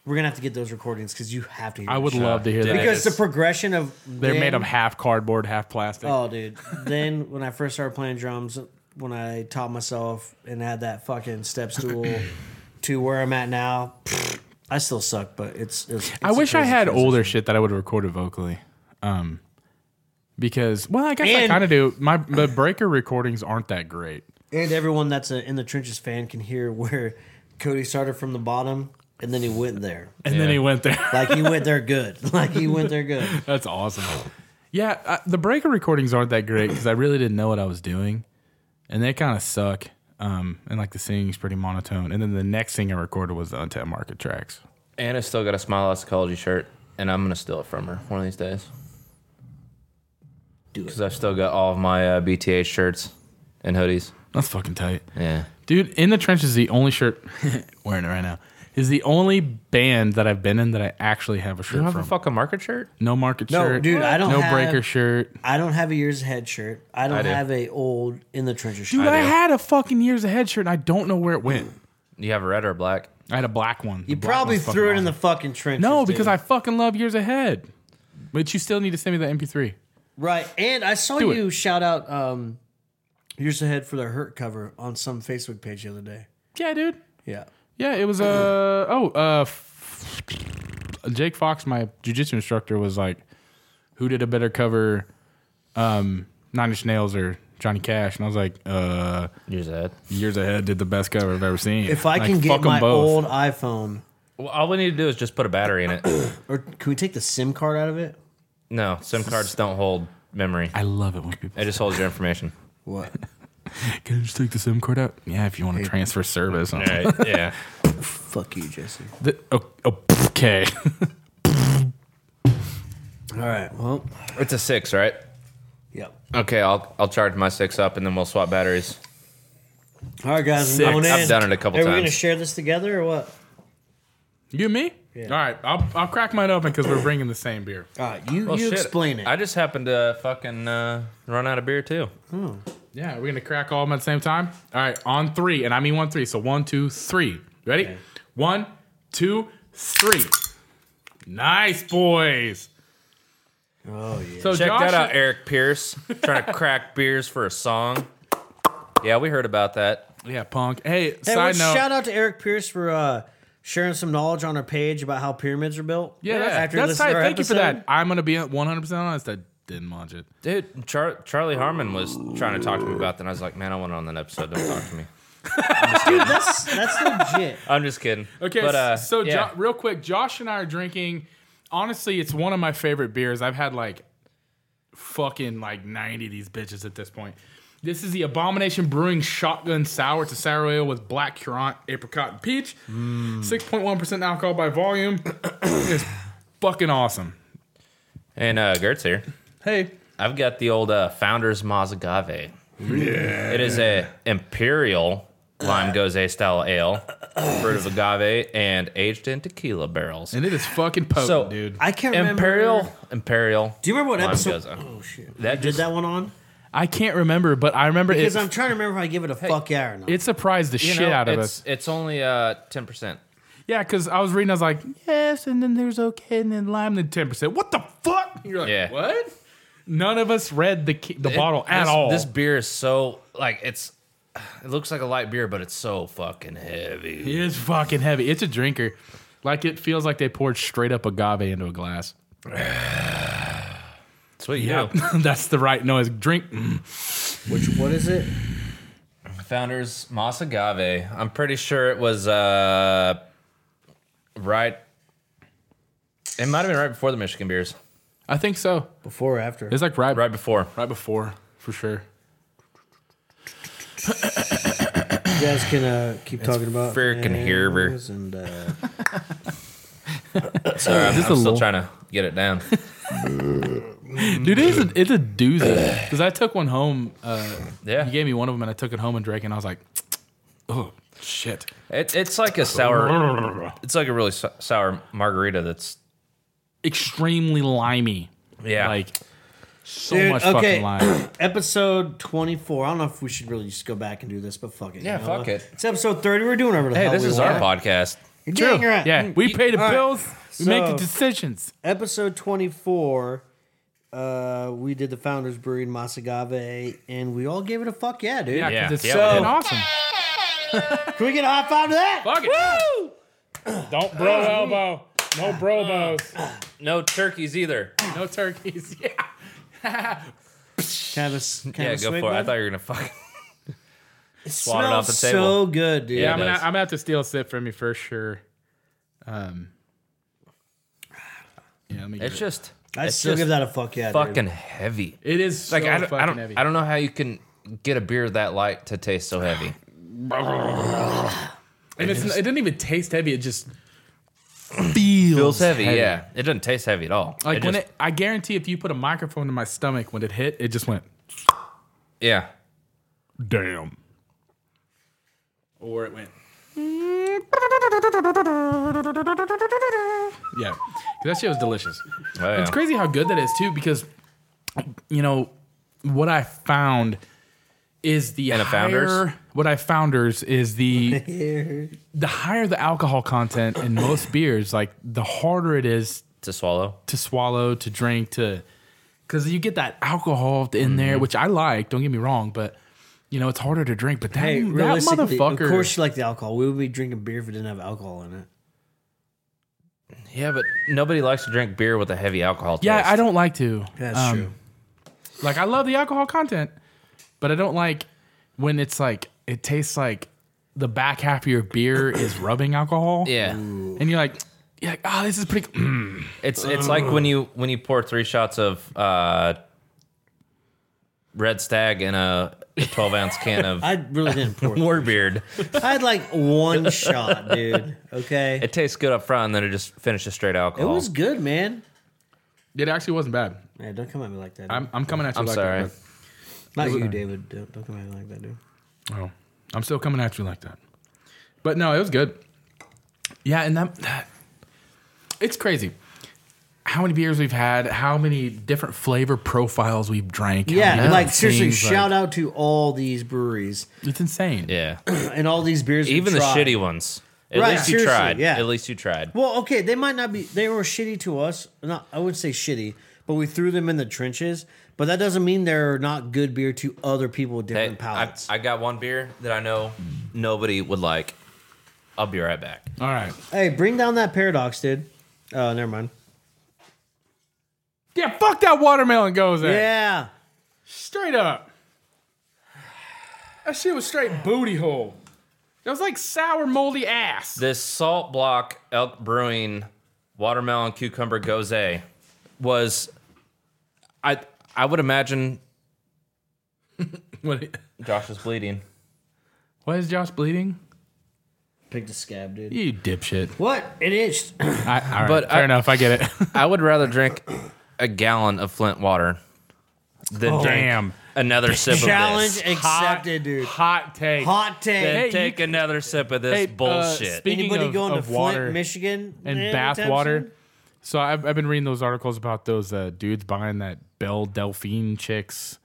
[SPEAKER 1] we're gonna have to get those recordings because you have to. Hear
[SPEAKER 2] I would
[SPEAKER 1] that shit.
[SPEAKER 2] love to hear that.
[SPEAKER 1] because the
[SPEAKER 3] Yes.
[SPEAKER 1] progression of
[SPEAKER 2] They're made
[SPEAKER 1] them-
[SPEAKER 2] of half cardboard, half plastic.
[SPEAKER 1] Oh, dude. then when I first started playing drums, when I taught myself and had that fucking step stool to where I'm at now, I still suck, but it's. it's, it's
[SPEAKER 2] I
[SPEAKER 1] a
[SPEAKER 2] wish I
[SPEAKER 1] crazy
[SPEAKER 2] had
[SPEAKER 1] transition.
[SPEAKER 2] older shit that I would have recorded vocally. Um, because well, I guess I
[SPEAKER 1] And-
[SPEAKER 2] kind of do. My the breaker recordings aren't that great.
[SPEAKER 1] And everyone that's a in the trenches fan can hear where Cody started from the bottom and then he went there.
[SPEAKER 2] And then he went there.
[SPEAKER 1] Like he went there good. Like he went there good.
[SPEAKER 2] That's awesome. Yeah, uh, the breaker recordings aren't that great because I really didn't know what I was doing, and they kind of suck. Um, and like the singing's pretty monotone. And then the next thing I recorded was the untapped market tracks.
[SPEAKER 3] Anna's still got a Smile Oscology shirt, and I'm going to steal it from her one of these days.
[SPEAKER 1] Do it.
[SPEAKER 3] Because I've still got all of my uh, BTH shirts and hoodies.
[SPEAKER 2] That's fucking tight,
[SPEAKER 3] Yeah.
[SPEAKER 2] dude. In the trenches, the only shirt wearing it right now is the only band that I've been in that I actually have a shirt
[SPEAKER 3] You have a
[SPEAKER 2] from.
[SPEAKER 3] fucking market shirt?
[SPEAKER 2] no market
[SPEAKER 1] No,
[SPEAKER 2] shirt,
[SPEAKER 1] dude, I don't
[SPEAKER 2] No
[SPEAKER 1] have-
[SPEAKER 2] breaker shirt,
[SPEAKER 1] I don't have a year's ahead shirt. I don't
[SPEAKER 3] do.
[SPEAKER 1] have a old in the trenches
[SPEAKER 2] dude.
[SPEAKER 1] shirt.
[SPEAKER 2] I,
[SPEAKER 3] do.
[SPEAKER 2] had a fucking years ahead shirt, and I don't know where it went.
[SPEAKER 3] You have a red or a black?
[SPEAKER 2] I had a black one.
[SPEAKER 1] You probably threw it in the fucking trenches.
[SPEAKER 2] no
[SPEAKER 1] dude.
[SPEAKER 2] because I fucking love years ahead. But you still need to send me the MP3.
[SPEAKER 1] Right. And I saw
[SPEAKER 2] Do it.
[SPEAKER 1] you shout out um years ahead for their hurt cover on some Facebook page the other day.
[SPEAKER 2] Yeah, dude.
[SPEAKER 1] Yeah.
[SPEAKER 2] Yeah, it was uh oh uh f- Jake Fox, my jujitsu instructor, was like, "Who did a better cover, um, Nine Inch Nails or Johnny Cash?" And I was like, "Uh,
[SPEAKER 3] Use that.
[SPEAKER 2] Years Ahead did the best cover I've ever seen."
[SPEAKER 1] If I
[SPEAKER 2] Like,
[SPEAKER 1] can
[SPEAKER 2] fuck
[SPEAKER 1] get
[SPEAKER 2] 'em
[SPEAKER 1] my
[SPEAKER 2] both.
[SPEAKER 1] old iPhone,
[SPEAKER 3] Well, all we need to do is just put a battery in it.
[SPEAKER 1] or can we take the SIM card out of it?
[SPEAKER 3] No, SIM cards don't hold memory.
[SPEAKER 2] I love it when people
[SPEAKER 3] It just holds your information.
[SPEAKER 1] What?
[SPEAKER 2] can I just take the SIM card out. Yeah, if you want to transfer service.
[SPEAKER 3] All right. Yeah.
[SPEAKER 1] Fuck you, Jesse.
[SPEAKER 2] The- oh, oh, okay.
[SPEAKER 1] All right. Well,
[SPEAKER 3] It's a six, right?
[SPEAKER 1] yep.
[SPEAKER 3] Okay, I'll I'll charge my six up and then we'll swap batteries.
[SPEAKER 1] All right, guys.
[SPEAKER 2] Six.
[SPEAKER 1] I'm going in.
[SPEAKER 3] I've done it a couple
[SPEAKER 1] Are we gonna
[SPEAKER 3] times.
[SPEAKER 1] share this together or what?
[SPEAKER 2] you and me?
[SPEAKER 1] Yeah.
[SPEAKER 2] All right, I'll I'll crack mine open because we're bringing the same beer.
[SPEAKER 1] All right, you
[SPEAKER 3] Well,
[SPEAKER 1] you
[SPEAKER 3] Oh, shit,
[SPEAKER 1] explain it.
[SPEAKER 3] I just happened to fucking uh, run out of beer too.
[SPEAKER 2] Yeah, we're gonna crack all of them at the same time. All right, on three, and I mean one, three. So one, two, three. Ready? One, two, three. Nice, boys.
[SPEAKER 1] oh yeah.
[SPEAKER 2] So
[SPEAKER 3] Check
[SPEAKER 2] Josh,
[SPEAKER 3] that out, Eric Pierce, trying to crack beers for a song. Yeah, we heard about that.
[SPEAKER 2] Yeah, punk. Hey,
[SPEAKER 1] Hey,
[SPEAKER 2] side
[SPEAKER 1] let's
[SPEAKER 2] note.
[SPEAKER 1] shout out to Eric Pierce for uh, sharing some knowledge on our page about how pyramids are built.
[SPEAKER 2] yeah, that's,
[SPEAKER 1] After
[SPEAKER 2] that's
[SPEAKER 1] listening
[SPEAKER 2] tight.
[SPEAKER 1] to our
[SPEAKER 2] Thank you for that.
[SPEAKER 1] episode.
[SPEAKER 2] I'm gonna be 100 percent honest. I didn't watch it.
[SPEAKER 3] Dude, Char- Charlie Harmon was trying to talk to me about that. And I was like, man, I want on that episode. Don't talk to me.
[SPEAKER 1] That's that's legit.
[SPEAKER 3] I'm just kidding.
[SPEAKER 2] Okay,
[SPEAKER 3] but uh,
[SPEAKER 2] so
[SPEAKER 3] yeah.
[SPEAKER 2] jo- real quick, Josh and I are drinking. Honestly, it's one of my favorite beers. I've had like fucking like 90 of these bitches at this point. This is the Abomination Brewing Shotgun Sour. It's a sour ale with black currant, apricot, and peach.
[SPEAKER 3] Mm.
[SPEAKER 2] 6.1% alcohol by volume. it's fucking awesome.
[SPEAKER 3] and uh, Gert's here.
[SPEAKER 2] Hey.
[SPEAKER 3] I've got the old uh, Founders Mazagave. Yeah. It is a imperial lime goze style ale, fruit of agave, and aged in tequila barrels.
[SPEAKER 2] And it is fucking potent,
[SPEAKER 3] So,
[SPEAKER 2] dude. I,
[SPEAKER 1] I can't remember.
[SPEAKER 3] Imperial, imperial.
[SPEAKER 1] Do you remember what
[SPEAKER 3] Lime
[SPEAKER 1] episode?
[SPEAKER 3] goza.
[SPEAKER 1] Oh shit.
[SPEAKER 3] That
[SPEAKER 1] That
[SPEAKER 3] just-
[SPEAKER 1] did that one on?
[SPEAKER 2] can't remember, but I remember
[SPEAKER 1] Because
[SPEAKER 2] it,
[SPEAKER 1] I'm trying to remember if I give it a fuck yeah or not.
[SPEAKER 2] it surprised the
[SPEAKER 3] You
[SPEAKER 2] shit
[SPEAKER 3] know,
[SPEAKER 2] out of
[SPEAKER 3] it's,
[SPEAKER 2] us.
[SPEAKER 3] It's only uh ten percent.
[SPEAKER 2] Yeah, because I was reading, I was like, yes, and then there's okay, and then lime, then ten percent. What the fuck? You're like,
[SPEAKER 3] Yeah.
[SPEAKER 2] what? None of us read the ki- the bottle at
[SPEAKER 3] this,
[SPEAKER 2] all.
[SPEAKER 3] This beer is so like it's. It looks like a light beer, but it's so fucking heavy.
[SPEAKER 2] it is fucking heavy. It's a drinker. Like it feels like they poured straight up agave into a glass.
[SPEAKER 3] That's what you
[SPEAKER 2] That's the right noise. Drink. Mm.
[SPEAKER 1] Which what is it?
[SPEAKER 3] do. Founders Mas Agave. I'm pretty sure it was uh right. It might have been right before the Michigan beers,
[SPEAKER 2] I think so.
[SPEAKER 1] Before or after?
[SPEAKER 2] It's like right, right,
[SPEAKER 3] right before.
[SPEAKER 2] right before for sure.
[SPEAKER 1] you guys can uh, keep talking about
[SPEAKER 3] freaking Herber.
[SPEAKER 1] animals And, uh,
[SPEAKER 3] Sorry, I'm,
[SPEAKER 2] Just a
[SPEAKER 3] I'm still
[SPEAKER 2] little-
[SPEAKER 3] trying to get it down.
[SPEAKER 2] Dude, it is a, it's a doozy. Because I took one home. Uh,
[SPEAKER 3] Yeah,
[SPEAKER 2] you gave me one of them, and I took it home and drank, and I was like, oh shit.
[SPEAKER 3] it, it's like a sour. It's like a really sou- sour margarita. That's
[SPEAKER 2] Extremely limey.
[SPEAKER 3] yeah.
[SPEAKER 2] Like so
[SPEAKER 1] Dude,
[SPEAKER 2] much
[SPEAKER 1] okay.
[SPEAKER 2] fucking lime.
[SPEAKER 1] episode 24. I don't know if we should really just go back and do this, but fuck it. you
[SPEAKER 3] Yeah,
[SPEAKER 1] know?
[SPEAKER 3] fuck it.
[SPEAKER 1] It's episode 30. We're doing whatever the
[SPEAKER 3] hey,
[SPEAKER 1] hell
[SPEAKER 3] this
[SPEAKER 1] we
[SPEAKER 3] is
[SPEAKER 1] want.
[SPEAKER 3] our podcast.
[SPEAKER 1] You're
[SPEAKER 2] True.
[SPEAKER 1] dang right.
[SPEAKER 2] Yeah, we
[SPEAKER 1] You-
[SPEAKER 2] pay the
[SPEAKER 1] all right.
[SPEAKER 2] bills. We make the
[SPEAKER 1] So-
[SPEAKER 2] decisions.
[SPEAKER 1] episode 24 uh we did the founders brewery in masagave and we all gave it a fuck yeah dude
[SPEAKER 2] Yeah, 'cause
[SPEAKER 3] Yeah.
[SPEAKER 2] it's
[SPEAKER 3] Yeah,
[SPEAKER 2] so
[SPEAKER 3] we did.
[SPEAKER 2] awesome.
[SPEAKER 1] can we get a high five to that
[SPEAKER 2] Fuck it. Don't bro elbow. No bro bows.
[SPEAKER 3] No turkeys either.
[SPEAKER 2] No turkeys. Yeah.
[SPEAKER 1] can I have a s- can I
[SPEAKER 3] Yeah,
[SPEAKER 1] have a
[SPEAKER 3] go
[SPEAKER 1] swig,
[SPEAKER 3] for it. I
[SPEAKER 1] bud?
[SPEAKER 3] thought you were gonna fuck.
[SPEAKER 1] it
[SPEAKER 3] swat it off the
[SPEAKER 1] smells so
[SPEAKER 3] table.
[SPEAKER 1] good dude
[SPEAKER 2] Yeah,
[SPEAKER 3] Yeah,
[SPEAKER 2] I'm
[SPEAKER 3] it
[SPEAKER 2] gonna, I'm
[SPEAKER 3] does.
[SPEAKER 2] gonna have to steal a sip from you for sure. Um. Yeah, let me. Get
[SPEAKER 3] It's
[SPEAKER 2] it.
[SPEAKER 3] just.
[SPEAKER 1] i
[SPEAKER 3] it's
[SPEAKER 1] still
[SPEAKER 3] just
[SPEAKER 1] give that a fuck yeah dude.
[SPEAKER 3] fucking heavy.
[SPEAKER 2] it is
[SPEAKER 3] Like
[SPEAKER 2] so
[SPEAKER 3] I, don't,
[SPEAKER 2] fucking
[SPEAKER 3] I don't.
[SPEAKER 2] heavy.
[SPEAKER 3] I don't know how you can get a beer that light to taste so heavy.
[SPEAKER 2] and it's, it doesn't even taste heavy. It just feels,
[SPEAKER 3] Feels heavy, yeah. It doesn't taste heavy at all.
[SPEAKER 2] Like when
[SPEAKER 3] just-
[SPEAKER 2] it, I guarantee if you put a microphone in my stomach when it hit, it just went.
[SPEAKER 3] yeah.
[SPEAKER 2] damn. Or it went. Yeah, 'cause that shit was delicious.
[SPEAKER 3] Oh, yeah.
[SPEAKER 2] It's crazy how good that is too, because you know what I found is the
[SPEAKER 3] And a Founders?
[SPEAKER 2] higher- What I founders is the
[SPEAKER 1] Here.
[SPEAKER 2] the higher the alcohol content in most beers, like the harder it is
[SPEAKER 3] To swallow.
[SPEAKER 2] to swallow, to
[SPEAKER 1] Mm-hmm.
[SPEAKER 2] drink, to because you get that alcohol in there, which I like. Don't get me wrong, but you know, it's harder to drink, but that,
[SPEAKER 1] Hey,
[SPEAKER 2] that
[SPEAKER 1] realistically,
[SPEAKER 2] motherfucker.
[SPEAKER 1] of course you like the alcohol. We would be drinking beer if it didn't have alcohol in it.
[SPEAKER 3] Yeah, but nobody likes to drink beer with a heavy alcohol taste.
[SPEAKER 2] yeah, I don't like to.
[SPEAKER 1] That's
[SPEAKER 2] Um,
[SPEAKER 1] true.
[SPEAKER 2] Like I love the alcohol content, but I don't like when it's like it tastes like the back half of your beer is rubbing alcohol.
[SPEAKER 3] Yeah,
[SPEAKER 2] and you're like, you're like, oh, this is pretty. Mm.
[SPEAKER 3] it's it's like when you when you pour three shots of uh, Red Stag in a twelve ounce can of
[SPEAKER 1] I really didn't pour.
[SPEAKER 3] Warbeard.
[SPEAKER 1] I had like one shot, dude. Okay, it,
[SPEAKER 3] It tastes good up front, and then it just finishes straight alcohol.
[SPEAKER 1] was good, man.
[SPEAKER 2] It actually wasn't bad.
[SPEAKER 1] Yeah, don't come at me like that.
[SPEAKER 2] I'm, I'm coming at you.
[SPEAKER 3] I'm
[SPEAKER 2] like
[SPEAKER 3] sorry.
[SPEAKER 2] That,
[SPEAKER 1] Not you, David. Don't, don't come at me like that, dude.
[SPEAKER 2] but- oh, I'm still coming at you like that. But no, it was good. Yeah, and that it's crazy. How many beers we've had? How many different flavor profiles we've drank? how
[SPEAKER 1] Yeah,
[SPEAKER 2] many
[SPEAKER 1] like
[SPEAKER 2] different
[SPEAKER 1] seriously,
[SPEAKER 2] things,
[SPEAKER 1] shout out to all these breweries
[SPEAKER 2] like, It's insane.
[SPEAKER 3] yeah,
[SPEAKER 1] and all these beers. we
[SPEAKER 3] even the
[SPEAKER 1] tried.
[SPEAKER 3] shitty ones. At
[SPEAKER 1] Right,
[SPEAKER 3] least you
[SPEAKER 1] seriously,
[SPEAKER 3] tried.
[SPEAKER 1] yeah.
[SPEAKER 3] At least you tried.
[SPEAKER 1] Well, okay, they might not be. They were shitty to us. Not, I wouldn't say shitty, but we threw them in the trenches. But that doesn't mean they're not good beer to other people with
[SPEAKER 3] Hey,
[SPEAKER 1] different
[SPEAKER 3] I,
[SPEAKER 1] palates.
[SPEAKER 3] I got one beer that I know nobody would like. I'll be right back.
[SPEAKER 2] All right.
[SPEAKER 1] hey, bring down that paradox, dude. Oh, never mind.
[SPEAKER 2] Yeah, fuck that watermelon goes there.
[SPEAKER 1] Yeah,
[SPEAKER 2] Straight up. That shit was straight booty hole. That was like sour moldy ass.
[SPEAKER 3] This Salt Block Elk Brewing Watermelon Cucumber Gose was, I I would imagine.
[SPEAKER 2] What-
[SPEAKER 3] Josh is bleeding.
[SPEAKER 2] Why is Josh bleeding?
[SPEAKER 1] picked a scab, dude.
[SPEAKER 2] You dipshit.
[SPEAKER 1] What? It is.
[SPEAKER 2] I, all right,
[SPEAKER 3] But
[SPEAKER 2] fair
[SPEAKER 3] I-
[SPEAKER 2] enough. I get it.
[SPEAKER 3] I would rather drink a gallon of Flint water than drink
[SPEAKER 2] Oh. Damn.
[SPEAKER 3] another sip
[SPEAKER 1] Challenge
[SPEAKER 3] of this.
[SPEAKER 1] accepted, dude.
[SPEAKER 2] Hot take.
[SPEAKER 1] Hot
[SPEAKER 3] Then
[SPEAKER 1] take.
[SPEAKER 2] Hey,
[SPEAKER 3] take another sip of this
[SPEAKER 2] Hey, uh,
[SPEAKER 3] bullshit.
[SPEAKER 2] speak- speaking
[SPEAKER 1] Anybody
[SPEAKER 2] of-
[SPEAKER 1] going
[SPEAKER 2] of
[SPEAKER 1] to
[SPEAKER 2] water
[SPEAKER 1] Flint, Michigan,
[SPEAKER 2] and
[SPEAKER 1] anytime
[SPEAKER 2] bath water.
[SPEAKER 1] soon?
[SPEAKER 2] So I've, I've been reading those articles about those uh, dudes buying that Belle Delphine chicks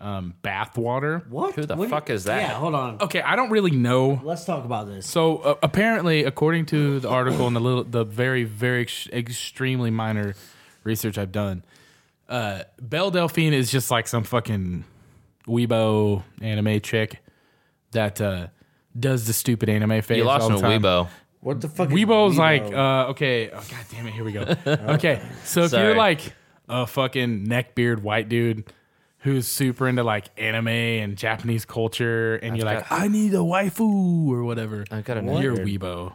[SPEAKER 2] um, bath water.
[SPEAKER 1] What?
[SPEAKER 3] Who the
[SPEAKER 1] What do
[SPEAKER 3] fuck
[SPEAKER 1] you-
[SPEAKER 3] is that?
[SPEAKER 1] Yeah, hold on.
[SPEAKER 2] Okay, I don't really know
[SPEAKER 1] Let's talk about this.
[SPEAKER 2] So uh, apparently, according to the article and the little, the very, very ex- extremely minor research I've done, uh, Belle Delphine is just like some fucking weebo anime chick that uh, does the stupid anime face.
[SPEAKER 3] you lost
[SPEAKER 2] all
[SPEAKER 3] me,
[SPEAKER 2] the time.
[SPEAKER 3] Weibo.
[SPEAKER 1] What the fuck? is
[SPEAKER 2] Weebo's
[SPEAKER 1] Weibo?
[SPEAKER 2] like, uh, okay, oh, god damn it, here we go. okay, so if
[SPEAKER 3] Sorry.
[SPEAKER 2] you're like a fucking neckbeard white dude who's super into like anime and Japanese culture, and you're like, I need a waifu or whatever, I
[SPEAKER 3] got a
[SPEAKER 2] you're
[SPEAKER 3] neckbeard.
[SPEAKER 2] weebo.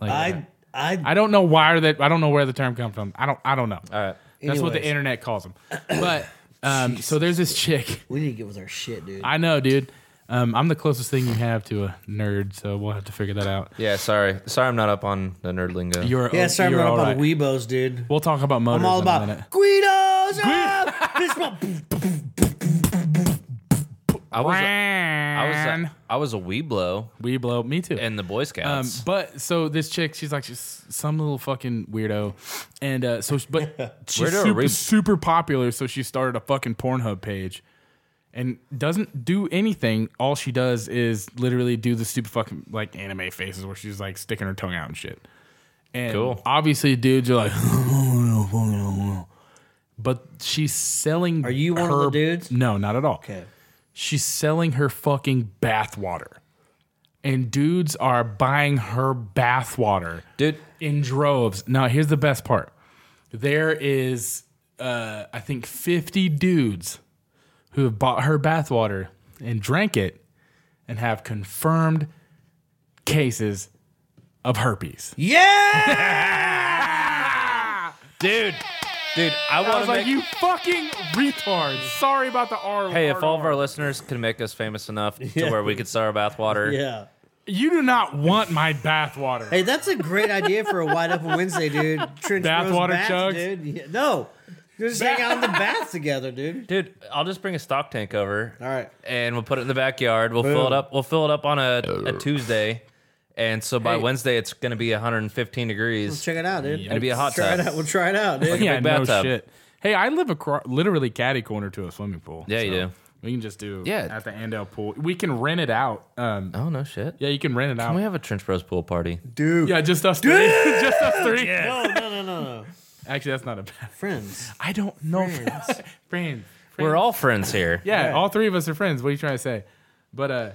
[SPEAKER 2] Like, I,
[SPEAKER 1] I, I
[SPEAKER 2] I don't know why that I don't know where the term comes from. I don't I don't know.
[SPEAKER 3] All right.
[SPEAKER 2] That's what the
[SPEAKER 1] Anyways.
[SPEAKER 2] internet calls them. But um, so there's this chick.
[SPEAKER 1] We need to get with our shit, dude.
[SPEAKER 2] I know, dude. Um, I'm the closest thing you have to a nerd, so we'll have to figure that out.
[SPEAKER 3] Yeah, sorry. Sorry, I'm not up on the nerd lingo.
[SPEAKER 2] You're
[SPEAKER 1] yeah, sorry, I'm
[SPEAKER 2] you're
[SPEAKER 1] not
[SPEAKER 2] all
[SPEAKER 1] about
[SPEAKER 2] right.
[SPEAKER 1] Weebos, dude.
[SPEAKER 2] We'll talk about
[SPEAKER 1] I'm
[SPEAKER 2] motors.
[SPEAKER 1] all
[SPEAKER 2] in a minute.
[SPEAKER 1] about Guidos. up! This mo-
[SPEAKER 3] I was, a, I was,
[SPEAKER 2] I
[SPEAKER 3] a, I was a weeblo
[SPEAKER 2] we blow. Me too.
[SPEAKER 3] in the Boy
[SPEAKER 2] um,
[SPEAKER 3] Scouts.
[SPEAKER 2] but so this chick, she's like just some little fucking weirdo, and uh, so but she's
[SPEAKER 3] Weirdo or
[SPEAKER 2] super,
[SPEAKER 3] weeb-
[SPEAKER 2] super popular. So she started a fucking Pornhub page, and doesn't do anything. All she does is literally do the stupid fucking like anime faces where she's like sticking her tongue out and shit. And
[SPEAKER 3] Cool.
[SPEAKER 2] Obviously, dudes are like, "Oh, but she's selling. Are
[SPEAKER 1] you one of the dudes?
[SPEAKER 2] No, not at all.
[SPEAKER 1] okay.
[SPEAKER 2] She's selling her fucking bathwater. And dudes are buying her bathwater
[SPEAKER 3] Dude,
[SPEAKER 2] in droves. Now, here's the best part there is, uh, I think, 50 dudes who have bought her bathwater and drank it and have confirmed cases of herpes.
[SPEAKER 1] Yeah!
[SPEAKER 3] dude, dude, I
[SPEAKER 2] I
[SPEAKER 3] want
[SPEAKER 2] was
[SPEAKER 3] to
[SPEAKER 2] like,
[SPEAKER 3] make.
[SPEAKER 2] you fucking retard. Sorry about the R.
[SPEAKER 3] hey, if
[SPEAKER 2] hard
[SPEAKER 3] all of
[SPEAKER 2] R.
[SPEAKER 3] our listeners can make us famous enough to where we could sell our bathwater,
[SPEAKER 1] Yeah.
[SPEAKER 2] You do not want my bathwater.
[SPEAKER 1] Hey, that's a great idea for a wide open Wednesday, dude. Trench bros
[SPEAKER 2] Bathwater
[SPEAKER 1] baths,
[SPEAKER 2] chugs?
[SPEAKER 1] dude. Yeah, no, just hang out in the bath together, dude.
[SPEAKER 3] dude, I'll just bring a stock tank over.
[SPEAKER 1] All right.
[SPEAKER 3] and we'll put it in the backyard. We'll fill it
[SPEAKER 1] Boom.
[SPEAKER 3] up. We'll fill it up on a, a Tuesday, and so by
[SPEAKER 2] Hey.
[SPEAKER 3] Wednesday it's going to be 115 degrees.
[SPEAKER 1] Check it out, dude.
[SPEAKER 3] It'll be a hot
[SPEAKER 1] try
[SPEAKER 3] tub.
[SPEAKER 1] it out. We'll try it out, dude.
[SPEAKER 2] yeah,
[SPEAKER 3] big
[SPEAKER 2] no
[SPEAKER 3] bathtub.
[SPEAKER 2] shit. Hey, I live across, literally caddy corner to a swimming pool.
[SPEAKER 3] Yeah, you do.
[SPEAKER 2] We can just do
[SPEAKER 3] Yeah.
[SPEAKER 2] at the Andale pool. We can rent it out. Um,
[SPEAKER 3] Oh no, shit.
[SPEAKER 2] yeah, you can rent it out.
[SPEAKER 3] Can we have a Trench Bros pool party?
[SPEAKER 1] Dude.
[SPEAKER 2] yeah, just us three. just us three.
[SPEAKER 1] No, no, no, no, no.
[SPEAKER 2] Actually, that's not a bad.
[SPEAKER 1] Friends.
[SPEAKER 2] I don't know friends. friends.
[SPEAKER 3] We're all friends here.
[SPEAKER 2] Yeah, all three of us are friends. What are you trying to say? But uh,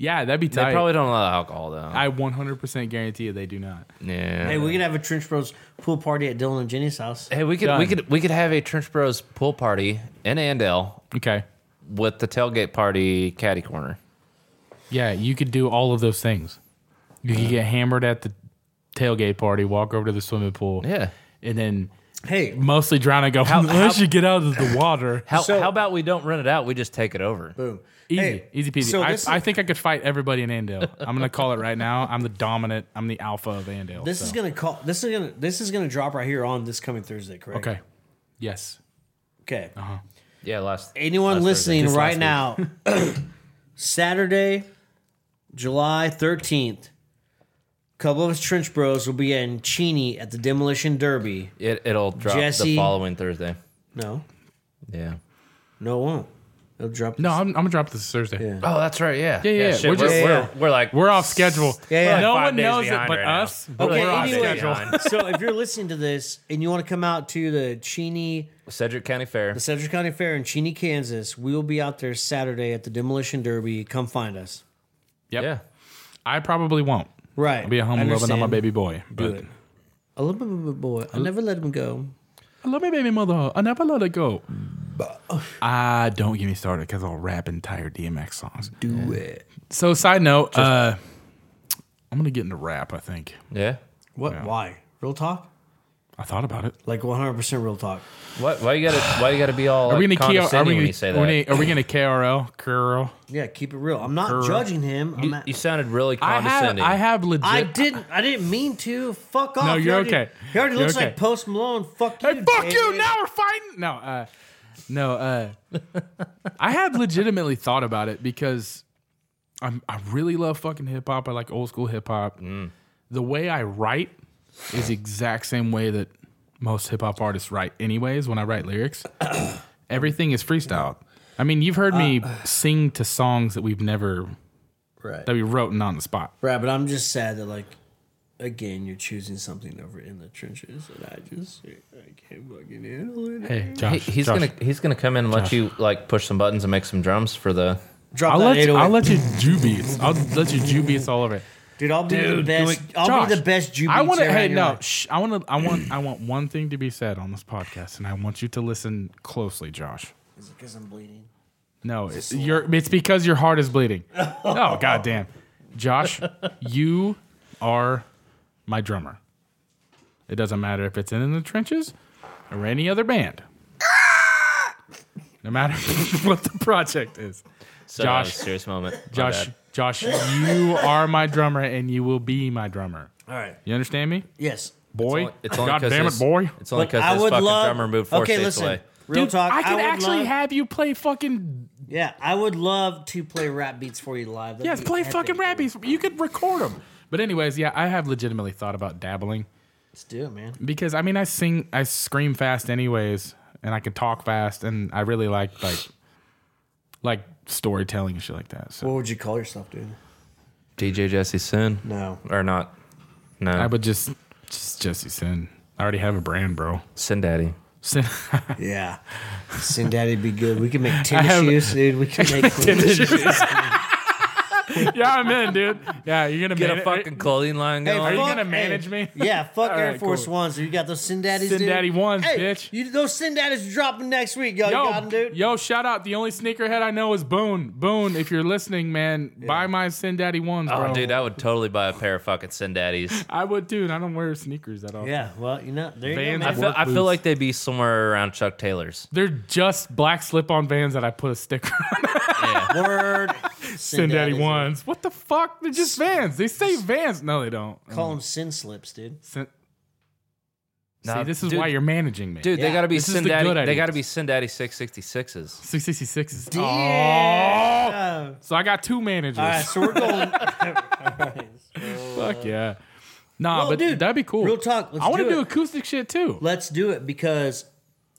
[SPEAKER 2] yeah, that'd be
[SPEAKER 3] They
[SPEAKER 2] tight.
[SPEAKER 3] probably don't allow alcohol though.
[SPEAKER 2] I 100% guarantee you they do not.
[SPEAKER 3] yeah.
[SPEAKER 1] Hey, we could have a Trench Bros pool party at Dylan and Jenny's house.
[SPEAKER 3] Hey, we could
[SPEAKER 2] Done.
[SPEAKER 3] we could we could have a Trench Bros pool party in Andale
[SPEAKER 2] Okay.
[SPEAKER 3] with the tailgate party caddy corner.
[SPEAKER 2] Yeah, you could do all of those things. You could get hammered at the tailgate party, walk over to the swimming pool,
[SPEAKER 3] Yeah.
[SPEAKER 2] and then
[SPEAKER 1] Hey,
[SPEAKER 2] mostly drown and go. Unless you get out of the water,
[SPEAKER 3] How,
[SPEAKER 1] So-
[SPEAKER 3] how about we don't rent it out? We just take it over.
[SPEAKER 1] boom.
[SPEAKER 2] easy,
[SPEAKER 1] Hey,
[SPEAKER 2] easy peasy.
[SPEAKER 1] So
[SPEAKER 2] I,
[SPEAKER 1] this,
[SPEAKER 2] I think I could fight everybody in Andale. I'm gonna call it right now. I'm the dominant. I'm the alpha of Andale.
[SPEAKER 1] this is gonna call. This is gonna. This is gonna drop right here on this coming Thursday, correct?
[SPEAKER 2] okay. Uh-huh. Yes.
[SPEAKER 1] Okay.
[SPEAKER 3] Yeah, last
[SPEAKER 1] Anyone
[SPEAKER 3] last
[SPEAKER 1] listening
[SPEAKER 2] Thursday.
[SPEAKER 1] right
[SPEAKER 2] Just
[SPEAKER 1] now, Saturday, July 13th, couple of us Trench Bros will be in Cheney at the Demolition Derby.
[SPEAKER 3] Thursday. It, it'll drop
[SPEAKER 1] Jesse-
[SPEAKER 3] the following Thursday.
[SPEAKER 1] No,
[SPEAKER 3] Yeah.
[SPEAKER 1] no, it won't. It'll drop.
[SPEAKER 2] No, I'm, I'm gonna drop this Thursday.
[SPEAKER 1] Yeah.
[SPEAKER 3] Oh, that's right. Yeah.
[SPEAKER 2] Yeah, yeah,
[SPEAKER 3] shit,
[SPEAKER 2] we're
[SPEAKER 3] we're,
[SPEAKER 2] just-
[SPEAKER 3] we're,
[SPEAKER 1] yeah.
[SPEAKER 3] we're like
[SPEAKER 2] We're off schedule.
[SPEAKER 1] Yeah, yeah.
[SPEAKER 2] No
[SPEAKER 3] Five
[SPEAKER 2] one
[SPEAKER 3] days
[SPEAKER 2] knows it
[SPEAKER 3] behind
[SPEAKER 2] but
[SPEAKER 3] right now.
[SPEAKER 2] us. but
[SPEAKER 1] Okay,
[SPEAKER 2] we're off
[SPEAKER 1] anyway,
[SPEAKER 2] schedule.
[SPEAKER 1] so if you're listening to this and you want to come out to the Cheney,
[SPEAKER 3] Cedric County Fair.
[SPEAKER 1] the Cedric County Fair in Cheney, Kansas, we will be out there Saturday at the Demolition Derby. Come find us.
[SPEAKER 2] Yep.
[SPEAKER 3] Yeah.
[SPEAKER 2] I probably won't.
[SPEAKER 1] Right.
[SPEAKER 2] I'll be at home loving on my
[SPEAKER 1] Understand.
[SPEAKER 2] baby boy.
[SPEAKER 1] Do
[SPEAKER 2] But
[SPEAKER 1] it. I love my baby boy. I never let him go.
[SPEAKER 2] I love my baby mother. I never let her go. Ah, don't get me started because I'll rap entire DMX songs.
[SPEAKER 1] Do it.
[SPEAKER 2] So, side note, uh, I'm gonna get into rap. I think
[SPEAKER 3] Yeah.
[SPEAKER 1] What? Why? Real talk?
[SPEAKER 2] I thought about it.
[SPEAKER 1] Like 100% real talk.
[SPEAKER 3] What, why you gotta why you gotta be all
[SPEAKER 2] Are we
[SPEAKER 3] like,
[SPEAKER 2] gonna K- Are
[SPEAKER 3] condescending
[SPEAKER 2] we
[SPEAKER 3] when
[SPEAKER 2] gonna,
[SPEAKER 3] you say
[SPEAKER 2] are we
[SPEAKER 3] that?
[SPEAKER 2] gonna- are we gonna KRL? KRL?
[SPEAKER 1] Yeah, keep it real. I'm not
[SPEAKER 2] Girl.
[SPEAKER 1] judging him. I'm
[SPEAKER 3] You,
[SPEAKER 1] not-
[SPEAKER 3] you sounded really
[SPEAKER 2] I have.
[SPEAKER 3] condescending.
[SPEAKER 2] I have legit.
[SPEAKER 1] I didn't. I didn't mean to. Fuck off.
[SPEAKER 2] No,
[SPEAKER 1] He
[SPEAKER 2] you're
[SPEAKER 1] already-
[SPEAKER 2] okay.
[SPEAKER 1] He already
[SPEAKER 2] You're
[SPEAKER 1] looks
[SPEAKER 2] okay.
[SPEAKER 1] like Post Malone. Fuck you.
[SPEAKER 2] Hey, fuck you!
[SPEAKER 1] David.
[SPEAKER 2] Now we're fighting. No, uh, no. Uh, I had legitimately thought about it because I'm I really love fucking hip hop. I like old school hip hop.
[SPEAKER 3] Mm.
[SPEAKER 2] The way I write is the exact same way that most hip hop artists write. Anyways, when I write lyrics, everything is freestyle. I mean, you've heard me
[SPEAKER 3] Uh,
[SPEAKER 2] sing to songs that we've never
[SPEAKER 1] Right.
[SPEAKER 2] that we wrote and on the spot.
[SPEAKER 1] Right, but I'm just sad that like. Again, you're choosing something over in the trenches, and I just I can't fucking handle it.
[SPEAKER 2] Hey,
[SPEAKER 3] He-
[SPEAKER 2] Josh,
[SPEAKER 3] he's
[SPEAKER 2] Josh.
[SPEAKER 3] gonna he's gonna come in and let you like push some buttons and make some drums for the
[SPEAKER 1] Drop
[SPEAKER 2] I'll
[SPEAKER 1] that
[SPEAKER 2] let, you,
[SPEAKER 1] 808.
[SPEAKER 2] I'll let you Jew beats. I'll let you Jew beats all over it.
[SPEAKER 1] dude. I'll be the best. I'll
[SPEAKER 2] Josh,
[SPEAKER 1] be the best. Jew
[SPEAKER 2] I want
[SPEAKER 1] want
[SPEAKER 2] to. Hey, no. Shh, I want to. I want. I want one thing to be said on this podcast, and I want you to listen closely, Josh.
[SPEAKER 1] Is it because I'm bleeding?
[SPEAKER 2] No, it's, your, it's because your heart is bleeding. oh goddamn, Josh, you are my drummer. It doesn't matter if it's in the trenches or any other band. No matter what the project is,
[SPEAKER 3] So that was
[SPEAKER 2] Josh.
[SPEAKER 3] a serious moment. My
[SPEAKER 2] Josh,
[SPEAKER 3] bad.
[SPEAKER 2] Josh, you are my drummer, and you will be my drummer.
[SPEAKER 1] All right.
[SPEAKER 2] You understand me?
[SPEAKER 1] Yes.
[SPEAKER 2] boy.
[SPEAKER 3] only- it's only
[SPEAKER 2] God
[SPEAKER 3] 'cause
[SPEAKER 2] damn
[SPEAKER 3] his-
[SPEAKER 2] it, boy.
[SPEAKER 3] It's only because his fucking drummer moved four states away.
[SPEAKER 1] Real talk.
[SPEAKER 2] I could
[SPEAKER 1] would
[SPEAKER 2] actually
[SPEAKER 1] love-
[SPEAKER 2] have you play fucking
[SPEAKER 1] Yeah, I would love to play rap beats for you live. That'd
[SPEAKER 2] yes,
[SPEAKER 1] be
[SPEAKER 2] play
[SPEAKER 1] epic,
[SPEAKER 2] fucking
[SPEAKER 1] dude.
[SPEAKER 2] rappies. You could record them. But anyways, yeah, I have legitimately thought about dabbling
[SPEAKER 1] Let's do it, man.
[SPEAKER 2] because I mean I sing, I scream fast anyways, and I can talk fast, and I really like like like storytelling and shit like that. So
[SPEAKER 1] What would you call yourself, dude?
[SPEAKER 3] DJ Jesse Sin
[SPEAKER 1] No.
[SPEAKER 3] or not? No,
[SPEAKER 2] I would just just Jesse Sin. I already have a brand, bro.
[SPEAKER 3] Sin Daddy.
[SPEAKER 2] Sin.
[SPEAKER 1] Yeah. Sin Daddy be good. We can make tennis
[SPEAKER 2] have-
[SPEAKER 1] shoes, dude. We can make tennis shoes.
[SPEAKER 2] yeah, I'm in, dude. Yeah, you're gonna
[SPEAKER 3] Get
[SPEAKER 2] man-
[SPEAKER 3] a fucking clothing line going.
[SPEAKER 2] you
[SPEAKER 1] fuck-
[SPEAKER 2] gonna manage me?
[SPEAKER 1] Yeah, fuck
[SPEAKER 2] All
[SPEAKER 1] Air
[SPEAKER 2] right,
[SPEAKER 1] Force
[SPEAKER 2] cool.
[SPEAKER 1] Ones. You got those Sin Daddies,
[SPEAKER 2] Sin
[SPEAKER 1] dude?
[SPEAKER 2] Daddy Ones,
[SPEAKER 1] hey,
[SPEAKER 2] bitch.
[SPEAKER 1] You, those Sin Daddies dropping next week. Yo, you got them, dude.
[SPEAKER 2] yo, shout out. The only sneakerhead I know is Boone. Boone, if you're listening, man, buy my Sin Daddy ones, bro.
[SPEAKER 3] oh, dude, I would totally buy a pair of fucking Sin Daddies.
[SPEAKER 2] I would, dude. I don't wear sneakers at all.
[SPEAKER 1] Yeah, well, you know, there you
[SPEAKER 2] Vans-
[SPEAKER 1] go,
[SPEAKER 3] I
[SPEAKER 1] man.
[SPEAKER 3] feel, I feel
[SPEAKER 2] boots.
[SPEAKER 3] like they'd be somewhere around Chuck Taylor's.
[SPEAKER 2] They're just black slip-on Vans that I put a sticker on.
[SPEAKER 1] Word.
[SPEAKER 2] Sin Daddy
[SPEAKER 1] Daddies.
[SPEAKER 2] ones. What the fuck? They're just Vans. They say Vans. No, they don't.
[SPEAKER 1] Call them Sin Slips, dude.
[SPEAKER 2] Sin-
[SPEAKER 3] Nah,
[SPEAKER 2] See, this is
[SPEAKER 3] dude-
[SPEAKER 2] why you're managing me,
[SPEAKER 3] Dude,
[SPEAKER 1] Yeah.
[SPEAKER 3] they gotta be
[SPEAKER 2] This is
[SPEAKER 3] Sin
[SPEAKER 2] the
[SPEAKER 3] Daddy.
[SPEAKER 2] good
[SPEAKER 3] They
[SPEAKER 2] ideas.
[SPEAKER 3] gotta be Sin Daddy six sixty sixes.
[SPEAKER 2] Six sixty six is. Oh,
[SPEAKER 1] Damn.
[SPEAKER 2] so I got two managers.
[SPEAKER 1] All right, so we're going. All right.
[SPEAKER 2] Fuck yeah. Nah,
[SPEAKER 1] Well,
[SPEAKER 2] but
[SPEAKER 1] dude,
[SPEAKER 2] that'd be cool.
[SPEAKER 1] real talk, let's
[SPEAKER 2] I want to
[SPEAKER 1] do
[SPEAKER 2] do,
[SPEAKER 1] it.
[SPEAKER 2] acoustic shit too.
[SPEAKER 1] Let's do it because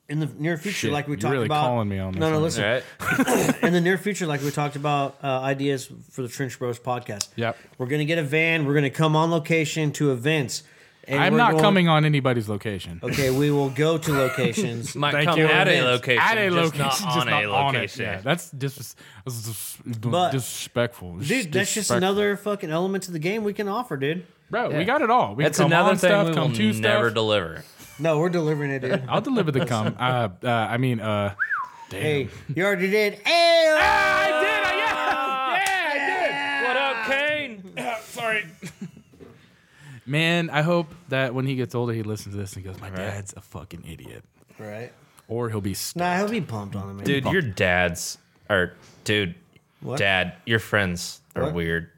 [SPEAKER 1] in the near future,
[SPEAKER 2] Shit,
[SPEAKER 1] like we
[SPEAKER 2] you're
[SPEAKER 1] talked
[SPEAKER 2] really
[SPEAKER 1] about,
[SPEAKER 2] calling me on this
[SPEAKER 1] No, no,
[SPEAKER 2] one.
[SPEAKER 1] listen.
[SPEAKER 3] All right.
[SPEAKER 1] In the near future, like we talked about, uh, ideas for the Trench Bros podcast.
[SPEAKER 2] Yep.
[SPEAKER 1] We're gonna get a van. We're gonna come on location to events. and
[SPEAKER 2] I'm
[SPEAKER 1] we're
[SPEAKER 2] not
[SPEAKER 1] going-
[SPEAKER 2] coming on anybody's location.
[SPEAKER 1] Okay, we will go to locations.
[SPEAKER 3] Might
[SPEAKER 2] Thank
[SPEAKER 3] come
[SPEAKER 2] you.
[SPEAKER 3] at a
[SPEAKER 1] At a
[SPEAKER 3] location,
[SPEAKER 2] At a
[SPEAKER 3] just
[SPEAKER 2] location,
[SPEAKER 3] not on a location.
[SPEAKER 2] Yeah, that's dis- dis-
[SPEAKER 1] But-
[SPEAKER 2] disrespectful.
[SPEAKER 1] Dude, that's just
[SPEAKER 2] Disrespectful.
[SPEAKER 1] another fucking element to the game we can offer, dude.
[SPEAKER 2] Bro,
[SPEAKER 3] Yeah.
[SPEAKER 2] we got it all. We
[SPEAKER 3] That's
[SPEAKER 2] can come
[SPEAKER 3] another
[SPEAKER 2] on
[SPEAKER 3] thing
[SPEAKER 2] stuff,
[SPEAKER 3] we
[SPEAKER 2] come
[SPEAKER 3] will
[SPEAKER 2] to
[SPEAKER 3] never
[SPEAKER 2] stuff.
[SPEAKER 3] deliver.
[SPEAKER 1] No, we're delivering it, dude.
[SPEAKER 2] I'll deliver the cum. Uh, uh, I mean, uh,
[SPEAKER 1] hey, you already did. Hey,
[SPEAKER 2] I did. I, yeah, yeah,
[SPEAKER 3] What up, Kane?
[SPEAKER 2] I did. Sorry. Man, I hope that when he gets older, he listens to this and goes, "My dad's a fucking idiot,"
[SPEAKER 1] right?
[SPEAKER 2] or he'll be. St-
[SPEAKER 1] Nah, he'll be pumped on it, man.
[SPEAKER 3] Dude, your dad's or dude, dad, your friends are
[SPEAKER 1] What?
[SPEAKER 3] weird.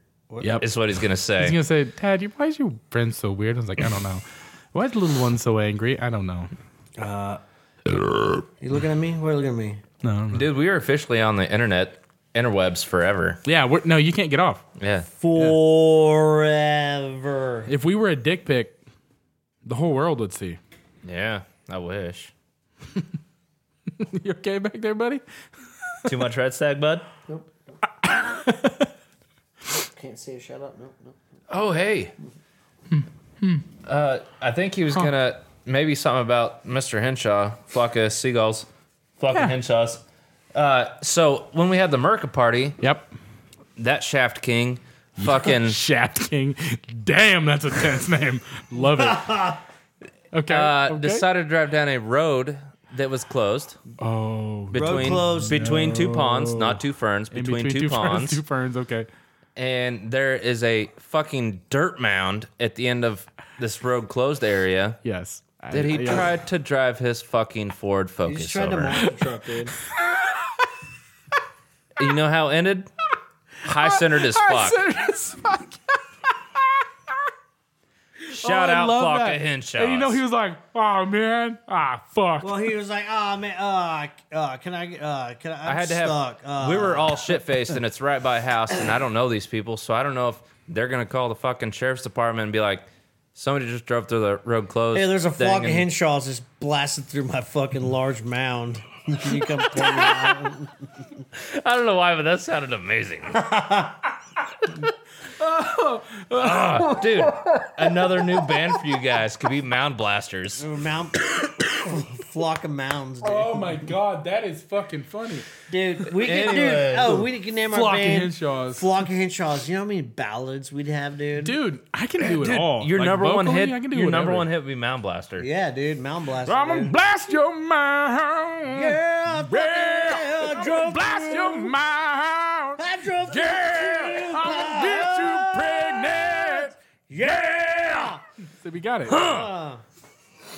[SPEAKER 2] yep.
[SPEAKER 3] Is what he's gonna say.
[SPEAKER 2] He's gonna say, "Dad, you- why is your friend so weird?" I was like, "I don't know." Why is the little one so angry? I don't know.
[SPEAKER 1] You looking at me? Why are you looking at me?
[SPEAKER 2] No, I don't know.
[SPEAKER 3] Dude, we are officially on the internet, interwebs forever.
[SPEAKER 2] yeah, we're, no, you can't get off.
[SPEAKER 3] Yeah.
[SPEAKER 1] Forever.
[SPEAKER 2] If we were a dick pic, the whole world would see.
[SPEAKER 3] Yeah. I wish.
[SPEAKER 2] You okay back there, buddy?
[SPEAKER 3] Too much red stag, bud?
[SPEAKER 1] Can't say a shut up. Nope, nope.
[SPEAKER 3] Oh, hey. Uh, I think he was going to maybe something about Mr. Henshaw, flock of seagulls, flock
[SPEAKER 2] Yeah.
[SPEAKER 3] of Henshaws. Uh, so when we had the Merca party,
[SPEAKER 2] Yep.
[SPEAKER 3] that Shaft King fucking
[SPEAKER 2] Shaft King. Damn, that's a tense name. Love it. Okay.
[SPEAKER 3] uh,
[SPEAKER 2] okay.
[SPEAKER 3] decided to drive down a road that was closed
[SPEAKER 2] oh,
[SPEAKER 3] between
[SPEAKER 1] closed.
[SPEAKER 3] between two ponds, not two ferns,
[SPEAKER 2] in
[SPEAKER 3] between, two,
[SPEAKER 2] ferns,
[SPEAKER 3] ponds.
[SPEAKER 2] two ferns. Okay.
[SPEAKER 3] and there is a fucking dirt mound at the end of this road closed area
[SPEAKER 2] Yes.
[SPEAKER 3] that he
[SPEAKER 2] I- yes.
[SPEAKER 3] tried to drive his fucking Ford
[SPEAKER 1] You just
[SPEAKER 3] Focus
[SPEAKER 1] tried to
[SPEAKER 3] over.
[SPEAKER 1] mock the truck, dude.
[SPEAKER 3] you know how it ended? High centered as
[SPEAKER 2] I
[SPEAKER 3] fuck.
[SPEAKER 2] said it's fuck.
[SPEAKER 3] Shout
[SPEAKER 2] Oh, I
[SPEAKER 3] out
[SPEAKER 2] love
[SPEAKER 3] Flock
[SPEAKER 2] that.
[SPEAKER 3] of Henshaw.
[SPEAKER 2] And you know he was like, "Oh man, ah fuck."
[SPEAKER 1] Well, he was like, "Ah, man, uh, uh, can I, uh, can I?" I'm
[SPEAKER 3] I had to have.
[SPEAKER 1] stuck. uh,
[SPEAKER 3] we were all shit faced, and it's right by a house, and I don't know these people, so I don't know if they're gonna call the fucking sheriff's department and be like, "Somebody just drove through the road closed."
[SPEAKER 1] Hey, there's a
[SPEAKER 3] thing
[SPEAKER 1] flock of
[SPEAKER 3] and-
[SPEAKER 1] Henshaws just blasted through my fucking large mound. Can you come point it out?
[SPEAKER 3] I don't know why, but that sounded amazing. Ah, dude, another new band for you guys could be Mound Blasters.
[SPEAKER 1] Mount, flock of mounds, dude.
[SPEAKER 2] Oh my god, that is fucking funny.
[SPEAKER 1] Dude, we can
[SPEAKER 3] Anyway.
[SPEAKER 1] dude. Oh, we can name
[SPEAKER 2] Flock
[SPEAKER 1] our
[SPEAKER 2] of
[SPEAKER 1] band
[SPEAKER 2] Henshaws.
[SPEAKER 1] Flock of Henshaws. You know how many ballads we'd have, dude?
[SPEAKER 2] Dude, I can do it all.
[SPEAKER 3] Your
[SPEAKER 2] Oh, Like,
[SPEAKER 3] number one
[SPEAKER 2] vocally,
[SPEAKER 3] hit.
[SPEAKER 2] I can do
[SPEAKER 3] your number
[SPEAKER 2] whatever.
[SPEAKER 3] one hit would be Mound Blaster.
[SPEAKER 1] Yeah, dude. Mound Blaster.
[SPEAKER 2] I'm gonna
[SPEAKER 1] dude.
[SPEAKER 2] blast your mind.
[SPEAKER 1] Yeah, I fucking-
[SPEAKER 2] Yeah,
[SPEAKER 1] I drove
[SPEAKER 2] blast your mind.
[SPEAKER 1] I drove through
[SPEAKER 2] Yeah, I'm gonna get you pregnant. Yeah. So we got it.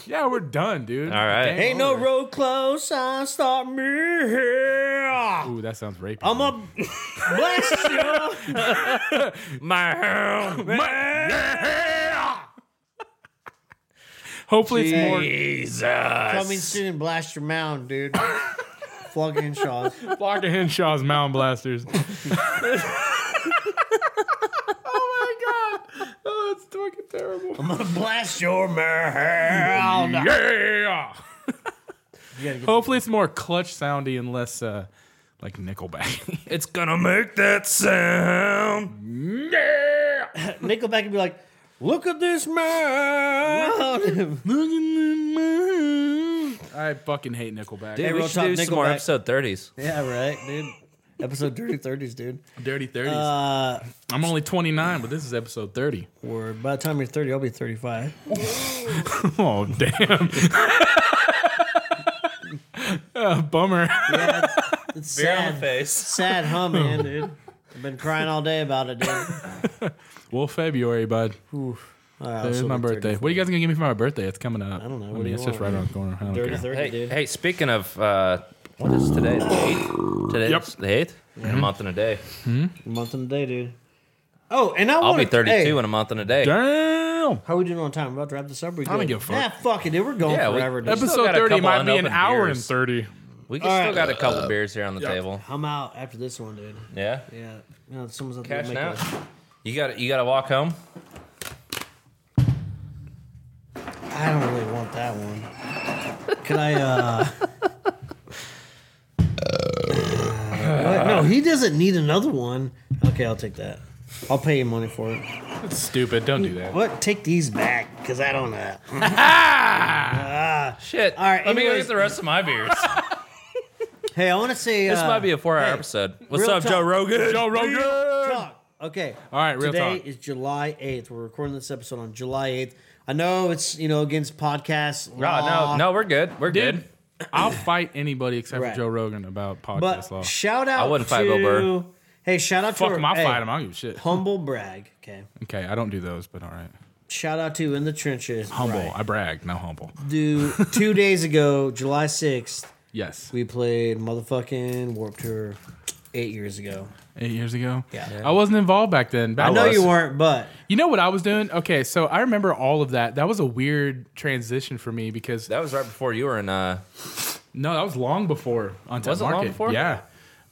[SPEAKER 2] Yeah, we're done, dude.
[SPEAKER 3] All right.
[SPEAKER 2] Game
[SPEAKER 1] Ain't no
[SPEAKER 2] over.
[SPEAKER 1] road close, sign stop me here.
[SPEAKER 2] Ooh, that sounds rapey.
[SPEAKER 1] I'm a blast you.
[SPEAKER 3] My home.
[SPEAKER 2] Yeah. Hopefully it's
[SPEAKER 3] Jesus.
[SPEAKER 1] Coming soon, and blast your mound, dude. Flock of Henshaws.
[SPEAKER 2] more Flock of Henshaw's Mound Blasters. oh my god. Oh, that's fucking terrible.
[SPEAKER 1] I'm gonna blast your mound.
[SPEAKER 2] Yeah.
[SPEAKER 1] You gotta get
[SPEAKER 2] Hopefully it's more clutch soundy and less uh like Nickelback.
[SPEAKER 3] It's gonna make that sound.
[SPEAKER 2] yeah.
[SPEAKER 1] Nickelback and be like, look at this mound.
[SPEAKER 2] I fucking hate Nickelback.
[SPEAKER 1] Dude. Hey,
[SPEAKER 3] we
[SPEAKER 1] Real
[SPEAKER 3] should
[SPEAKER 1] Talk
[SPEAKER 3] do some more
[SPEAKER 1] Nickelback.
[SPEAKER 3] episode thirties.
[SPEAKER 1] yeah, right, dude. Episode Dirty Thirties, dude.
[SPEAKER 2] Dirty 30s.
[SPEAKER 1] Uh,
[SPEAKER 2] I'm only 29, but this is episode 30.
[SPEAKER 1] or by the time you're thirty, I'll be thirty-five.
[SPEAKER 2] Oh, damn. Uh, bummer.
[SPEAKER 1] Yeah, it's- it's sad,
[SPEAKER 3] face.
[SPEAKER 1] sad huh, man, dude. I've been crying all day about it, dude.
[SPEAKER 2] Well, February, bud.
[SPEAKER 1] All right, I'll
[SPEAKER 2] It's
[SPEAKER 1] still
[SPEAKER 2] my
[SPEAKER 1] be
[SPEAKER 2] birthday.
[SPEAKER 1] 30.
[SPEAKER 2] What are you guys gonna give me for my birthday? It's coming up. I
[SPEAKER 1] don't know. What do
[SPEAKER 2] I mean,
[SPEAKER 1] you
[SPEAKER 2] it's just
[SPEAKER 1] want,
[SPEAKER 2] right around the corner. I don't
[SPEAKER 1] Dirty
[SPEAKER 2] care.
[SPEAKER 1] thirty,
[SPEAKER 3] Hey,
[SPEAKER 1] dude.
[SPEAKER 3] hey, speaking of uh, what is today? The eighth? Today
[SPEAKER 2] Yep. Mm-hmm.
[SPEAKER 3] the eighth? In a month and a day.
[SPEAKER 1] A month and a day, dude. Oh, and I
[SPEAKER 3] I'll
[SPEAKER 1] wanna,
[SPEAKER 3] be 32
[SPEAKER 1] hey,
[SPEAKER 3] in a month and a day.
[SPEAKER 2] Damn.
[SPEAKER 1] How are we doing on time? We're about to wrap this up. We
[SPEAKER 2] don't
[SPEAKER 1] good?
[SPEAKER 2] give a fuck.
[SPEAKER 1] Yeah, fuck it, dude. We're going
[SPEAKER 3] Yeah, we-
[SPEAKER 1] forever, dude.
[SPEAKER 3] Episode
[SPEAKER 2] Episode
[SPEAKER 3] got a
[SPEAKER 2] 30
[SPEAKER 3] couple
[SPEAKER 2] might be an
[SPEAKER 3] unopened
[SPEAKER 2] hour
[SPEAKER 3] beers.
[SPEAKER 2] and 30.
[SPEAKER 3] We can
[SPEAKER 1] All
[SPEAKER 3] still
[SPEAKER 1] right.
[SPEAKER 3] got a couple
[SPEAKER 2] Uh,
[SPEAKER 3] beers here on the table.
[SPEAKER 1] I'm out after this one, dude.
[SPEAKER 3] Yeah.
[SPEAKER 1] Yeah, no, someone's out there
[SPEAKER 3] Cashing
[SPEAKER 1] making
[SPEAKER 3] out.
[SPEAKER 1] a-
[SPEAKER 3] You got you got to walk home.
[SPEAKER 1] I don't really want that one. Can I? uh What? No, he doesn't need another one. Okay, I'll take that. I'll pay you money for it.
[SPEAKER 2] That's stupid. Don't do that.
[SPEAKER 1] What? Take these back. because I don't know that.
[SPEAKER 2] Ah!
[SPEAKER 3] Shit.
[SPEAKER 1] All right,
[SPEAKER 3] Let me go
[SPEAKER 1] anyways.
[SPEAKER 3] get the rest of my beers.
[SPEAKER 1] Hey, I want to say
[SPEAKER 3] this
[SPEAKER 1] uh,
[SPEAKER 3] might be a four-hour
[SPEAKER 1] hey,
[SPEAKER 3] episode. What's
[SPEAKER 1] real
[SPEAKER 3] up,
[SPEAKER 1] talk.
[SPEAKER 3] Joe Rogan? Joe Rogan.
[SPEAKER 1] talk. Okay.
[SPEAKER 2] All right, real
[SPEAKER 1] Today
[SPEAKER 2] talk.
[SPEAKER 1] is July 8th. We're recording this episode on July 8th. I know it's, you know, against podcast law,
[SPEAKER 3] Ah, no, no, we're good. We're
[SPEAKER 2] Dude,
[SPEAKER 3] good.
[SPEAKER 2] I'll fight anybody except
[SPEAKER 1] Right.
[SPEAKER 2] for Joe Rogan about podcast
[SPEAKER 1] But
[SPEAKER 2] law.
[SPEAKER 1] shout out
[SPEAKER 3] I wouldn't
[SPEAKER 1] to,
[SPEAKER 3] fight Bill Burr.
[SPEAKER 1] Hey, shout out
[SPEAKER 2] Fuck
[SPEAKER 1] to
[SPEAKER 2] him, I'll
[SPEAKER 1] hey,
[SPEAKER 2] fight him. I don't give a shit.
[SPEAKER 1] Humble brag. Okay.
[SPEAKER 2] Okay, I don't do those, but all right.
[SPEAKER 1] Shout out to In the Trenches.
[SPEAKER 2] Humble.
[SPEAKER 1] Right.
[SPEAKER 2] I brag, no humble.
[SPEAKER 1] Do two days ago, July 6th,
[SPEAKER 2] Yes.
[SPEAKER 1] we played motherfucking Warp Tour eight years ago.
[SPEAKER 2] Eight years ago.
[SPEAKER 1] Yeah.
[SPEAKER 2] I wasn't involved back then. Back
[SPEAKER 1] I know
[SPEAKER 3] was.
[SPEAKER 1] you weren't, but
[SPEAKER 2] You know what I was doing? Okay, so I remember all of that. That was a weird transition for me because
[SPEAKER 3] That was right before you were in. Uh,
[SPEAKER 2] no, that was long before on
[SPEAKER 3] Was it long
[SPEAKER 2] market.
[SPEAKER 3] before?
[SPEAKER 2] Yeah.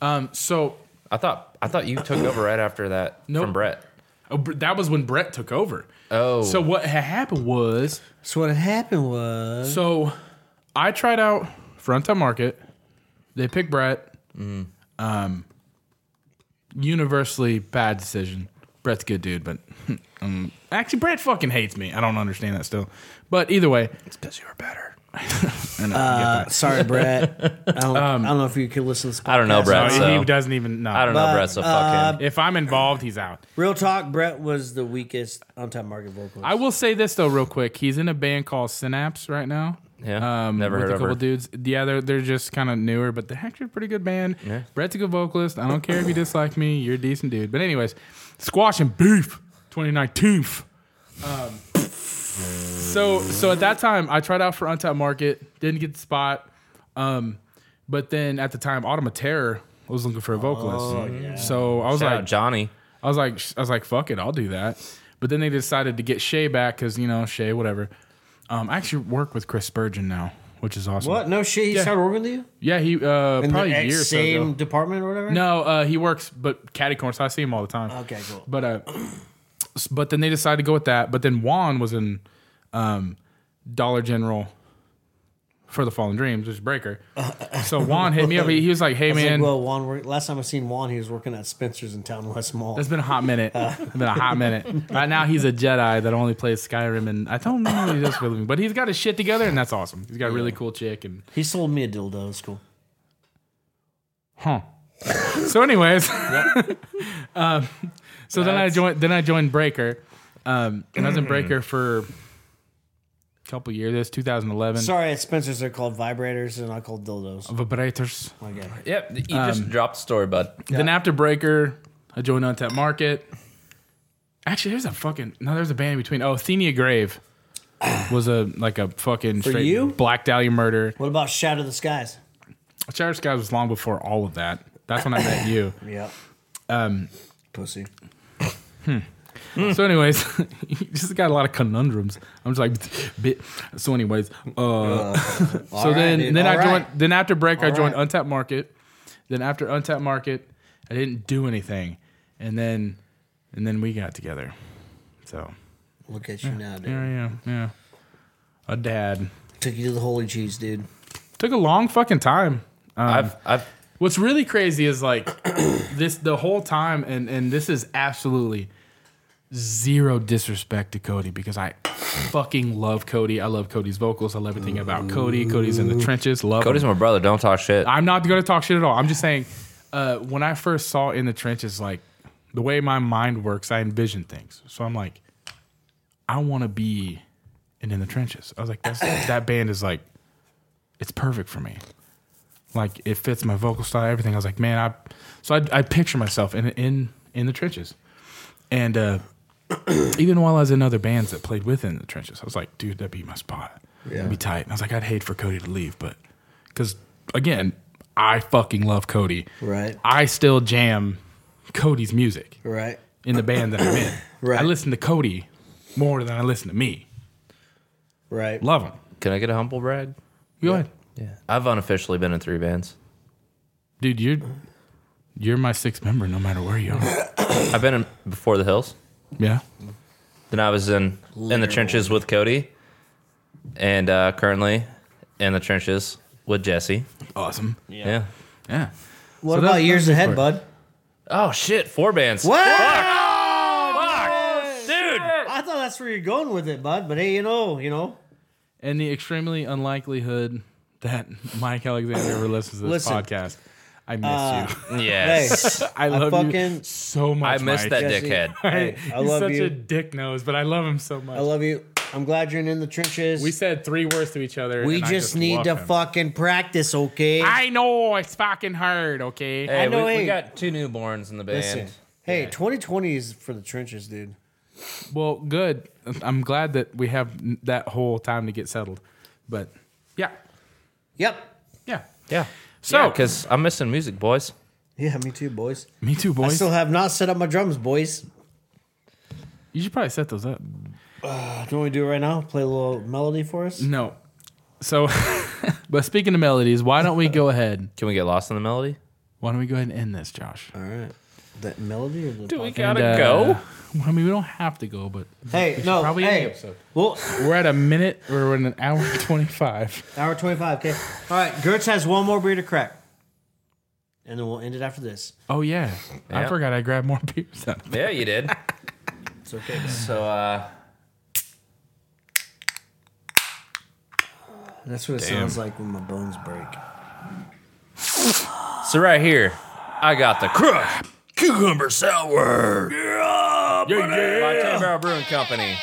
[SPEAKER 2] Um, so
[SPEAKER 3] I thought I thought you took over right after that
[SPEAKER 2] Nope.
[SPEAKER 3] from Brett.
[SPEAKER 2] oh, Br- that was when Brett took over.
[SPEAKER 3] Oh.
[SPEAKER 2] So what had happened was,
[SPEAKER 1] so what had happened was
[SPEAKER 2] so I tried out Front on Market. They picked Brett.
[SPEAKER 3] Mm.
[SPEAKER 2] Um, universally bad decision. Brett's a good dude, but um, actually Brett fucking hates me. I don't understand that still. But either way, it's because you were better. I know. I get
[SPEAKER 3] Uh,
[SPEAKER 2] that.
[SPEAKER 1] sorry, Brett. I don't, I don't know if you could listen to this.
[SPEAKER 3] Um, I don't know,
[SPEAKER 1] podcast.
[SPEAKER 3] Brett.
[SPEAKER 2] No,
[SPEAKER 3] so-
[SPEAKER 2] he doesn't even know.
[SPEAKER 3] I don't know, Brett. So
[SPEAKER 1] uh,
[SPEAKER 3] fuck him.
[SPEAKER 2] If I'm involved, he's out.
[SPEAKER 1] Real talk, Brett was the weakest on time market vocalist.
[SPEAKER 2] I will say this though, real quick. He's in a band called Synapse right now. Um,
[SPEAKER 3] Yeah, never
[SPEAKER 2] with
[SPEAKER 3] heard
[SPEAKER 2] a
[SPEAKER 3] of
[SPEAKER 2] couple
[SPEAKER 3] her.
[SPEAKER 2] dudes. Yeah, they're they're just kind of newer, but they're actually a pretty good band. Brett's a good vocalist. I don't care if you dislike me. You're a decent dude. But anyways, squash and beef, 2019. Um, so so at that time, I tried out for Untapped Market. Didn't get the spot. Um, but then at the time, Autumn Terror was looking for a vocalist. So I was
[SPEAKER 3] Shout
[SPEAKER 2] like,
[SPEAKER 3] out Johnny.
[SPEAKER 2] I was like, I was like, fuck it, I'll do that. But then they decided to get Shay back because you know Shay, whatever. Um, I actually work with Chris Spurgeon now, which is awesome.
[SPEAKER 1] what? No shit. He
[SPEAKER 2] Yeah.
[SPEAKER 1] started working with you
[SPEAKER 2] Yeah, he uh,
[SPEAKER 1] in
[SPEAKER 2] probably
[SPEAKER 1] the
[SPEAKER 2] a year
[SPEAKER 1] ex-
[SPEAKER 2] or so
[SPEAKER 1] same
[SPEAKER 2] ago.
[SPEAKER 1] department or whatever.
[SPEAKER 2] No, uh, he works, but Caddy Corn, so I see him all the time.
[SPEAKER 1] Okay, cool.
[SPEAKER 2] But uh, s- but then they decided to go with that. But then Juan was in um, Dollar General for the Fallen Dreams, which is Breaker. So Juan hit me up. He he was like, "Hey
[SPEAKER 1] I was like,
[SPEAKER 2] man,
[SPEAKER 1] well, Juan. worked- Last time I seen Juan, he was working at Spencer's in Town West Mall.
[SPEAKER 2] It's been a hot minute. It's been a hot minute. Right now, he's a Jedi that only plays Skyrim, and I don't know what he does for a living, but he's got his shit together, and that's awesome. He's got a really cool chick, and
[SPEAKER 1] He sold me a dildo. It's cool.
[SPEAKER 2] huh. So, anyways, um, so then I joined. Then I joined Breaker, um, and I was in Breaker for a couple years. That's 2011.
[SPEAKER 1] Sorry, at Spencer's they're called vibrators and I called dildos.
[SPEAKER 2] Vibrators.
[SPEAKER 1] Okay.
[SPEAKER 3] Yep, you
[SPEAKER 1] Um,
[SPEAKER 3] just dropped the story, bud.
[SPEAKER 2] Then after Breaker, I joined Untapped Market. Actually, there's a fucking no. There's a band in between. Oh, Athenia Grave was a like a fucking straight
[SPEAKER 1] you?
[SPEAKER 2] Black Dahlia murder.
[SPEAKER 1] What about Shadow of the Skies?
[SPEAKER 2] Shadow Skies was long before all of that. That's when I met you.
[SPEAKER 1] Yeah. Um, pussy.
[SPEAKER 2] so, anyways, you just got a lot of conundrums. I'm just like, bit. So, anyways, uh, so then then I joined then after break I joined
[SPEAKER 1] right.
[SPEAKER 2] Untapped Market. Then after Untapped Market, I didn't do anything, and then and then we got together. So
[SPEAKER 1] Look at you now, dude.
[SPEAKER 2] Yeah, yeah, yeah. A dad
[SPEAKER 1] Took you to the holy cheese, dude.
[SPEAKER 2] took a long fucking time. Um,
[SPEAKER 3] I've, I've,
[SPEAKER 2] what's really crazy is like this the whole time, and and this is absolutely zero disrespect to Cody because I fucking love Cody. I love Cody's vocals. I love everything about Cody. Cody's in the trenches. Love
[SPEAKER 3] Cody's
[SPEAKER 2] him.
[SPEAKER 3] my brother. Don't talk shit.
[SPEAKER 2] I'm not going to talk shit at all. I'm just saying, uh, when I first saw in the trenches, like the way my mind works, I envision things. So I'm like, I want to be in in the trenches. I was like, That's, that band is like, it's perfect for me. Like it fits my vocal style, everything. I was like, man, I. So I, I picture myself in in in the trenches, and uh, even while I was in other bands that played within the trenches, I was like, dude, that'd be my spot. It'd be tight. And I was like, I'd hate for Cody to leave, but because again, I fucking love Cody.
[SPEAKER 1] Right.
[SPEAKER 2] I still jam Cody's music
[SPEAKER 1] Right.
[SPEAKER 2] in the band that I'm in.
[SPEAKER 1] Right.
[SPEAKER 2] I listen to Cody more than I listen to me.
[SPEAKER 1] Right.
[SPEAKER 2] Love him.
[SPEAKER 3] Can I get a humble brag?
[SPEAKER 2] Go ahead,
[SPEAKER 3] Yeah. I've unofficially been in three bands.
[SPEAKER 2] dude. You're you're my sixth member, no matter where you are.
[SPEAKER 3] I've been in Before the Hills.
[SPEAKER 2] Yeah.
[SPEAKER 3] Then I was in in the trenches with Cody, and uh, currently in the trenches with Jesse.
[SPEAKER 2] Awesome.
[SPEAKER 3] Yeah.
[SPEAKER 2] Yeah.
[SPEAKER 1] What
[SPEAKER 2] So
[SPEAKER 1] about
[SPEAKER 2] that's-
[SPEAKER 1] years
[SPEAKER 2] that's
[SPEAKER 1] ahead,
[SPEAKER 2] for-
[SPEAKER 1] bud?
[SPEAKER 3] Oh shit! Four bands.
[SPEAKER 1] What?
[SPEAKER 3] Fuck, dude.
[SPEAKER 1] I thought that's that's where you're going with it, bud. But hey, you know, you know,
[SPEAKER 2] and the extremely unlikelihood that Mike Alexander ever listens to this
[SPEAKER 1] Listen.
[SPEAKER 2] podcast. I miss you.
[SPEAKER 1] hey,
[SPEAKER 3] Yes.
[SPEAKER 2] I love you
[SPEAKER 1] fucking-
[SPEAKER 2] so much.
[SPEAKER 3] I missed
[SPEAKER 2] Mike.
[SPEAKER 3] that
[SPEAKER 1] Jesse,
[SPEAKER 3] dickhead.
[SPEAKER 1] Hey, I
[SPEAKER 2] He's
[SPEAKER 1] love
[SPEAKER 2] such
[SPEAKER 1] you.
[SPEAKER 2] a dick nose, but I love him so much.
[SPEAKER 1] I love you. I'm glad you're in the trenches.
[SPEAKER 2] we
[SPEAKER 1] We,
[SPEAKER 2] said three words to each other. and I
[SPEAKER 1] just, need
[SPEAKER 2] love
[SPEAKER 1] to
[SPEAKER 2] him.
[SPEAKER 1] fucking practice, okay?
[SPEAKER 2] I know it's fucking hard. Okay.
[SPEAKER 3] Hey,
[SPEAKER 1] I know,
[SPEAKER 3] we, we
[SPEAKER 1] hey.
[SPEAKER 3] got two newborns in the band.
[SPEAKER 1] Listen, hey, 2020 is for the trenches, dude.
[SPEAKER 2] Well, good. I'm glad that we have n- that whole time to get settled. But yeah,
[SPEAKER 1] Yep.
[SPEAKER 2] yeah.
[SPEAKER 3] Yeah.
[SPEAKER 2] So-
[SPEAKER 3] So, because I'm missing music, boys.
[SPEAKER 1] Yeah, me too, boys.
[SPEAKER 2] Me too,
[SPEAKER 1] I
[SPEAKER 2] boys.
[SPEAKER 1] still have not set up my drums, boys.
[SPEAKER 2] you should probably set those up.
[SPEAKER 1] Can we do it right now? Play a little melody for us?
[SPEAKER 2] No. So, but speaking of melodies, why don't we go ahead?
[SPEAKER 3] Can we get lost in the melody?
[SPEAKER 2] Why don't we go ahead and end this, Josh?
[SPEAKER 1] All right. That melody or the
[SPEAKER 3] we
[SPEAKER 2] And,
[SPEAKER 3] gotta
[SPEAKER 2] uh,
[SPEAKER 3] go?
[SPEAKER 2] well, I mean, we don't have to go, but
[SPEAKER 1] Hey, no.
[SPEAKER 2] probably end the
[SPEAKER 1] hey.
[SPEAKER 2] episode.
[SPEAKER 1] Well,
[SPEAKER 2] we're at a minute. We're in an hour and twenty-five.
[SPEAKER 1] hour 25, okay. All right, Gertz has one more beer to crack. And then we'll end it after this.
[SPEAKER 2] Oh yeah, I
[SPEAKER 3] Yeah.
[SPEAKER 2] forgot I grabbed more beers.
[SPEAKER 3] Yeah, you did.
[SPEAKER 1] It's okay.
[SPEAKER 3] so, uh,
[SPEAKER 1] That's what it sounds like when my bones break.
[SPEAKER 3] so right here, I got the crush cucumber sour. Yeah, by Ten Barrel Brewing Company.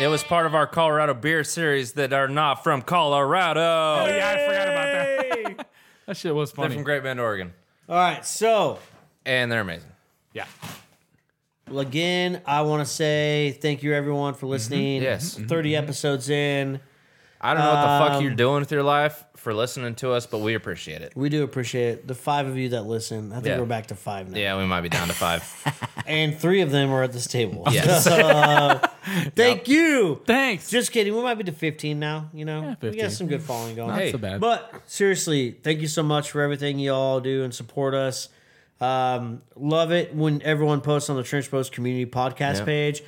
[SPEAKER 3] It was part of our Colorado beer series that are not from
[SPEAKER 1] Oh,
[SPEAKER 3] Colorado.
[SPEAKER 2] I forgot about that. that shit was
[SPEAKER 3] They're
[SPEAKER 2] funny.
[SPEAKER 3] from Great Bend, Oregon,
[SPEAKER 1] All right, so
[SPEAKER 3] and they're amazing.
[SPEAKER 2] yeah.
[SPEAKER 1] well, again, I want to say thank you everyone for listening.
[SPEAKER 3] Yes.
[SPEAKER 1] 30 episodes in.
[SPEAKER 3] I don't know what the
[SPEAKER 1] Um,
[SPEAKER 3] fuck you're doing with your life for listening to us, but we appreciate it.
[SPEAKER 1] We do appreciate it. the five of you that listen. I think
[SPEAKER 3] Yeah.
[SPEAKER 1] we're back to five now.
[SPEAKER 3] Yeah, we might be down to five.
[SPEAKER 1] And three of them are at this table.
[SPEAKER 3] Yes.
[SPEAKER 1] So, thank you.
[SPEAKER 2] Thanks.
[SPEAKER 1] Just kidding. We might be to 15 now, you know? We
[SPEAKER 2] 15.
[SPEAKER 1] got some good following going.
[SPEAKER 2] Not
[SPEAKER 3] Hey,
[SPEAKER 2] so bad.
[SPEAKER 1] But seriously, thank you so much for everything you all do and support us. Um, love it when everyone posts on the Trench Post Community Podcast
[SPEAKER 3] Yeah.
[SPEAKER 1] page.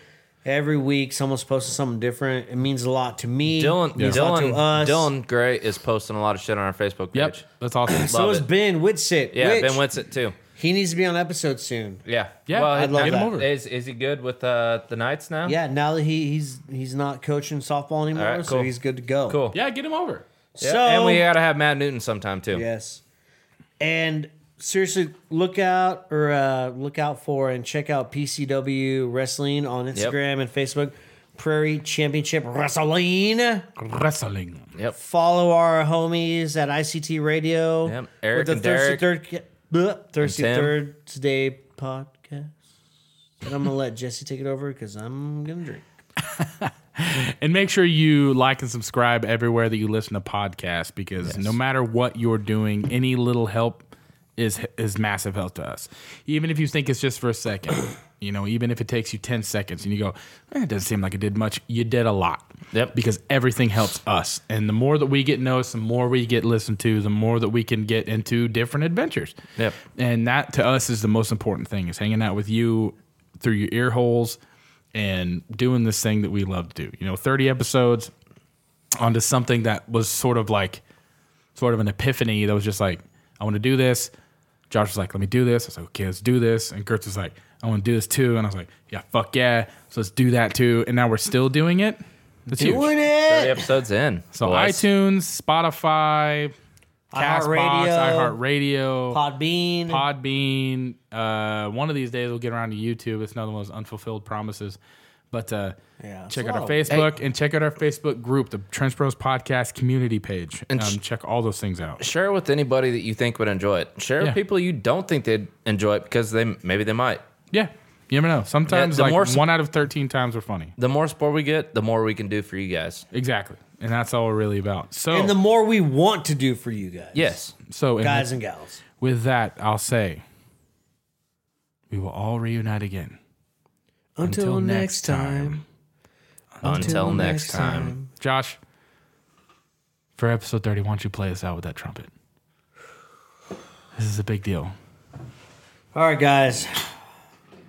[SPEAKER 1] Every week, someone's posting something different. It means a lot to me.
[SPEAKER 3] Dylan,
[SPEAKER 1] means a lot to
[SPEAKER 3] Dylan,
[SPEAKER 1] us.
[SPEAKER 3] Dylan Gray is posting a lot of shit on our Facebook page.
[SPEAKER 2] yep. That's awesome.
[SPEAKER 1] So
[SPEAKER 3] love
[SPEAKER 1] is
[SPEAKER 3] it.
[SPEAKER 1] Ben Whitsitt.
[SPEAKER 3] Yeah,
[SPEAKER 1] which
[SPEAKER 3] Ben Winsett too.
[SPEAKER 1] He needs to be on episode soon.
[SPEAKER 3] Yeah.
[SPEAKER 2] Yeah,
[SPEAKER 3] Well,
[SPEAKER 2] I'd
[SPEAKER 1] love
[SPEAKER 3] get
[SPEAKER 1] that.
[SPEAKER 3] him over. Is is he good with uh, the Knights now?
[SPEAKER 1] Yeah, now that he, he's he's not coaching softball anymore,
[SPEAKER 3] All right,
[SPEAKER 1] so
[SPEAKER 3] cool.
[SPEAKER 1] he's good to go.
[SPEAKER 3] Cool.
[SPEAKER 2] Yeah, get him over.
[SPEAKER 3] Yeah,
[SPEAKER 1] So
[SPEAKER 3] and we gotta have Matt Newton sometime too.
[SPEAKER 1] Yes. And seriously, look out or uh, look out for and check out PCW Wrestling on Instagram and Facebook. Prairie Championship Wrestling.
[SPEAKER 2] Wrestling.
[SPEAKER 3] Yep.
[SPEAKER 1] Follow our homies at ICT Radio.
[SPEAKER 3] Yep. Eric
[SPEAKER 1] with
[SPEAKER 3] and
[SPEAKER 1] the Thirsty
[SPEAKER 3] Derek.
[SPEAKER 1] Third bleh, Thirsty
[SPEAKER 3] And Tim.
[SPEAKER 1] Third Today podcast. And I'm gonna let Jesse take it over because I'm gonna drink.
[SPEAKER 2] And make sure you like and subscribe everywhere that you listen to podcasts because no matter what you're doing, any little help is is massive help to us. Even if you think it's just for a second, you know, even if it takes you 10 seconds and you go, eh, it doesn't seem like it did much, you did a lot.
[SPEAKER 3] Yep.
[SPEAKER 2] Because everything helps us. And the more that we get noticed, the more we get listened to, the more that we can get into different adventures.
[SPEAKER 3] Yep.
[SPEAKER 2] And that to us is the most important thing is hanging out with you through your ear holes and doing this thing that we love to do. You know, 30 episodes onto something that was sort of like sort of an epiphany that was just like, I want to do this. Josh was like, let me do this. I was like, okay, let's do this. And Kurtz was like, I want to do this too. And I was like, yeah, fuck yeah. So let's do that too. And now we're still doing it. That's huge.
[SPEAKER 1] Doing
[SPEAKER 3] Thirty
[SPEAKER 1] it.
[SPEAKER 3] episodes in.
[SPEAKER 2] So
[SPEAKER 3] Boys.
[SPEAKER 2] iTunes, Spotify, Castbox,
[SPEAKER 1] iHeartRadio,
[SPEAKER 2] iHeartRadio,
[SPEAKER 1] Podbean.
[SPEAKER 2] Podbean. Uh, one of these days we'll get around to YouTube. It's another one of those unfulfilled promises. But uh,
[SPEAKER 1] Yeah, it's
[SPEAKER 2] check
[SPEAKER 1] a
[SPEAKER 2] out our
[SPEAKER 1] lot of-
[SPEAKER 2] Facebook and check out our Facebook group, the Trench Bros Podcast Community page. And
[SPEAKER 3] And
[SPEAKER 2] um,
[SPEAKER 3] sh-
[SPEAKER 2] check all those things out.
[SPEAKER 3] Share it with anybody that you think would enjoy it. Share it
[SPEAKER 2] Yeah.
[SPEAKER 3] with people you don't think they'd enjoy it because they maybe they might.
[SPEAKER 2] Yeah, you never know. Sometimes
[SPEAKER 3] the
[SPEAKER 2] like
[SPEAKER 3] more-
[SPEAKER 2] one out of thirteen times we're funny.
[SPEAKER 3] The more support we get, the more we can do for you guys.
[SPEAKER 2] Exactly, and that's all we're really about. So,
[SPEAKER 1] And the more we want to do for you guys.
[SPEAKER 3] Yes.
[SPEAKER 2] so and
[SPEAKER 1] Guys and gals.
[SPEAKER 2] with that, I'll say we will all reunite again.
[SPEAKER 1] Until next time.
[SPEAKER 3] Until, next time.
[SPEAKER 2] Josh. For episode thirty, why don't you play us out with that trumpet? This is a big deal.
[SPEAKER 1] All right, guys.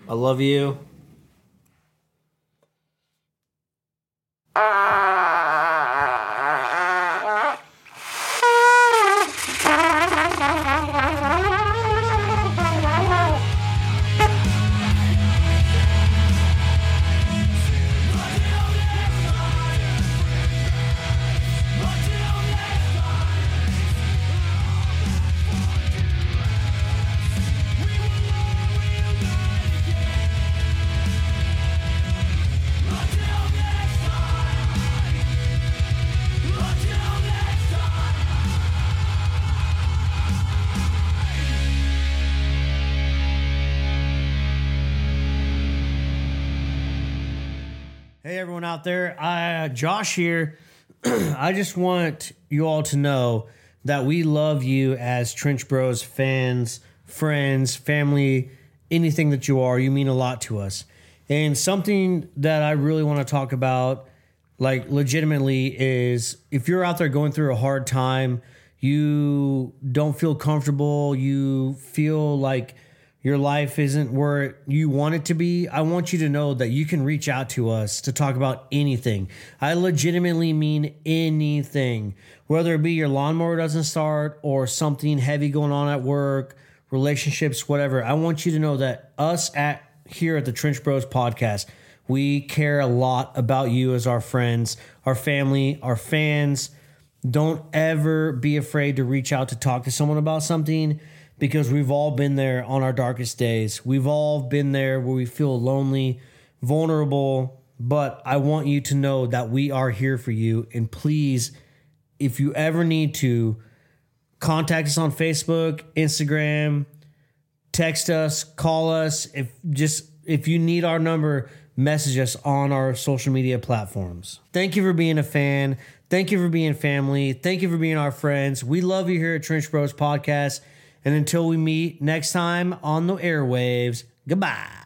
[SPEAKER 1] I love you.
[SPEAKER 4] Thank you.
[SPEAKER 1] Hey, everyone out there. Uh, Josh here. I just want you all to know that we love you as Trench Bros fans, friends, family, anything that you are. You mean a lot to us. And something that I really want to talk about, like legitimately, is if you're out there going through a hard time, you don't feel comfortable, you feel like your life isn't where you want it to be, I want you to know that you can reach out to us to talk about anything. I legitimately mean anything, whether it be your lawnmower doesn't start or something heavy going on at work, relationships, whatever. I want you to know that us at here at the Trench Bros podcast, we care a lot about you as our friends, our family, our fans don't ever be afraid to reach out to talk to someone about something because we've all been there on our darkest days. We've all been there where we feel lonely, vulnerable, but I want you to know that we are here for you. And please, if you ever need to, contact us on Facebook, Instagram, text us, call us. If just if you need our number, message us on our social media platforms. Thank you for being a fan. Thank you for being family. Thank you for being our friends. We love you here at Trench Bros Podcast. And until we meet next time on the airwaves, goodbye.